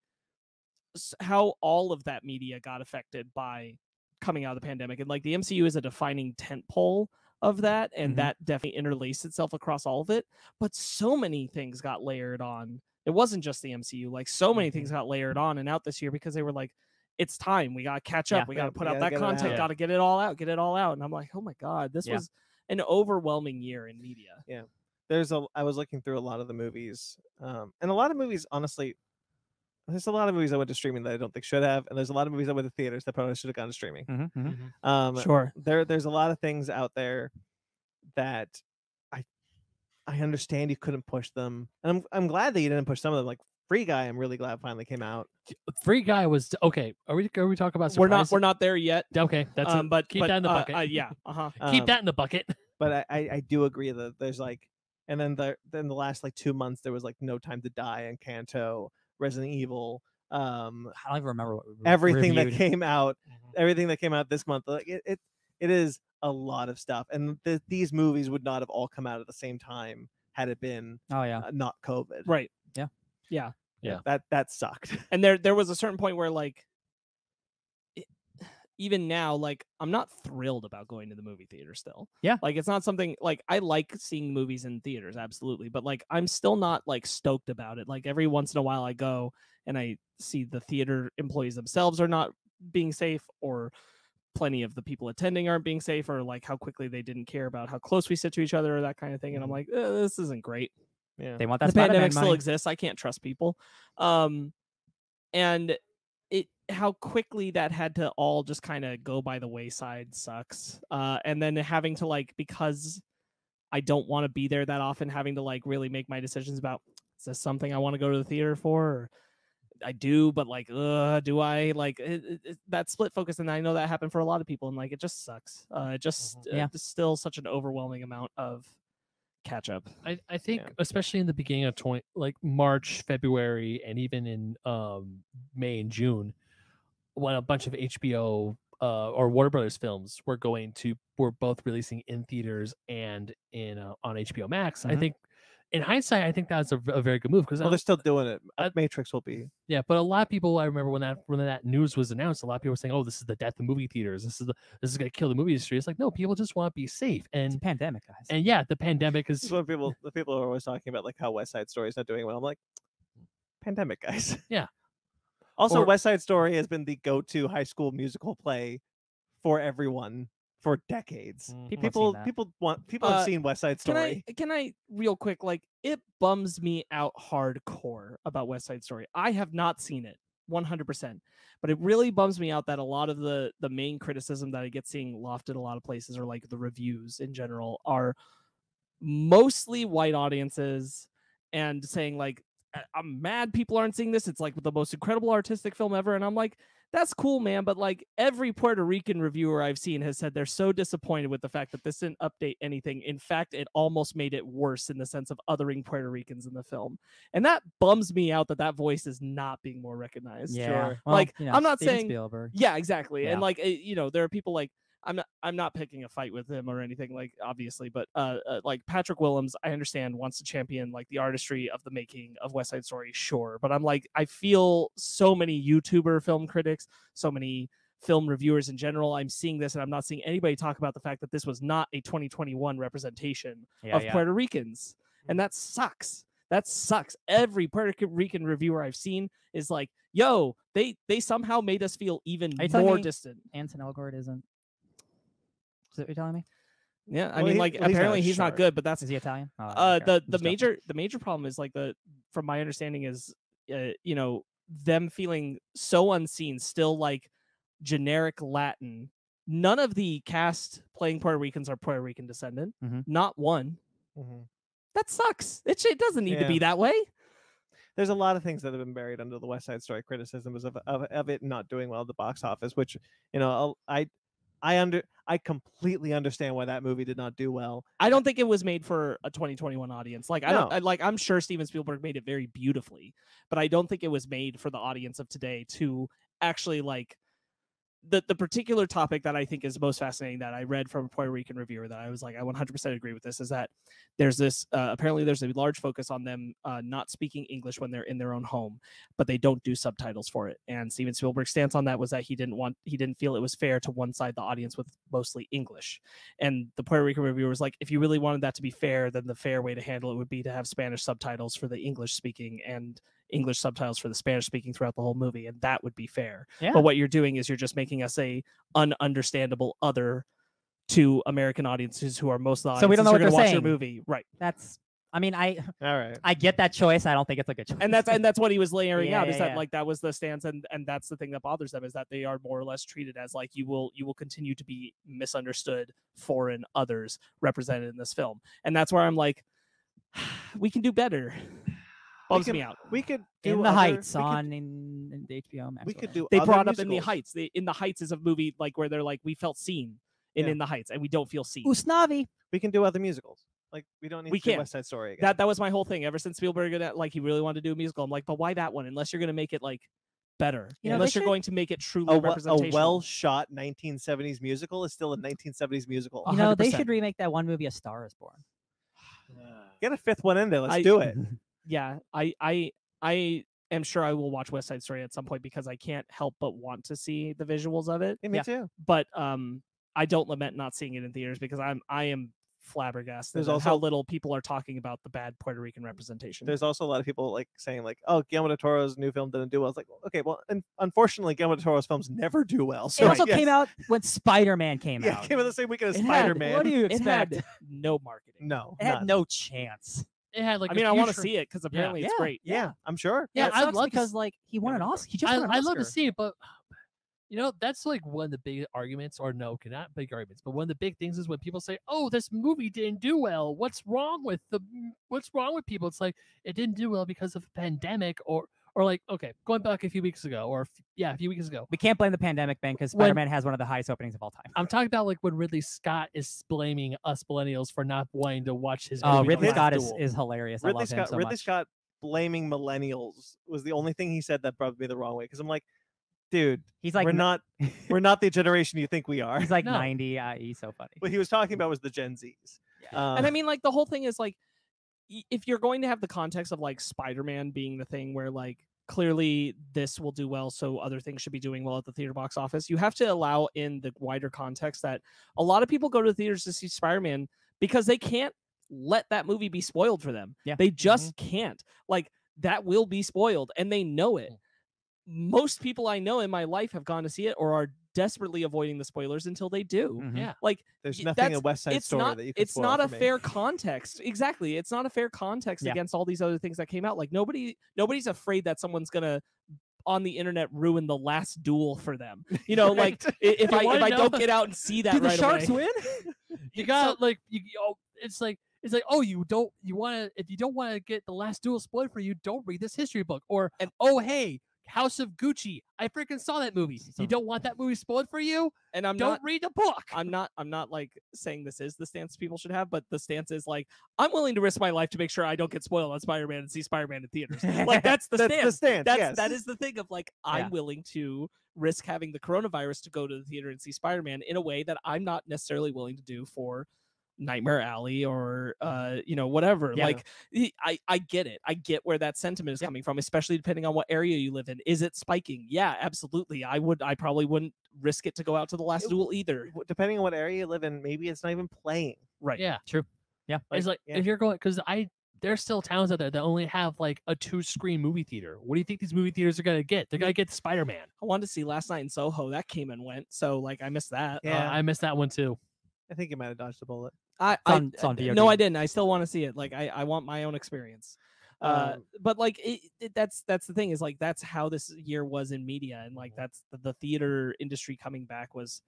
s- how all of that media got affected by coming out of the pandemic, and like the MCU is a defining tentpole
Mm,
of that, and
Mhm.
mm-hmm.
that definitely interlaced itself across all of it. But so many things got layered on. It wasn't just the MCU. Like so many things
Mm-hmm.
got layered on and out this year because they were like, it's time. We gotta catch up.
Yeah.
we
Yeah,
gotta
we
put out
gotta
that
get it out.
content.
Yeah.
Gotta get it all out. Get it all out. And I'm like, oh my god, this
Yeah.
was an overwhelming year in media.
there's a I was looking through a lot of the movies, um, and a lot of movies, honestly, there's a lot of movies I went to streaming that I don't think should have, and there's a lot of movies I went to theaters that probably should have gone to streaming.
Mm-hmm,
Um,
Sure.
there there's a lot of things out there that I I understand you couldn't push them, and I'm I'm glad that you didn't push some of them. Like Free Guy, I'm really glad finally came out.
Free Guy was okay. Are we are we talking about?
We're not
surprises?
we're not there yet.
okay. That's
um,
it.
but
keep
but,
that in the
uh,
bucket.
uh, yeah, uh huh.
keep
Um,
that in the bucket.
But I, I I do agree that there's like, and then the then the last like two months there was like No Time to Die and Canto, Resident Evil, um,
I don't even remember what we re-
everything that
Mm, reviewed.
came out everything that came out this month like it, it it is a lot of stuff and th- these movies would not have all come out at the same time had it been
Oh yeah.
uh, not covid
Right.
Yeah.
that that sucked
And there there was a certain point where like it- even now, like I'm not thrilled about going to the movie theater still.
Yeah.
Like it's not something like I like seeing movies in theaters, absolutely. But like I'm still not like stoked about it. Like every once in a while I go and I see the theater employees themselves are not being safe or plenty of the people attending aren't being safe or like how quickly they didn't care about how close we sit to each other or that kind of thing. And I'm like,
Mm-hmm.
"Eh, this isn't great.
yeah
They want that
the
Spider-Man
pandemic still
money.
exists. I can't trust people. Um, and it how quickly that had to all just kind of go by the wayside sucks. Uh, and then having to like because I don't want to be there that often, having to like really make my decisions about is this something I want to go to the theater for? Or I do, but like, uh, do I like it, it- it- that split focus? And I know that happened for a lot of people, and like it just sucks. Uh, it just
Mm-hmm, Yeah.
uh, there's still such an overwhelming amount of catch up.
I, I think especially in the beginning of 20 like March, February, and even in um May and June, when a bunch of HBO uh, or Warner Brothers films were going to were both releasing in theaters and in uh, on HBO Max. I
Mhm.
think in hindsight, I think that's a, v- a very good move because
well they're still doing it uh,
I-
matrix will be
yeah, but a lot of people I remember when that when that news was announced, a lot of people were saying, "Oh, this is the death of movie theaters. This is the this is going to kill the movie industry." It's like no, people just want to be safe
It's a
and.
pandemic, guys.
And yeah, the pandemic
this
is
is when people the people are always talking about like how west side story is not doing well i'm like pandemic guys
Yeah.
also
Or-
west side story has been the go-to high school musical play for everyone for
Mm,
decades
Mm-hmm.
People have
people
seen that.
people want people
Uh,
have seen west
Can
side story
I can I real quick like it bums me out hardcore about West Side Story. I have not seen it 100%. But it really bums me out that a lot of the the main criticism that I get seeing lofted a lot of places or like the reviews in general are mostly white audiences and saying like "I- I'm mad people aren't seeing this. It's like the most incredible artistic film ever and I'm like that's cool, man. But like every Puerto Rican reviewer I've seen has said they're so disappointed with the fact that this didn't update anything. In fact, it almost made it worse in the sense of othering Puerto Ricans in the film. And that bums me out that that voice is not being more recognized.
yeah.
sure.
Well,
Like,
you know,
I'm not
Steven
saying-
Spielberg.
Yeah, exactly.
Yeah.
And like eh, you know, there are people like I'm not I'm not picking a fight with him or anything like obviously, but uh, uh like Patrick Willems, I understand wants to champion like the artistry of the making of West Side Story, sure, but I'm like I feel so many YouTuber film critics, so many film reviewers in general, I'm seeing this and I'm not seeing anybody talk about the fact that this was not a 2021 representation
Yeah,
of
yeah.
Puerto Ricans. And that sucks. That sucks. Every Puerto Rican reviewer I've seen is like, yo, they they somehow made us feel even
Are you telling
more
me-
distant.
Anton Elgort isn't. Is that what you're telling me?
Yeah, I
Well,
mean,
he-
like
well, he's not a
apparently he's not
shark.
good, but that's
Is he Italian? Oh,
uh
okay.
the the
He's Japanese.
major the major problem is like the from my understanding is uh, you know them feeling so unseen still like generic latin none of the cast playing puerto ricans are puerto rican descendant
Mhm.
not one
Mhm.
that sucks it, sh- it doesn't need to
Yeah.
be that way
There's a lot of things that have been buried under the West Side Story criticisms of, of, of it not doing well at the box office, which you know I'll- I I under I completely understand why that movie did not do well.
i don't think it was made for a 2021 audience like i don't
No.
I, like i'm sure steven spielberg made it very beautifully but i don't think it was made for the audience of today to actually like the the particular topic that I think is most fascinating that I read from a Puerto Rican reviewer that I was like I 100% agree with this is that there's this uh, apparently there's a large focus on them uh, not speaking English when they're in their own home, but they don't do subtitles for it. And Steven Spielberg's stance on that was that he didn't want he didn't feel it was fair to one side the audience with mostly English. And the Puerto Rican reviewer was like, if you really wanted that to be fair, then the fair way to handle it would be to have Spanish subtitles for the English speaking and English subtitles for the Spanish speaking throughout the whole movie, and that would be fair
Yeah.
but what you're doing is you're just making us a ununderstandable other to American audiences who are most of the
So we
audiences
don't know
who
what
are gonna
they're
watch
saying.
your movie, right?
That's. I mean, I
All right.
I get that choice. I don't think it's a good choice.
And that's and that's what he was layering
Yeah,
out is
yeah,
that
yeah.
like that was the stance and and that's the thing that bothers them is that they are more or less treated as like you will you will continue to be misunderstood foreign others represented in this film and that's where I'm like we can do better bumps
can-
me out
We could do
in the
other-
heights
we could-
on in, in the HBO Max.
we
or
could
whatever.
do
they
other
brought up in the
musicals.
heights they, in the heights is a movie like where they're like we felt seen in
Yeah.
in the heights and we don't feel seen
Usnavi.
We can do other musicals. Like we don't need
We
to do
can.
West Side Story again.
that that was my whole thing ever since Spielberg had- like he really wanted to do a musical. I'm like, but why that one? Unless you're going to make it like better,
You know,
unless
they
you're
should-
going to make it truly
a,
representational.
well shot 1970s musical is still a 1970s musical.
You know, they
100%.
should remake that one movie, A Star Is Born.
Get a fifth one in there. Let's
I-
do it.
yeah, I I I am sure I will watch West Side Story at some point because I can't help but want to see the visuals of it.
Yeah, me
Yeah.
too.
But um, I don't lament not seeing it in theaters because I'm I am flabbergasted
There's
at how
also-
little people are talking about the bad Puerto Rican representation.
There's also a lot of people like saying like, "Oh, Guillermo del Toro's new film didn't do well." It's like, okay, well, un- unfortunately, Guillermo del Toro's films never do well. So
It also
yes.
came out when Spider Man came
Yeah,
out.
it came out the same weekend as
It had-
Spider
What do
Man.
you
it
expect?
had no marketing.
No,
It had
none.
no chance.
It had like
I mean, I want to see it because
Yeah.
apparently it's
Yeah.
great.
Yeah, I'm sure.
Yeah,
it
I'd
sucks
love to
because
s-
like he won
Yeah,
an
whatever.
Oscar. He just
I,
won an
I
Oscar.
love to see it, but you know that's like one of the big arguments, or no, okay, not big arguments, but one of the big things is when people say, "Oh, this movie didn't do well. What's wrong with the? m- What's wrong with people?" It's like it didn't do well because of a pandemic, or or like okay, going back a few weeks ago, or a f- yeah, a few weeks ago,
We can't blame the pandemic, man, because
When-
Spider Man has one of the highest openings of all time.
I'm talking about like when Ridley Scott is blaming us millennials for not wanting to watch his.
Uh,
movie, The
Ridley
Last
Scott is,
Duel.
is hilarious. I
Ridley
love him
Scott.
so
Ridley
much.
Scott blaming millennials was the only thing he said that rubbed me the wrong way because I'm like, dude,
He's like
we're
n-
not, we're not the generation you think we are.
He's like
No.
90. Uh, he's so funny.
What he was talking about was the Gen Zs. Um,
and I mean, like the whole thing is like, y- if you're going to have the context of like Spider-Man being the thing where like clearly this will do well, so other things should be doing well at the theater box office, you have to allow in the wider context that a lot of people go to theaters to see Spider-Man because they can't let that movie be spoiled for them.
Yeah.
They just can't. Like that will be spoiled, and they know it. Most people I know in my life have gone to see it or are desperately avoiding the spoilers until they do.
Mhm.
yeah.
Like
there's
y-
nothing in
that's-
West Side
it's
Story
not
that you can
it's
spoil
not
for
a
me.
fair context exactly it's not a fair context
Yeah.
against all these other things that came out like nobody nobody's afraid that someone's gonna on the internet ruin the last duel for them you know like i- if
You
i if
wanna
i don't
know-
get out and see that
Do the
right
Sharks
away
win?
you got like you, you oh, it's like it's like oh you don't you want to if you don't want to get the last duel spoiled for you don't read this history book or
And-
oh hey house of gucci i freaking saw that movie
So-
you don't want that movie spoiled for you
and i'm
don't
not
read the book
i'm not i'm not like saying this is the stance people should have but the stance is like i'm willing to risk my life to make sure i don't get spoiled on spider-man and see spider-man in theaters like that's the
That's
stance
the stance.
that's
yes.
that is the thing of like I'm
Yeah.
willing to risk having the coronavirus to go to the theater and see Spider Man in a way that I'm not necessarily willing to do for Nightmare Alley or uh you know whatever.
Yeah.
Like y- I I get it. I get where that sentiment is coming from, especially depending on what area you live in. Is it spiking? Yeah, absolutely. I would. I probably wouldn't risk it to go out to the last
It-
duel either.
W- depending on what area you live in, maybe it's not even playing.
Right.
yeah
True. Yeah.
it's like
yeah.
if you're going because i there's still towns out there that only have like a two screen movie theater what do you think these movie theaters are going to get they're going to get spider-man Uh,
I wanted to see last night in Soho. That came and went. So like I missed that.
Uh, i missed that one too
I think you might have dodged a bullet.
I,
It's
I-
on- it's on
uh,
VOD.
no, I didn't. I still want to see it. Like I, I want my own experience. Uh,
Oh.
Um,
but like it, it, that's that's the thing is like that's how this year was in media and
Mm-hmm.
like that's the, the theater industry coming back was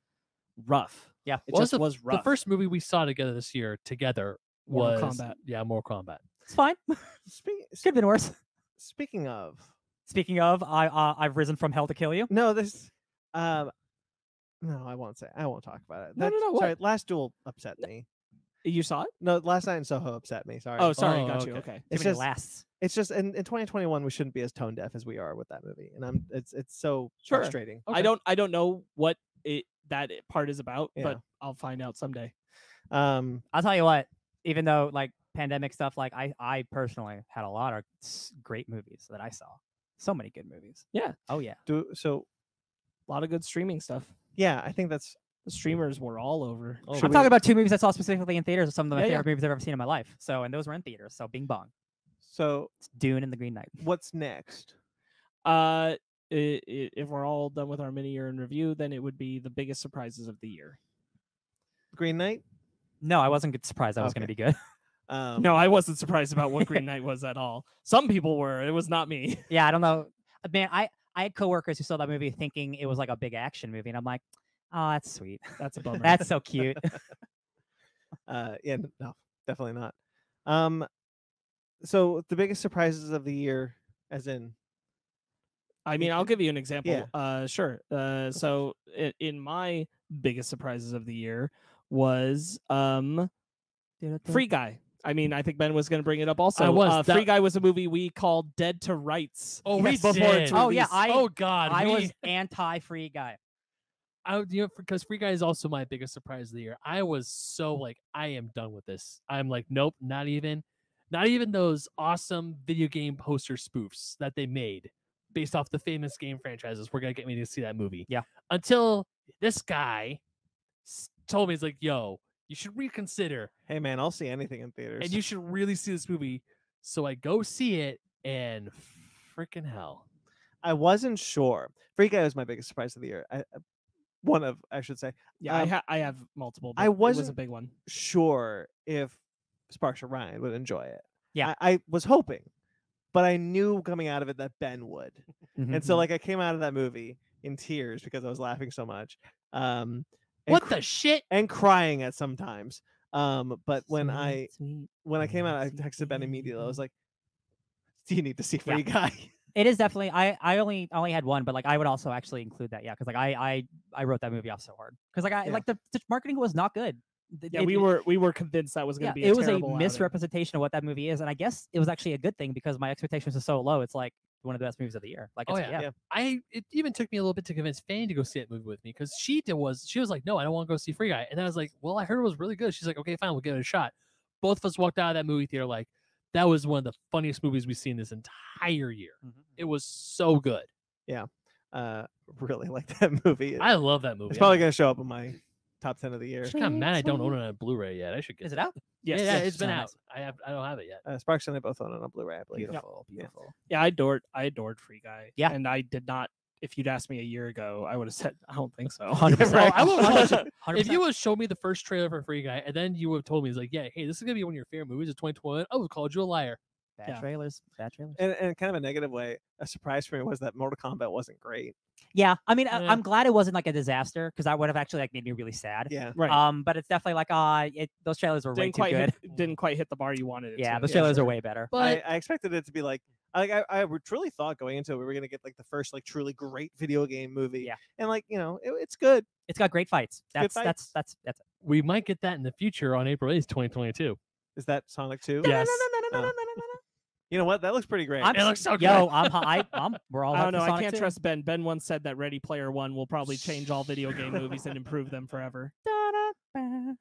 rough.
Yeah.
it
Well,
just
the-
was rough.
The first movie we saw together this year together was
Mortal Kombat.
Yeah, Mortal Kombat.
It's fine.
Speak,
Could have been worse.
speaking of,
Speaking of, I uh, I've risen from hell to kill you.
no, this, um, no, I won't say. I won't talk about it.
No, no, no, what?
Sorry, last duel upset me.
you saw it?
No, last night in Soho upset me. Sorry.
Oh, sorry,
Oh,
got you.
okay.
Okay.
It's
it's just
lasts.
it's just in, in 2021 we shouldn't be as tone deaf as we are with that movie, and I'm it's it's so
Sure.
frustrating.
I
Okay.
don't I don't know what it that i- part is about,
Yeah.
but I'll find out someday.
Um,
I'll tell you what. Even though like pandemic stuff, like I I personally had a lot of s- great movies that I saw. So many good movies.
Yeah.
Oh yeah.
do so
A lot of good streaming stuff.
yeah, I think that's
The streamers were all over.
Oh,
Should
I'm
we-
talking about two movies I saw specifically in theaters. Are some of my
Yeah, yeah.
favorite movies I've ever seen in my life. So and those were in theaters. So Bing Bong,
so.
it's Dune and The Green Knight.
What's next?
Uh, i i if we're all done with our mini year in review, then it would be the biggest surprises of the year.
Green Knight.
No, I wasn't good- surprised I was going to
Okay.
be good.
Um,
No, I wasn't surprised about what Green Knight was at all. Some people were. It was not me.
yeah, I don't know. Uh, Man, I I had coworkers who saw that movie thinking it was like a big action movie, and I'm like, oh, that's sweet.
That's a bummer.
That's so cute.
Uh, yeah, n- no, definitely not. Um, so the biggest surprises of the year, as in
I mean, I'll give you an example.
Yeah.
Uh, sure. Uh, so i- in my biggest surprises of the year was um
Hmm.
Free Guy. I mean, I think Ben was going to bring it up also.
was.
Uh, Free
That-
Guy was a movie we called Dead to Rights.
Oh,
weeks before its
did. Oh, yeah,
release.
I-
oh God,
I
we-
was anti free guy.
I would- you know because Free Guy is also my biggest surprise of the year. I was so like I am done with this. I'm like nope, not even, not even those awesome video game poster spoofs that they made based off the famous game franchises. We're gonna get me to see that movie.
Yeah.
Until this guy s- told me he's like, yo, you should reconsider
hey man, I'll see anything in theaters.
and you should really see this movie. So I go see it and freaking hell.
I wasn't sure. Free Guy was my biggest surprise of the year. I, uh, one of, I should say,
yeah, I,
um,
ha- I have multiple. But
I
it was a
wasn't-
big one.
sure if Sparks or Ryan would enjoy it.
Yeah.
I, I was hoping, but I knew coming out of it that Ben would.
Mm-hmm,
And so, like, I came out of that movie in tears because I was laughing so much. Um, and
What
cr-
the shit?
and crying at sometimes. Um, but when I when I came out, I texted Ben immediately. I was like, "Do you need to see
Yeah.
Free Guy?"
it is definitely. I I only I only had one, but like I would also actually include that. Yeah, because like I I I wrote that movie off so hard because like I
Yeah.
like the, the marketing was not good. Th-
Yeah,
it-
we were we were convinced that was going
Yeah,
to be. A
it was a
terrible outing.
misrepresentation of what that movie is, and I guess it was actually a good thing because my expectations are so low. It's like one of the best movies of the year. Like,
Oh,
it's-
yeah.
I it even took me a little bit to convince Fanny to go see that movie with me because she did was she was like, no, I don't want to go see Free Guy, and then I was like, well, I heard it was really good. She's like, okay, fine, we'll give it a shot. Both of us walked out of that movie theater like that was one of the funniest movies we've seen this entire year.
Mhm.
It was so good.
Uh, really like that movie. It-
I love that movie.
It's probably gonna show up in my top ten of the year.
I'm kind of mad I don't own it on Blu-ray yet. I should get.
Is it
that.
out?
Yes,
yeah, yeah,
yes.
it's been
Oh,
out.
nice.
I have. I don't have it yet.
Uh, Sparks and I both own it on Bluray, I believe.
Beautiful, beautiful.
Yeah, I adored I adored Free Guy.
Yeah.
and I did not. If you'd asked me a year ago, I would have said I don't think so.
100%.
Bro, I will watch it.
100%.
If you would have showed me the first trailer for Free Guy and then you would have told me, it's like, yeah, hey, this is gonna be one of your favorite movies of 2021, I would have called you a liar.
bad
yeah.
trailers, bad trailers.
And, and kind of a negative way, a surprise for me was that Mortal Kombat wasn't great.
Yeah, I mean, I,
Yeah.
I'm glad it wasn't like a disaster because that would have actually like made me really sad.
Yeah.
right.
Um, but it's definitely like, ah, it those trailers were
uh,
way
didn't
too
quite
good.
hit, didn't quite hit the bar you wanted. It
Yeah,
to,
those
for
trailers
sure.
are way better.
But
I, I expected it to be like, like I, I would truly thought going into it, we were gonna get like the first like truly great video game movie.
Yeah.
And like you know, it, it's good.
It's got great fights. That's
fights.
that's that's that's it.
we might get that in the future on April 8th, 2022.
Is that Sonic Two?
Yes.
You know what? That looks pretty great. Um,
I'm
It looks so good.
Yo, I'm, hi- I, I'm we're all.
I
hyped
don't
for
know. I
Sonic
can't
2.
trust Ben. Ben once said that Ready Player One will probably change all video game movies and improve them forever.
Da-da-ba.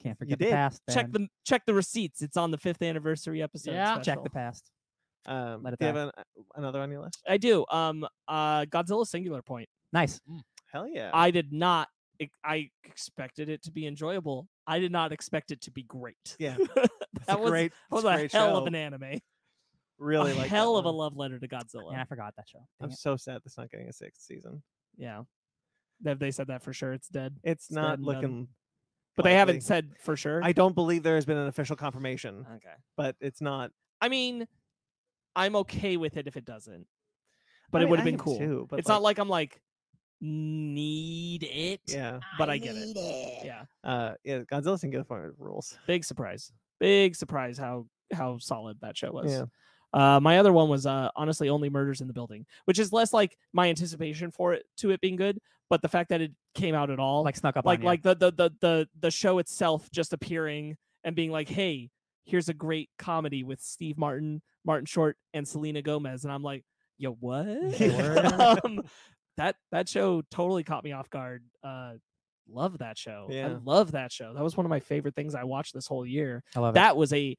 Can't forget the
did.
past.
Check
man.
the check the receipts. It's on the fifth anniversary episode.
Yeah.
check
special.
the past.
Um,
Let it
do you have an, another on your list?
I do. Um. Uh. Godzilla Singular Point.
Nice.
Hell yeah.
I did not. ex- I expected it to be enjoyable. I did not expect it to be great.
Yeah. It's
that
a
was
great,
that was
it's
a
great
hell
show.
of an anime.
really
a
like that
hell of a
one.
love letter to Godzilla.
And I forgot that show. Dang
I'm
it.
so sad that's not getting a sixth season.
Yeah. Have they said that for sure? It's dead.
It's
It's dead
not
and done.
looking
but they
likely.
haven't said Uh. for sure.
I don't believe there has been an official confirmation,
okay.
but it's not.
I mean, I'm okay with it if it doesn't, but it
I mean,
would have
I
been
am
cool.
too, but
it's not like I'm like need it,
yeah,
but I get it.
it.
Yeah,
uh, yeah. Godzilla Singular Planet rules.
big surprise, big surprise how how solid that show was.
Yeah.
Uh, my other one was uh, honestly only murders in the building, which is less like my anticipation for it to it being good, but the fact that it came out at all,
like snuck up
like
on ya.
like the, the the the the show itself just appearing and being like hey here's a great comedy with steve martin martin short and selena gomez and i'm like yo what
Yeah.
um, that that show totally caught me off guard uh love that show i
Yeah.
love that show that was one of my favorite things i watched this whole year
I love
that was a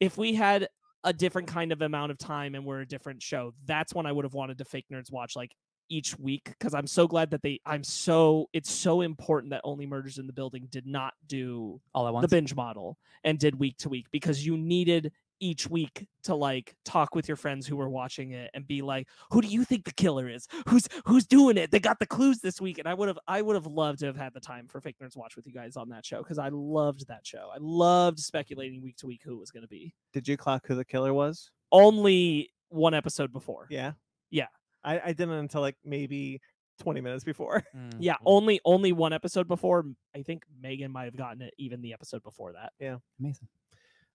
if we had a different kind of amount of time and we're a different show that's when i would have wanted to fake nerds watch like each week because i'm so glad that they i'm so it's so important that only murders in the building did not do
it all at
the
once.
binge model and did week to week because you needed each week to like talk with your friends who were watching it and be like who do you think the killer is who's who's doing it they got the clues this week and i would have i would have loved to have had the time for fake nerds watch with you guys on that show because i loved that show i loved speculating week to week who it was going to be
Did you clock who the killer was?
only one episode before
Yeah.
Yeah.
I, I didn't until like maybe 20 minutes before.
Mm.
yeah only only one episode before M- i think megan might have gotten it even the episode before that
Amazing.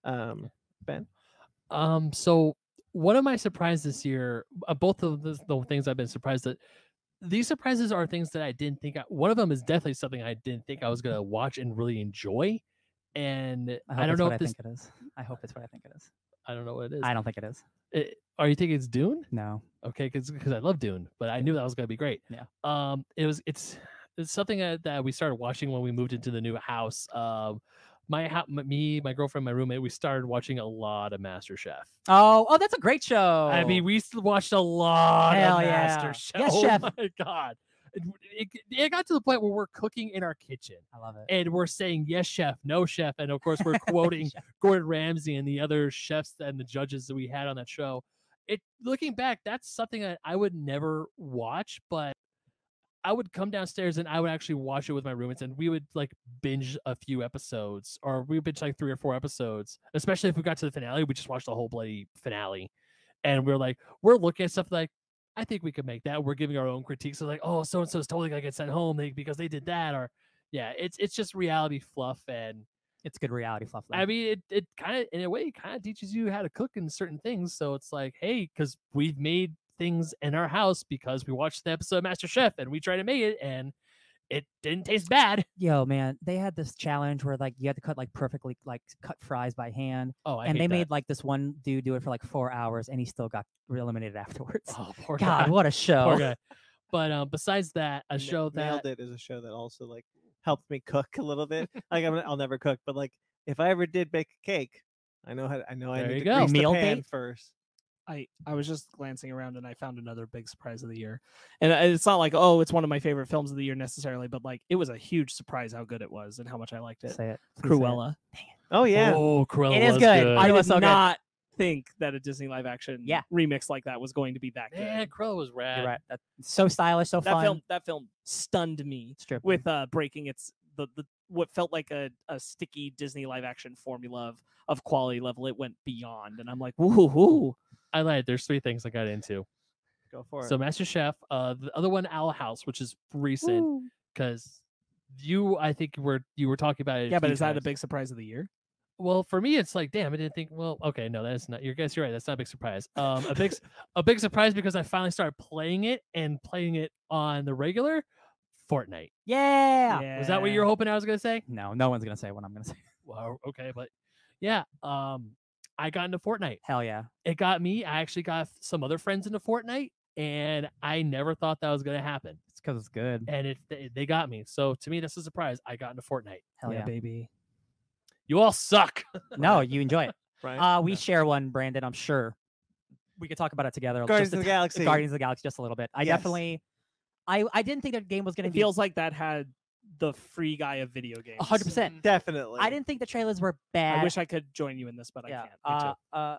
Um,
Um, so what am I surprised this year? Uh, both of the, the things I've been surprised at. These surprises are things that I didn't think. I, one of them is definitely something I didn't think I was gonna watch and really enjoy. And
I,
I,
hope
don't
it's
know
Uh,
if
what I
this.
think it is. I hope it's what I think it is.
I don't know what it is.
I don't think it is.
It- are you thinking it's Dune?
No.
Okay, because I love Dune, but I knew that was gonna be great.
Yeah.
Um, it was it's it's something that, that we started watching when we moved into the new house. Um, my hou- m- me, my girlfriend, my roommate, we started watching a lot of MasterChef.
Oh, oh, that's a great show.
I mean, we s- watched a lot
Oh. Hell
of
yeah.
MasterChef.
Yes,
oh
chef.
my god. It, it, it got to the point where we're cooking in our kitchen
I love it.
and we're saying yes chef no chef and of course we're quoting Gordon Ramsay and the other chefs and the judges that we had on that show. It looking back, that's something that I would never watch, but I would come downstairs and I would actually watch it with my roommates and we would like binge a few episodes or we would binge like three or four episodes, especially if we got to the finale, we just watched the whole bloody finale. And we're like, we're looking at stuff like, I think we could make that. We're giving our own critiques. So like, oh, so and so's totally gonna get sent home they- because they did that, or yeah, it's it's just reality fluff and
It's good reality fluff. though.
I mean, it, it kind of, in a way, kind of teaches you how to cook in certain things. So it's like, hey, because we've made things in our house because we watched the episode of Master Chef and we tried to make it and it didn't taste bad.
yo, man, they had this challenge where like you had to cut like perfectly like cut fries by hand,
Oh, I
and they
hate that.
made like this one dude do it for like four hours, and he still got re- eliminated afterwards.
oh, poor
God,
guy.
what a
Poor
show!
guy. But um, besides that, a
N-
show
Nailed It
that
is a show that also like helped me cook a little bit. like I'm, I'll never cook, but like if I ever did bake a cake, I know how to, I know I
There
need
you
to
go.
grease the
Meal
pan
bait?
first.
I I was just glancing around and I found another big surprise of the year. And I- it's not like oh, it's one of my favorite films of the year necessarily, but like it was a huge surprise how good it was and how much I liked it.
Say it, please say it.
Cruella.
Oh yeah,
oh, Cruella
is
was
good.
I
It
did
was so good.
not think that a Disney live action
Yeah.
remix like that was going to be that good.
Man, Cruella was rad.
You're right. That's so stylish, so
that
fun.
film that film stunned me
Strip
with uh breaking its the, the what felt like a, a sticky Disney live action formula of, of quality level. It went beyond and I'm like, woohoo.
I lied. There's three things I got into.
go for it.
So Master Chef, uh, the other one, Owl House, which is recent because you, I think, were you were talking about it.
Yeah, but
few
is that a
times.
big surprise of the year?
well for me it's like damn i didn't think well okay no that's not your guess you're right that's not a big surprise um a big s- a big surprise because i finally started playing it and playing it on the regular fortnite
yeah.
was that what you
Yeah.
were hoping i was gonna say
No, no one's gonna say what I'm gonna say.
well okay but yeah um i got into fortnite
Hell yeah.
it got me i actually got some other friends into fortnite and i never thought that was gonna happen
It's because it's good.
and it they- they got me so to me that's a surprise i got into fortnite
Hell yeah.
baby.
you all suck
No, you enjoy it.
Right?
Uh, we share one, Brandon. I'm sure we could talk about it together. just
Guardians
a
of the
t-
Galaxy.
Guardians of the Galaxy, just a little bit. I
Yes.
definitely, I I didn't think that game was gonna
it
be
feels like that had the free guy of video games.
a hundred percent.
Definitely.
I didn't think the trailers were bad.
I wish I could join you in this, but I
yeah.
can't. Me too.
Uh, uh,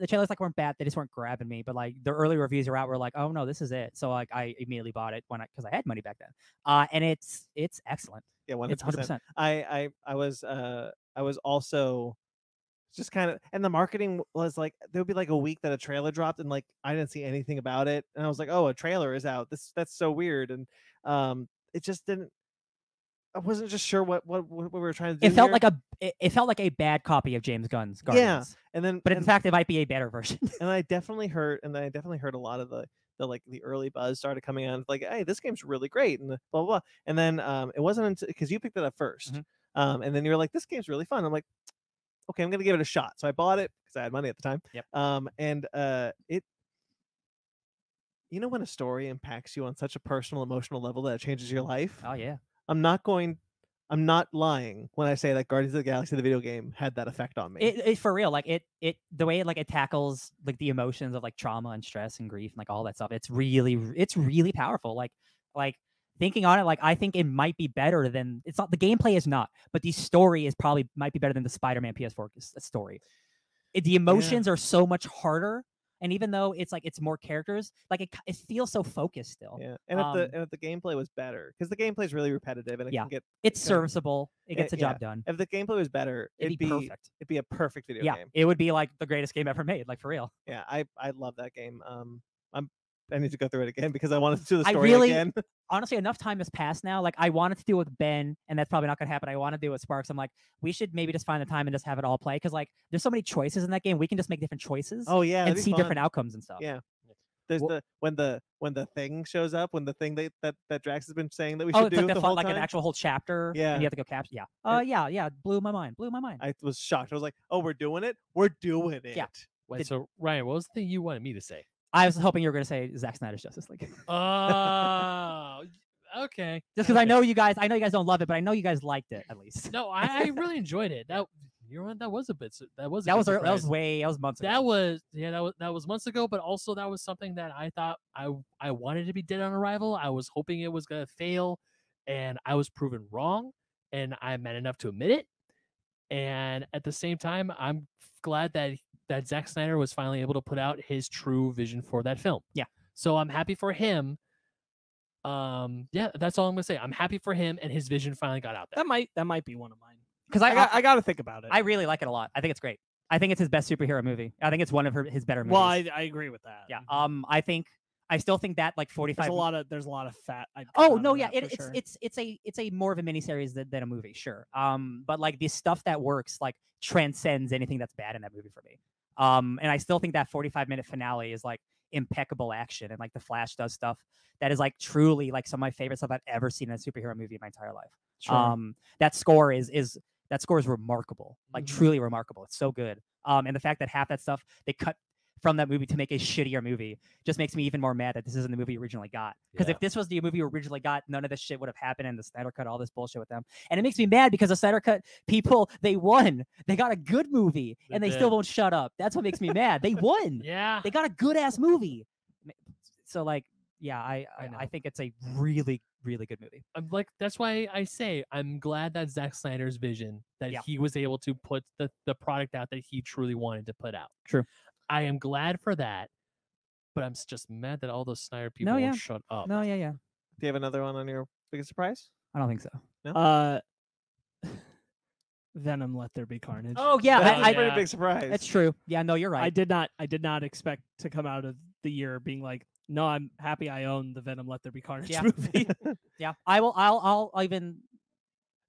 the trailers like weren't bad. They just weren't grabbing me. But like the early reviews are out, were like, oh no, this is it. So like I immediately bought it when I because I had money back then. Uh, and it's it's excellent.
yeah, one
It's
hundred
100%.
percent. I I I was uh I was also just kind of and the marketing was like there would be like a week that a trailer dropped and like I didn't see anything about it and I was like oh a trailer is out this that's so weird and um it just didn't I wasn't just sure what what, what we were trying to do
It felt
here.
like a it, it felt like a bad copy of James Gunn's Guardians.
and then
But in
and,
fact, it might be a better version.
and I definitely heard, and I definitely heard a lot of the the like the early buzz started coming on, like, hey, this game's really great, and blah blah. blah. And then um, it wasn't until because you picked it up 1st
Mhm.
um, and then you were like, this game's really fun. I'm like, okay, I'm gonna give it a shot. So I bought it because I had money at the time.
Yep.
Um, and uh, it. You know when a story impacts you on such a personal, emotional level that it changes your life.
oh yeah.
I'm not going. I'm not lying when I say that Guardians of the Galaxy, the video game, had that effect on me.
It, it for real. Like it it the way it like it tackles like the emotions of like trauma and stress and grief and like all that stuff. It's really r- it's really powerful. Like like thinking on it, like I think it might be better than it's not the gameplay is not, but the story is probably might be better than the Spider-Man PS4 s- uh, story. It- the emotions are so much harder. And even though it's like it's more characters, like it, k- it feels so focused still.
Yeah, and if
Um,
the and if the gameplay was better, because the gameplay is really repetitive, and it
Yeah.
can get
It's
kinda-
serviceable. It gets
Eh,
the job done.
if the gameplay was better,
It'd, be, perfect.
it'd be a perfect video
Yeah,
game.
it would be like the greatest game ever made. Like for real.
Yeah, I I love that game. Um, I'm I need to go through it again because I wanted to do the
I
story
really-
again.
honestly, enough time has passed now. Like I wanted to do it with Ben, and that's probably not gonna happen. I want to do it with Sparks. I'm like, we should maybe just find the time and just have it all play because like there's so many choices in that game. We can just make different choices
Oh yeah,
and
that'd be
see different
fun.
outcomes and stuff.
Yeah. There's
Wha-
the when the when the thing shows up, when the thing that that, that Drax has been saying that we
oh,
should
it's
do
like,
the
the fun,
whole
like an
time.
actual whole chapter.
Yeah.
And you have to go capture. Yeah.
Yeah.
Uh, yeah, yeah. Blew my mind. Blew my mind.
I was shocked. I was like, "Oh, we're doing it! We're doing it!"
Yeah.
Wait,
Did-
so Ryan, what was the thing you wanted me to say?
I was hoping you were gonna say Zack Snyder's Justice League, just
Oh, okay.
because I know you guys. I know you guys don't love it, but I know you guys liked it at least.
No, I, I really enjoyed it. That you know what? That was a bit. su- That was a
that
good
was ear- that was
surprise.
way that was months ago.
that was yeah that was that was months ago. But also that was something that I thought I I wanted to be dead on arrival. I was hoping it was gonna fail, and I was proven wrong, and I'm mad enough to admit it. And at the same time, I'm glad that that Zack Snyder was finally able to put out his true vision for that film.
Yeah.
So I'm happy for him. Um, yeah, that's all I'm gonna say. I'm happy for him and his vision finally got out there.
That might that might be one of mine.
because
I got, I got to think about it.
I really like it a lot. I think it's great. I think it's his best superhero movie. I think it's one of her, his better movies.
well, I, I agree with that.
yeah.
Mhm.
Um, I think I still think that like forty
there's
five.
a lot of there's a lot of fat. I'd cut
Oh
out
no,
of
yeah,
that
it,
for
it's
sure.
it's it's a it's a more of a miniseries than, than a movie, sure. Um, but like the stuff that works like transcends anything that's bad in that movie for me. Um, and I still think that forty five minute finale is like impeccable action, and like the Flash does stuff that is like truly like some of my favorite stuff I've ever seen in a superhero movie in my entire life.
Sure.
Um, that score is is that score is remarkable, like
Mhm.
truly remarkable. It's so good. Um, and the fact that half that stuff they cut from that movie to make a shittier movie just makes me even more mad that this isn't the movie you originally got. Because
Yeah.
if this was the movie you originally got, none of this shit would have happened, and the Snyder Cut, all this bullshit with them, and it makes me mad because the Snyder Cut people they won, they got a good movie,
They
and they
did.
still won't shut up. That's what makes me mad. They won.
Yeah.
They got a good ass movie. Ma- So like, yeah, I
I
I,
know.
I think it's a really really good movie.
I'm like that's why I say I'm glad that Zack Snyder's vision that
Yeah.
he was able to put the, the product out that he truly wanted to put out.
True.
I am glad for that, but I'm s- just mad that all those Snyder people
yeah.
won't shut up.
No, yeah, yeah.
Do you have another one on your biggest surprise?
I don't think so.
uh, Venom. Let there be carnage.
Oh yeah,
That was a
I, I,
pretty
yeah.
big surprise.
that's true. Yeah, no, you're
I
right.
did not. I did not expect to come out of the year being like, no, I'm happy I own the Venom. Let there be carnage
Yeah.
movie.
yeah, I will. I'll. I'll even.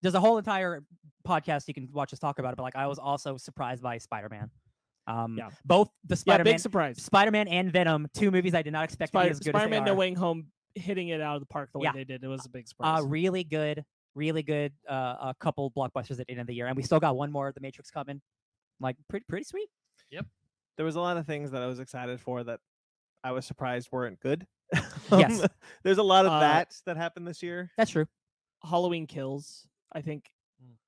There's a whole entire podcast you can watch us talk about it, but like I was also surprised by Spider Man. Um,
Yeah.
both the
yeah,
Spider Man,
big surprise.
Spider Man and Venom, two movies I did not expect to be
Spider-
as good
Spider-Man:
as they
No
are.
Way Home hitting it out of the park the way
Yeah.
they did. It was a big surprise.
Uh, really good, really good. Uh, a couple blockbusters at the end of the year, and we still got one more. The Matrix coming, like pretty pretty sweet.
there was a lot of things that I was excited for that I was surprised weren't good.
Yes.
Um, There's a lot of
Uh,
that that happened this year.
That's true.
Halloween Kills, I think,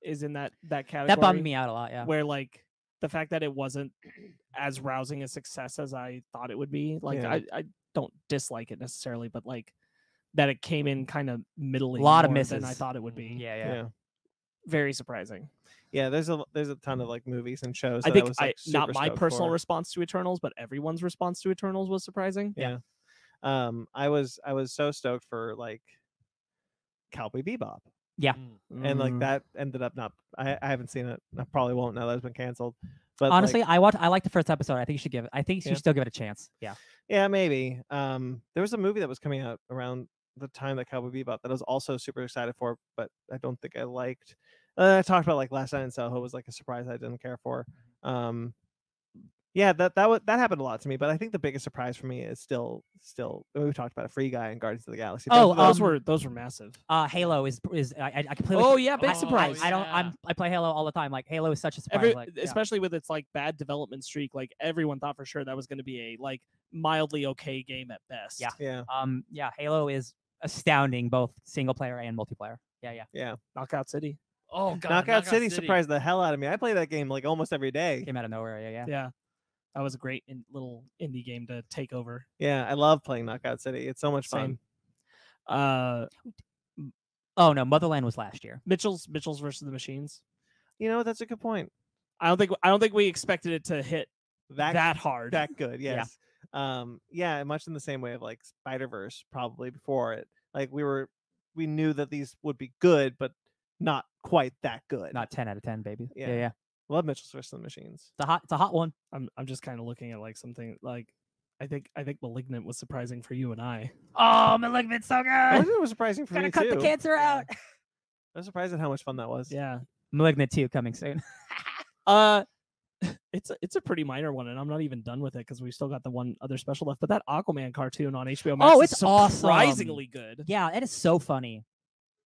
is in that that category.
That bummed me out a lot. Yeah.
Where like the fact that it wasn't as rousing a success as I thought it would be. Like
Yeah.
I, I don't dislike it necessarily, but like that it came in kind of middling.
Lot
more than
of
I
misses. Mm-hmm.
thought it would be.
Yeah,
Yeah.
yeah.
yeah,
Very surprising.
There's a there's a ton of like movies and shows.
I
that
think
was,
I,
like,
not
super
my
stoked
personal
for.
response to Eternals, but everyone's response to Eternals was surprising.
Yeah. Um, I was I was so stoked for like Cowboy Bebop. and like
Mm.
that ended up not. I, I haven't seen it. and I probably won't now that it's been canceled. But like,
Honestly, I watch. I like the first episode. I think you should give it. I think you
Yeah.
should still give it a chance. Yeah.
Yeah, maybe. Um, there was a movie that was coming out around the time that Cowboy Bebop that I was also super excited for, but I don't think I liked. Uh, I talked about like last night in Soho was like a surprise I didn't care for. Um, yeah, that that was that happened a lot to me, but I think the biggest surprise for me is still still we talked about a free guy in Guardians of the Galaxy. both
Oh,
of
those
um,
were those were massive.
Uh, Halo is is I I, I completely.
Oh yeah, big
Oh,
surprise.
I, I don't.
yeah.
I'm. I play Halo all the time. Like Halo is such a surprise.
Every,
like, yeah.
especially with its like bad development streak, like everyone thought for sure that was going to be a like mildly okay game at best.
Yeah.
yeah,
Um. Yeah. Halo is astounding, both single player and multiplayer. Yeah. Yeah.
Knockout City.
Oh god,
Knockout, City, surprised the hell out of me. I play that game like almost every day.
Came out of nowhere. Yeah. Yeah.
Yeah, that was a great in, little indie game to take over.
Yeah, I love playing Knockout City. It's so much fun.
Same. Uh,
Oh no, Motherland was last year.
Mitchell's Mitchell's versus the Machines.
You know, that's a good point.
I don't think I don't think we expected it to hit that, hard.
that good
Yeah.
yes um yeah much in the same way of like spider-verse probably before it like we were we knew that these would be good but not quite that good
Not ten out of ten, baby. Yeah.
Yeah.
Yeah.
love mitchell's versus the machines
It's a hot. It's a hot one.
I'm I'm just kind of looking at like something like I think I think Malignant was surprising for you and I.
Oh, Malignant, so
Ah!
I
good.
think it was surprising for
Gotta
me
cut
too
the cancer
Yeah.
out.
i was surprised at how much fun that was
Yeah.
Malignant two coming soon.
Uh it's a, it's a pretty minor one and I'm not even done with it cuz we've still got the one other special left, but that Aquaman cartoon on HBO Max
Oh,
is
it's awesome.
surprisingly good.
yeah, that is so funny.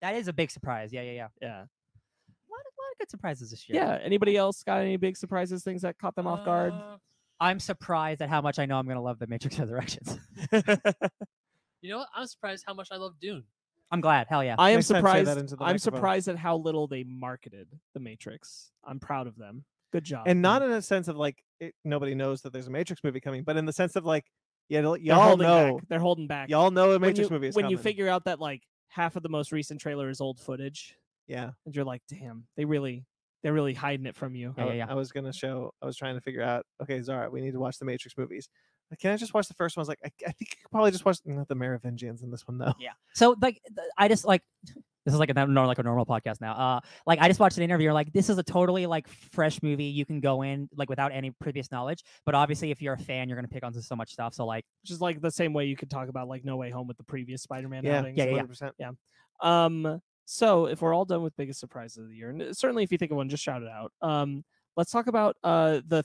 That is a big surprise. Yeah. Yeah. Yeah.
Yeah.
A lot of, lot of good surprises this year.
Yeah, anybody else got any big surprises things that caught them off guard?
Uh,
Uh,
I'm surprised at how much I know I'm gonna love the Matrix Resurrections.
you know what? I'm surprised how much I love Dune.
I'm glad. Hell yeah.
I am
Next time, say that
surprised
into the
I'm
microphone.
surprised at how little they marketed The Matrix. I'm proud of them. Good job.
and not in a sense of like it, nobody knows that there's a matrix movie coming but in the sense of like yeah y'all-
They're
y'all
holding
know
back. They're holding back.
y'all know a
When
matrix
you-
movie is
when
coming
you figure out that like half of the most recent trailer is old footage
yeah
and you're like damn they really they're really hiding it from you
Yeah,
I,
yeah,
w-
yeah.
Oh, I was gonna show. I was trying to figure out. Okay, Zara, we need to watch the Matrix movies. Like, Can I just watch the first one? I was like, I, I think you could probably just watch not the Merovingians in this one though.
So like th- I just like this is like a normal like a normal podcast now. Uh like I just watched an interview like this is a totally like fresh movie you can go in like without any previous knowledge, but obviously if you're a fan you're going to pick on so much stuff. So like
which is like the same way you could talk about like no way home with the previous spider-man
Yeah,
outings.
yeah, yeah.
100%.
um so if we're all done with biggest surprises of the year and certainly if you think of one just shout it out um let's talk about uh the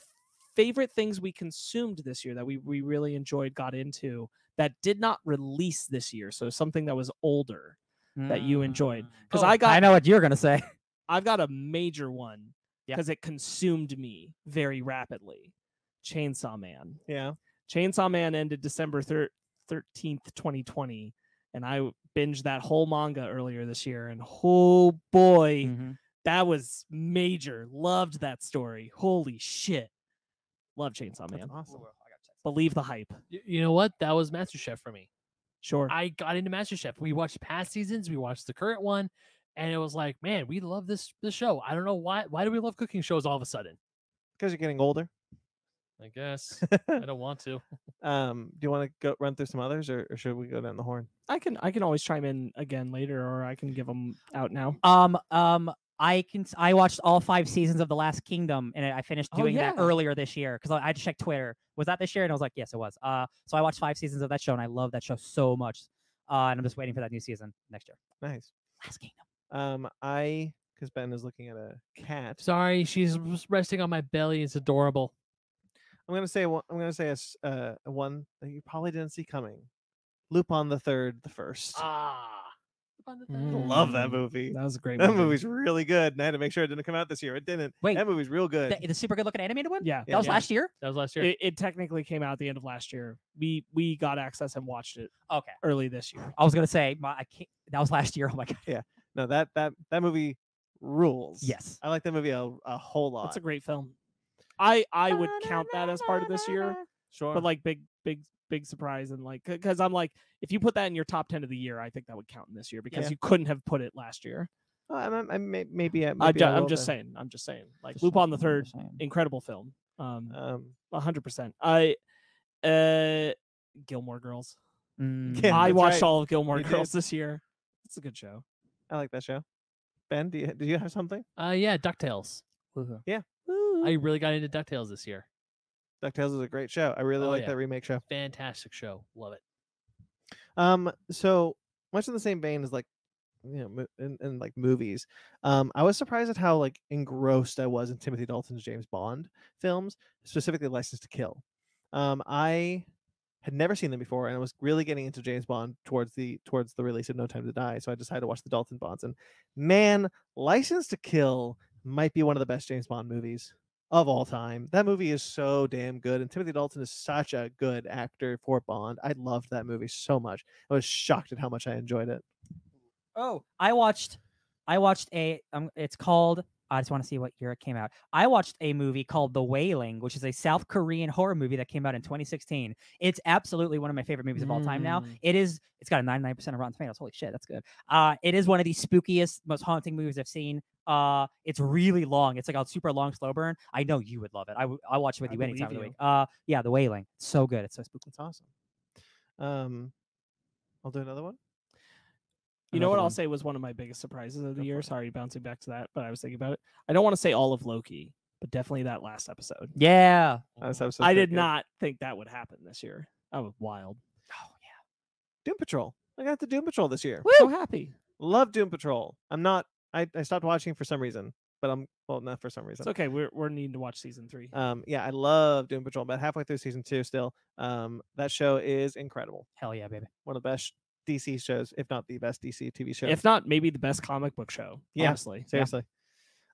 favorite things we consumed this year that we, we really enjoyed got into that did not release this year so something that was older that you enjoyed because
Oh,
Mm. i got
I know what you're going to say.
I've got a major one
Yeah.
because it consumed me very rapidly. Chainsaw Man.
Yeah,
Chainsaw Man ended December thirteenth, twenty twenty, and I w- binged that whole manga earlier this year. And oh boy,
Mhm.
that was major. Loved that story. Holy shit! Love Chainsaw
that's
Man.
awesome.
Believe the hype.
Y- You know what? That was MasterChef for me.
Sure.
I got into MasterChef. We watched past seasons, we watched the current one, and it was like, man, we love this this show. I don't know why. Why do we love cooking shows all of a sudden?
Because you're getting older.
I guess I don't want to.
um, do you want to go run through some others, or, or should we go down the horn?
I can I can always chime in again later, or I can give them out now.
Um um I can s- I watched all 5 seasons of The Last Kingdom and I finished
Oh,
doing that
yeah.
earlier this year cuz I I checked Twitter. Was that this year? And I was like, yes, it was. Uh so I watched 5 seasons of that show and I love that show so much. Uh and I'm just waiting for that new season next year.
Nice.
Last Kingdom.
Um, I because Ben is looking at a cat.
Sorry, she's r- resting on my belly. It's adorable.
I'm gonna say one. I'm gonna say a s- uh, a one that you probably didn't see coming. Lupin the Third, the first.
Ah. Mm-hmm.
Love that
Mm,
movie.
That was a great.
That
movie.
movie's really good, and I had to make sure it didn't come out this year. It didn't.
Wait.
that movie's real good.
The, the super good looking animated one?
Yeah,
Yeah.
That was last year?
That was last year.
it, it technically came out at the end of last year. We we got access and watched it
Okay.
early this year.
I was gonna say my I can't, that was last year. Oh my god.
No, that that that movie rules.
Yes.
I like that movie a, a whole lot.
That's a great film. I I would count that as part of this year,
sure.
but like big big big surprise and like because I'm like if you put that in your top ten of the year, I think that would count in this year because
Yeah.
you couldn't have put it last year.
Oh, I'm, I'm, I'm, may- maybe, I- maybe
I,
I
am
will
just
then.
saying. I'm just saying. Like Lupin the Third, incredible film. Um,
Um,
hundred percent. I uh, Gilmore Girls.
Yeah,
I
that's
Mm.
watched
right.
all of Gilmore
You did.
Girls this year. It's a good show.
I like that show. Ben, do you, do you have something?
Uh, yeah, Ducktales. Woohoo. I really got into Ducktales this year.
DuckTales is a great show. I really
Oh,
like
yeah.
that remake show.
Fantastic show. Love it.
Um, so much in the same vein as like, you know, mo- in, in like movies, um, I was surprised at how like engrossed I was in Timothy Dalton's James Bond films, specifically License to Kill. Um, I had never seen them before, and I was really getting into James Bond towards the towards the release of No Time to Die. So I decided to watch the Dalton Bonds, and man, License to Kill might be one of the best James Bond movies of all time. That movie is so damn good, and Timothy Dalton is such a good actor for Bond. I loved that movie so much. I was shocked at how much I enjoyed it.
Oh, I watched, I watched a. Um, it's called. I just want to see what year it came out. I watched a movie called The Wailing, which is a South Korean horror movie that came out in 2016. It's absolutely one of my favorite movies of all time. Now
Mm.
it is. It's got a 99% of Rotten Tomatoes. Holy shit, that's good. Uh, it is one of the spookiest, most haunting movies I've seen. Uh, it's really long. It's like a super long slow burn. I know you would love it. I w- I'll watch it with
I
you any
believe
time of the
you.
week. Uh, yeah, The Wailing. So good. It's so spooky.
That's awesome. Um, I'll do another one.
You know what
Another
I'll
one.
say was one of my biggest surprises of the
Go for
year.
it.
Sorry, bouncing back to that, but I was thinking about it. I don't want to say all of Loki, but definitely that last episode.
Yeah.
Uh, this
Mhm.
episode's
I
pretty
did
good.
not think that would happen this year. That was wild.
Oh yeah.
Doom Patrol. I got the Doom Patrol this year.
So
Woo!
happy.
Love Doom Patrol. I'm not. I, I stopped watching for some reason, but I'm well, not for some reason.
It's okay. We're we're needing to watch season three.
Um, yeah, I love Doom Patrol. About halfway through season two, still. Um, that show is incredible.
Hell yeah, baby.
One of the best DC shows, if not the best DC TV show.
If not, maybe the best comic book show.
Yeah.
Honestly.
seriously,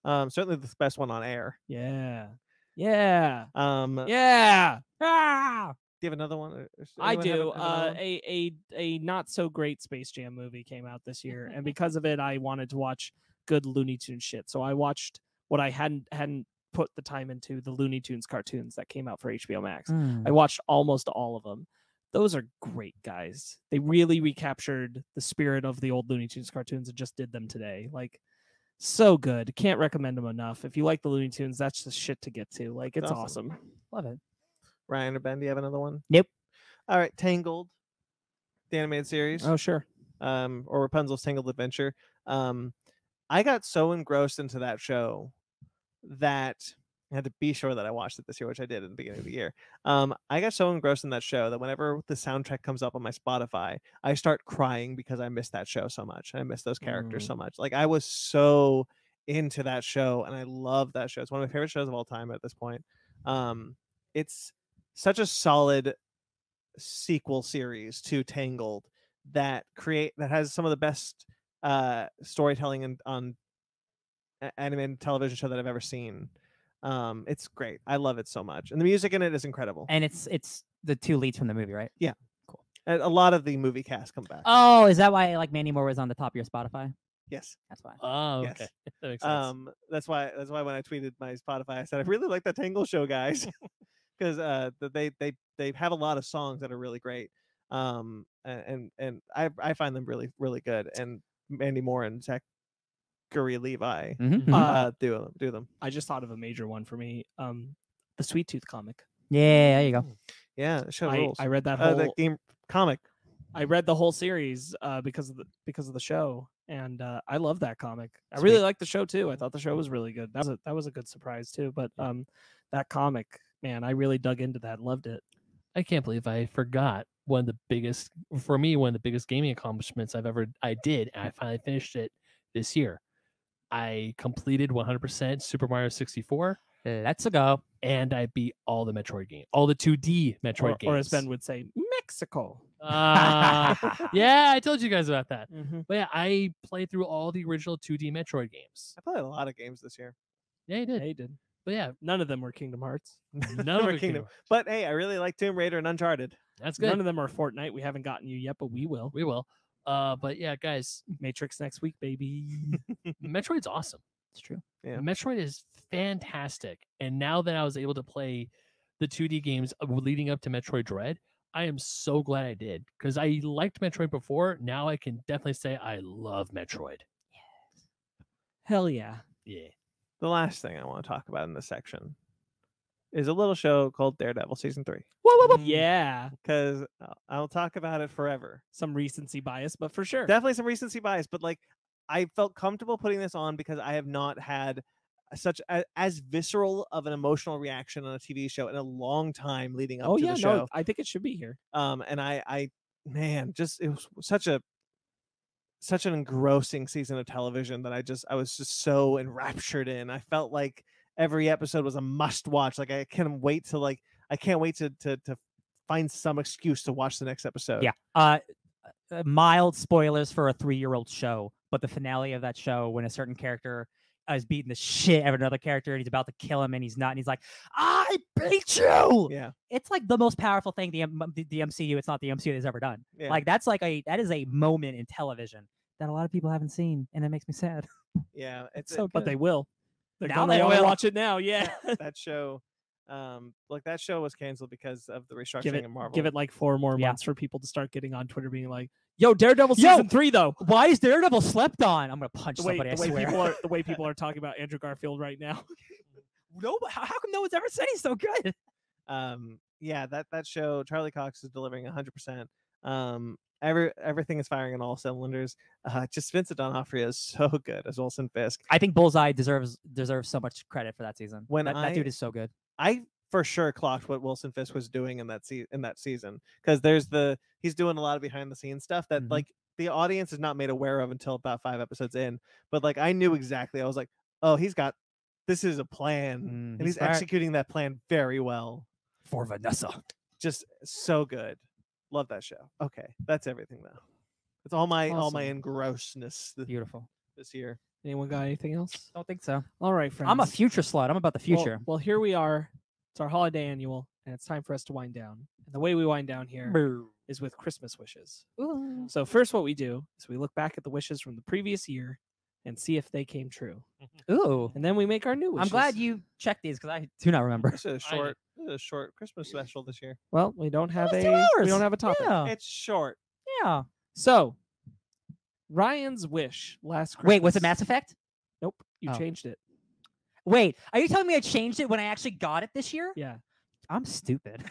um, certainly the best one on air.
Yeah. Yeah.
Um,
Yeah. Ah!
Do you have another one? or- or s-
I
anyone have an-
do.
have another
Uh,
one?
a a a not so great Space Jam movie came out this year, and because of it, I wanted to watch good Looney Tune shit. So I watched what I hadn't hadn't put the time into the Looney Tunes cartoons that came out for HBO Max. I watched almost all of them. Those are great guys. They really recaptured the spirit of the old Looney Tunes cartoons and just did them today. Like so good. Can't recommend them enough. If you like the Looney Tunes, that's the shit to get to. Like it's
That's
awesome.
Love it.
Ryan or Ben, do you have another one?
Nope.
All right, Tangled, the animated series,
Oh sure.
um, or Rapunzel's Tangled Adventure. Um, I got so engrossed into that show that I had to be sure that I watched it this year, which I did at the beginning of the year. Um, I got so engrossed in that show that whenever the soundtrack comes up on my Spotify, I start crying because I miss that show so much. and I miss those characters
Mm.
so much. Like I was so into that show, and I love that show. It's one of my favorite shows of all time at this point. Um, it's such a solid sequel series to Tangled that create that has some of the best uh, storytelling and on a- animated television show that I've ever seen. Um, it's great. I love it so much, and the music in it is incredible.
And it's it's the two leads from the movie, right?
And a lot of the movie cast come back.
Oh, is that why like Mandy Moore was on the top of your Spotify?
yes.
That's why.
Oh, okay.
Yes.
That makes sense.
Um, that's why. That's why when I tweeted my Spotify, I said I really like that Tangle show, guys, because uh, th- they they they have a lot of songs that are really great. Um, a- and and I I find them really really good. And Mandy Moore and Zachary Levi
Mm-hmm.
Uh,
uh, do them do them.
I just thought of a major one for me. Um, the Sweet Tooth comic.
yeah, there you go.
Yeah, the show
I,
rules.
I read that
uh,
whole.
the game comic.
I read the whole series uh, because of the because of the show, and uh, I love that comic. I
Sweet.
really liked the show too. I thought the show was really good. That was a, that was a good surprise too. But um, that comic, man, I really dug into that. Loved it.
I can't believe I forgot one of the biggest for me one of the biggest gaming accomplishments I've ever I did and I finally finished it this year. I completed 100% Super Mario 64
Let's go.
and I beat all the Metroid games, all the 2D Metroid
Or,
games.
or as Ben would say, Mexico.
Ah, yeah, I told you guys about that.
Mhm.
But yeah, I played through all the original 2D Metroid games.
I played a lot of games this year.
Yeah, you did.
They did.
But yeah,
None of them were Kingdom Hearts.
none of
Never
it
Kingdom.
came.
But hey, I really like Tomb Raider and Uncharted.
That's
None
good.
of them are Fortnite. We haven't gotten you yet, but we will.
We will. Uh, but yeah, guys,
Matrix next week, baby.
Metroid's awesome.
It's true.
Yeah.
Metroid is fantastic. And now that I was able to play the 2D games of- leading up to Metroid Dread, I am so glad I did because I liked Metroid before. Now I can definitely say I love Metroid.
Hell yeah.
Yeah.
The last thing I want to talk about in this section is a little show called Daredevil season three
Yeah.
because uh, I'll talk about it forever.
Some recency bias, but for sure.
Definitely some recency bias, but like I felt comfortable putting this on because I have not had such a, as visceral of an emotional reaction on a TV show in a long time leading up
oh
to
yeah,
the show.
no, I think it should be here.
um and i i man just it was such a such an engrossing season of television that i just i was just so enraptured in i felt like every episode was a must watch like i can't wait to like i can't wait to to, to find some excuse to watch the next episode
Yeah. Uh, uh, mild spoilers for a three-year-old show, but the finale of that show when a certain character is beating the shit out of another character and he's about to kill him and he's not and he's like, "I beat you."
yeah
It's like the most powerful thing the M- the, the MCU. It's not the MCU has ever done.
yeah
Like that's like a that is a moment in television that a lot of people haven't seen, and it makes me sad.
yeah it's
So,
so
but they will. They're
Now
gonna
they
wanna
will.
watch it now. Yeah,
that show um like that show was canceled because of the restructuring
give it
of marvel
give it like four more
Yeah.
months for people to start getting on Twitter being like, "Yo, Daredevil
Yo,
season three though."
Why is Daredevil slept on? I'm gonna punch
The way,
somebody.
the way
I swear.
people are the way people are talking about Andrew Garfield right now.
no, how, how come no one's ever said he's so good?
um yeah that that show charlie cox is delivering 100% um every everything is firing on all cylinders uh just vincent d'onofrio is so good as wilson fisk
I think Bullseye deserves deserves so much credit for that season.
When
that, that dude
I-
is so good.
i for sure clocked what wilson fisk was doing in that se- in that season because there's the he's doing a lot of behind the scenes stuff that
Mm-hmm.
Mhm.
like the audience is not made aware of until about five episodes in but like i knew exactly i was like oh he's got this is a plan
Mm,
and
he's
Mm-hmm. he's
smart.
executing that plan very well
For Vanessa.
just so good. Love that show. Okay, that's everything though. It's all my all my
Awesome.
engrossness th-
Beautiful.
this year.
Anyone got anything else?
Don't think so.
All right, Oh, friends.
I'm a future slut. I'm about the
Well-
future.
Well, here we are. It's our holiday annual, and it's time for us to wind down. And the way we wind down here is with Christmas wishes. So first, what we do is we look back at the wishes from the previous year and see if they came true,
Ooh.
and then we make our new wishes.
I'm glad you checked these because I do not remember.
This is a
I know.
short this is a short Christmas special this year.
Well, we don't have a
was two
we
hours.
don't have a topic.
Yeah.
It's short.
yeah.
So Ryan's wish last Christmas.
Wait, was it Mass Effect?
Nope, you
Oh.
changed it.
Wait, are you telling me I changed it when I actually got it this year?
Yeah,
I'm stupid.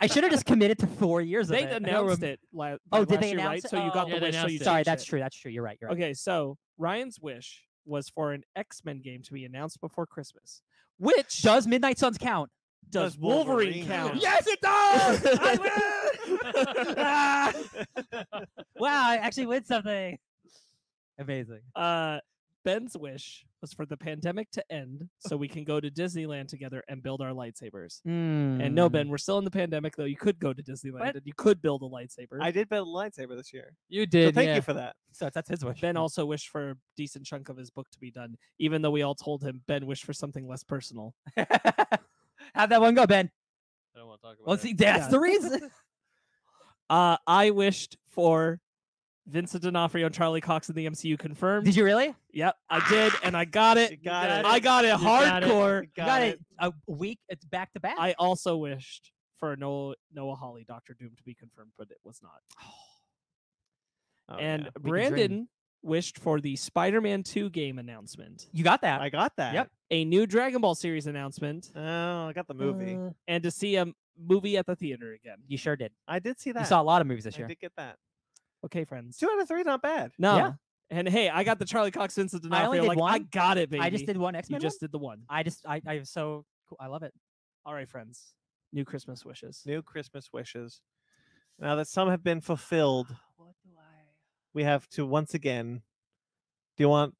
I should have just committed to four years
they
of it.
announced it. La- like
Oh, did
last
they
year,
announce
right?
it?
So you got
Oh.
the
Yeah, they
wish. So
announced
you
it.
Sorry,
changed
that's
it.
true. That's true. You're right. You're right.
Okay, so Ryan's wish was for an X Men game to be announced before Christmas. Which
Does Midnight Suns count?
does
does
Wolverine
Wolverine
count?
count? Yes,
it
I
wow, I actually win something. Amazing.
uh, Ben's wish was for the pandemic to end so we can go to Disneyland together and build our lightsabers.
Hmm.
And no, Ben, we're still in the pandemic, though. You could go to Disneyland
Mm. What?
and you could build a lightsaber.
I did build a lightsaber this year.
You
So
did.
thank
yeah.
you for that.
So that's his wish.
Ben also wished for a decent chunk of his book to be done, even though we all told him Ben wished for something less personal.
Have that one go, Ben.
I don't want to talk about
Well,
it.
see, that's
Yeah.
the reason.
Uh, I wished for Vincent D'Onofrio and Charlie Cox in the MCU confirmed.
Did you really?
Yep, I did, and I got it.
You got it.
I got it
You got it.
hardcore.
You
You
got it.
a week. It's back to back.
I also wished for Noah Noah Hawley, Doctor Doom, to be confirmed, but it was not.
Oh,
and
yeah.
can dream.
Brandon wished for the Spider-Man 2 game announcement,
you got that.
I got that.
a new Dragon Ball series announcement,
Oh, I got the movie.
Uh,
and to see a m- movie at the theater again.
you sure did.
I did see that.
You saw a lot of movies this
I
year.
did get that.
Okay, friends.
Two out of three, not bad.
No. And hey, I got the Charlie Cox Vincent
I only
D'Onofrio.
did
Like I
one.
got it, baby.
I just did one X
You
Men.
just did the one.
I just. I. I was so. Cool. I love it.
All right, friends. New Christmas wishes.
New Christmas wishes. Now that some have been fulfilled,
Ah, What do I?
we have to once again. Do you want?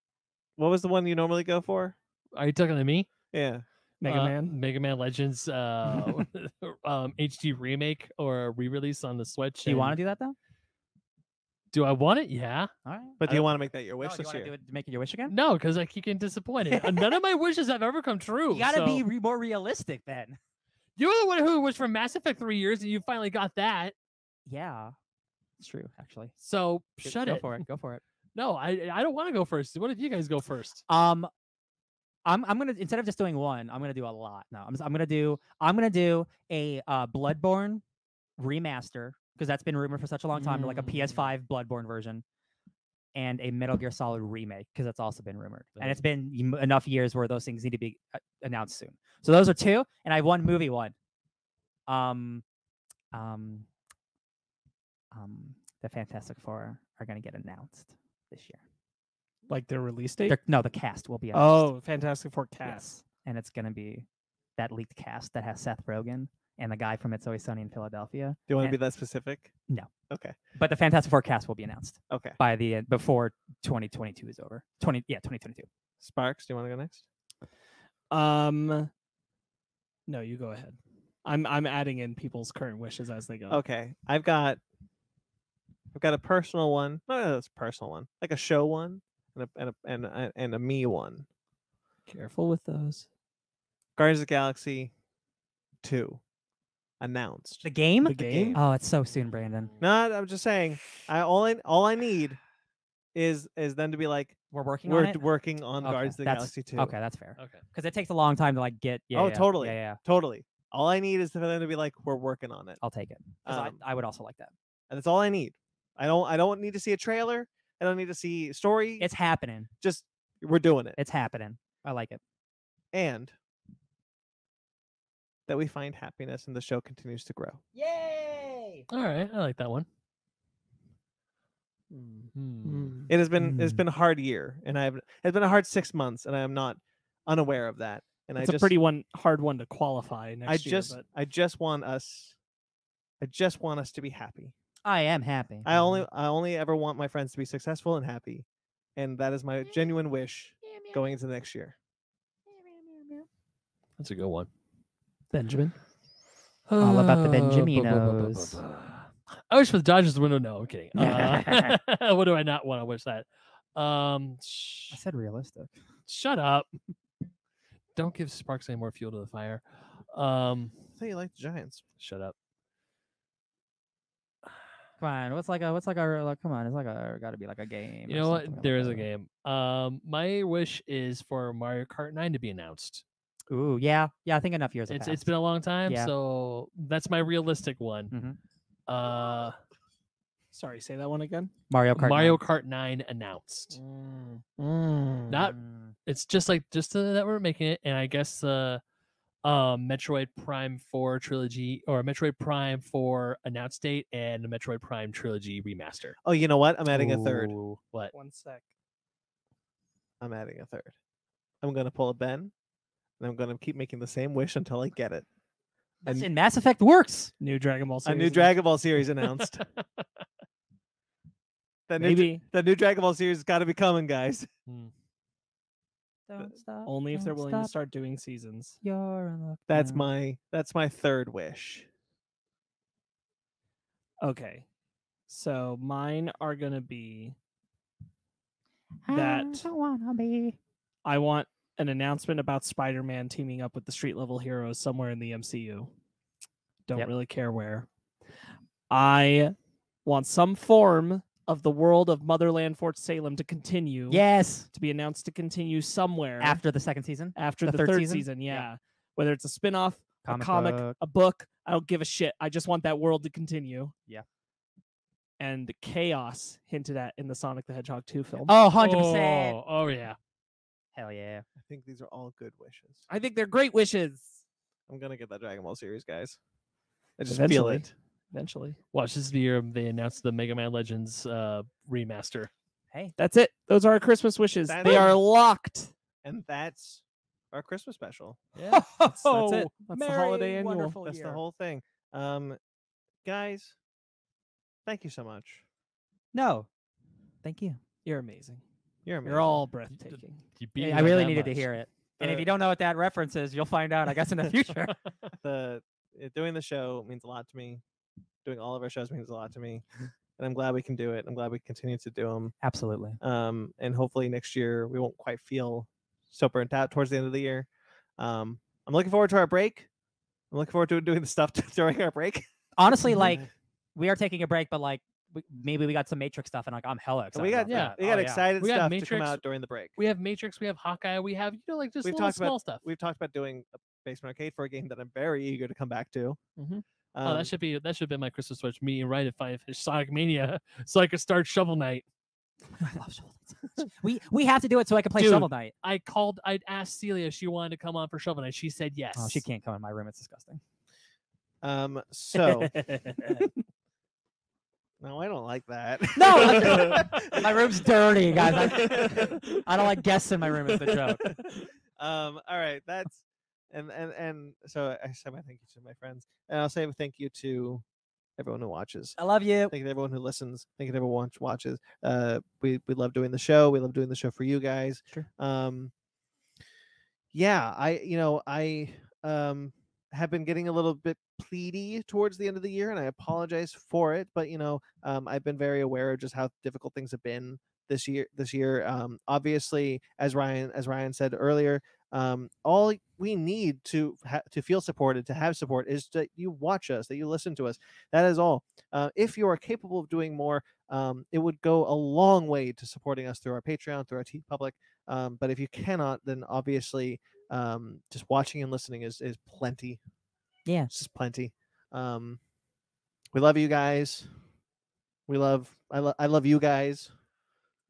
What was the one you normally go for?
Are you talking to me?
Yeah.
Mega
Uh,
Man.
Mega Man Legends uh, um, HD remake or a re-release on the Switch.
Do you want
and-
to do that though?
Do I want it? Yeah.
All right.
But do
I-
you want to make that your wish
Uh, no, do you
this
wanna
year?
do it, make it your wish again?
No, because I keep getting disappointed. Uh, None of my wishes have ever come true.
You gotta
so-
be re- more realistic then.
You're the one who was from Mass Effect three years, and you finally got that.
Yeah. It's true, actually.
So
Go-
shut
go
it.
for it. Go for it.
No, I I don't want to go first. What if you guys go first?
Um, I'm I'm gonna instead of just doing one, I'm gonna do a lot. No, I'm s- I'm gonna do I'm gonna do a uh, Bloodborne remaster because that's been rumored for such a long time, like a PS5 Bloodborne version, and a Metal Gear Solid remake because that's also been rumored, and it's been y- enough years where those things need to be uh, announced soon. So those are two, and I have one movie one. Um, um, um, the Fantastic Four are gonna get announced this year.
Like their release date?
They're- no, the cast will be announced.
Oh, Fantastic Four cast.
Yes. And it's gonna be that leaked cast that has Seth Rogen and the guy from It's Always Sunny in Philadelphia.
Do you want to
And-
be that specific?
No.
Okay.
But the Fantastic Four cast will be announced
Okay.
by the end before 2022 is over. 20 yeah, 2022.
Sparks, do you want to go next?
Um No, you go ahead. I'm I'm adding in people's current wishes as they go.
Okay. I've got I've got a personal one. No, no, it's a personal one. Like a show one and a and a and a, and a me one.
Careful with those.
Guardians of the Galaxy 2 announced.
The game?
The game?
game.
Oh, it's so soon, Brandon.
No, I'm just saying. I all I all I need is is them to be like
We're working
we're
on it.
working on
Okay,
Guardians of the
that's-
Galaxy 2.
Okay, that's fair.
Okay.
Because it takes a long time to like get. Yeah,
Oh,
yeah,
totally.
Yeah, yeah.
Totally. All I need is for them to be like we're working on it.
I'll take it. 'Cause
Um,
I, I would also like that.
and that's all I need. I don't I don't need to see a trailer. I don't need to see story.
It's happening.
just we're doing it.
It's happening. I like it.
and that we find happiness and the show continues to grow.
Yay!
All right. I like that one.
Mm.
It has been it's
Mm.
been a hard year and I've it's been a hard 6 months and I am not unaware of that. And
It's
I
a
just
pretty one hard one to qualify next
I
year,
just
but-
I just want us I just want us to be happy.
I am happy.
I only I only ever want my friends to be successful and happy. And that is my genuine wish going into the next year.
That's a good one.
Benjamin.
All about the
Uh, bu- bu- bu- bu- bu-
Benjaminos.
bu- I wish for the Dodgers window. No, I'm kidding. Uh, what do I not want to wish that? Um, sh-
I said realistic.
shut up. Don't give Sparks any more fuel to the fire. Um,
I thought you liked the Giants.
shut up.
Come on, what's like a what's like a like, come on? It's like a got to be like a game.
You know what? There is a game. Um, my wish is for Mario Kart 9 to be announced.
Ooh, yeah, yeah. I think enough years. have
It's it's
passed.
been a long time,
Yeah.
so that's my realistic one.
Mhm.
Uh,
Sorry, say that one again.
Mario Kart.
Mario Kart 9 announced.
Mm,
Not it's just like just uh, that we're making it, and I guess the uh, Metroid Prime 4 trilogy or Metroid Prime 4 announced date and the Metroid Prime trilogy remaster.
Oh, you know what? I'm adding a third.
What?
One sec.
I'm adding a third. I'm gonna pull a Ben, and I'm gonna keep making the same wish until I get it.
And
And-
in Mass Effect works.
New Dragon Ball
A
series.
new
announced-
Dragon Ball series announced. that new, dra-
Maybe
that new Dragon Ball series has got to be coming, guys.
Don't stop.
only if they're
don't
willing to
stop
start doing seasons.
your unlucky
That's
now.
my that's my third wish.
Okay. So mine are gonna be
I
that-
don't wanna be.
I want an announcement about Spider-Man teaming up with the street level heroes somewhere in the MCU. Don't
Yep.
really care where. I want some form of the world of Motherland Fort Salem to continue.
Yes.
To be announced to continue somewhere
After the second season,
after
the
the,
third
third
season?
season.
Yeah.
yeah. Whether it's a spin-off, a comic,
book.
a book. I don't give a shit. I just want that world to continue.
Yeah.
And the chaos hinted at in the Sonic the Hedgehog 2 film.
Oh, 100 percent.
Oh, oh yeah.
Hell yeah.
I think these are all good wishes.
I think they're great wishes.
I'm gonna get that Dragon Ball series, guys. I just feel
Eventually.
it.
Eventually.
Watch this year they announced the Mega Man Legends uh, remaster.
Hey,
That's it. Those are our Christmas wishes.
That
they
is-
are locked.
And that's our Christmas special.
Yeah.
That's, that's it.
Oh,
That's the
merry,
holiday annual.
wonderful
That's the
year.
whole thing. Um, guys, thank you so much.
No, thank you.
You're amazing.
You're amazing.
You're all breathtaking.
You beat
Yeah,
me
I
by
really
that
needed to
much.
hear it. And if
The-
you don't know what that reference is, you'll find out, I guess, in the future.
the uh, doing the show means a lot to me. Doing all of our shows means a lot to me, and I'm glad we can do it. I'm glad we continue to do them.
Absolutely.
Um, and hopefully next year we won't quite feel so burnt out towards the end of the year. Um, I'm looking forward to our break. I'm looking forward to doing the stuff during our break.
Honestly, like we are taking a break, but like we, maybe we got some Matrix stuff, and like I'm hella excited.
we got
about
yeah,
that.
we got
Oh,
excited
We got
stuff to come
Matrix.
out during the break.
we have Matrix, we have Hawkeye, we have you know like just
We've
little
talked about-
small stuff.
We've talked about doing a basement arcade for a game that I'm very eager to come back to.
Mm-hmm.
Mhm.
Um,
oh, that should be that should have been my Christmas switch. Me and Ryan to find Sonic Mania so I could start Shovel Knight.
Yeah. I love Shovel Knight so much. we we have to do it so I can play
Dude,
Shovel Knight.
I called. I asked Celia if she wanted to come on for Shovel Knight. She said yes.
Oh, she can't come in my room. It's disgusting.
Um, so No, I don't like that.
No, my room's dirty, guys. I, I don't like guests in my room. Is the joke.
um, all right, that's and and and so I say my thank you to my friends, and I'll say a thank you to everyone who watches.
I love you.
Thank you to everyone who listens. Thank you to everyone who watches. Uh, we we love doing the show. We love doing the show for you guys.
Sure.
Um, yeah, I you know I um have been getting a little bit pleady towards the end of the year, and I apologize for it. But you know, um, I've been very aware of just how difficult things have been this year. This year, um, obviously, as Ryan as Ryan said earlier, um, all we need to ha- to feel supported, to have support, is that you watch us, that you listen to us. That is all. Uh, if you are capable of doing more, um, it would go a long way to supporting us through our Patreon, through our T Public. Um, but if you cannot, then obviously um, just watching and listening is is plenty.
Yeah.
it's just plenty. Um, we love you guys. We love I, lo- I love you guys.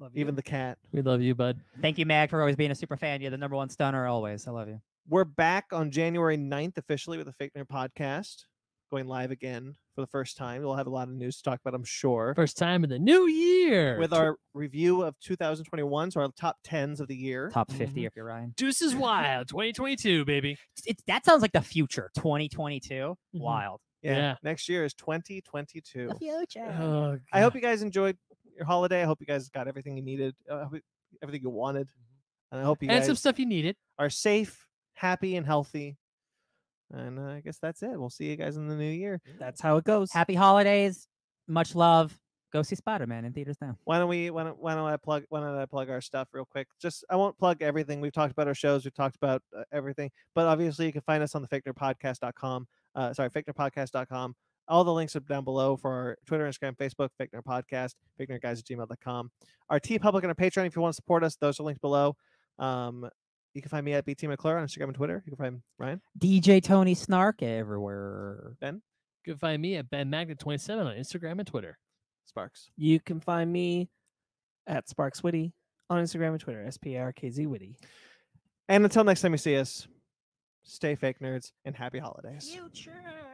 Love
Even the cat.
We love you, bud.
Thank you, Mag, for always being a super fan. You're the number one stunner always. I love you.
We're back on January 9th officially with the Fake Nerd podcast, going live again for the first time. We'll have a lot of news to talk about, I'm sure.
First time in the new year.
With
Tw-
our review of 2021, so our top tens of the year.
Top 50
Mm-hmm.
Mhm.
if you're Ryan.
Deuces Wild 2022, baby.
It's- It's that sounds like the future. 2022.
Mhm.
Wild.
Yeah.
Yeah.
Next year is 2022.
future.
Oh,
I hope
God.
you guys enjoyed your holiday. I hope you guys got everything you needed, uh, I hope you- everything you wanted. And I hope you
Mm-hmm. and
guys
some stuff you needed.
are safe, happy, and healthy. And uh, I guess that's it. We'll see you guys in the new year.
That's how it goes.
Happy holidays. Much love. Go see Spider Man in theaters now.
why don't we why don't, why don't i plug why don't i plug our stuff real quick just i won't plug everything we've talked about our shows we've talked about uh, everything but obviously you can find us on the fictorpodcast.com uh sorry fictorpodcast.com all the links are down below for our twitter instagram facebook fictor podcast fictor guys at gmail.com our t public and our patreon if you want to support us those are linked below um you can find me at bt mcclure on instagram and twitter you can find ryan
DJ Tony Snark everywhere.
You can find me at Ben Magnet27 on Instagram and Twitter.
sparks
You can find me at SparksWitty on Instagram and Twitter, S P A R K Z Witty.
and until next time you see us stay fake nerds and happy holidays
Future.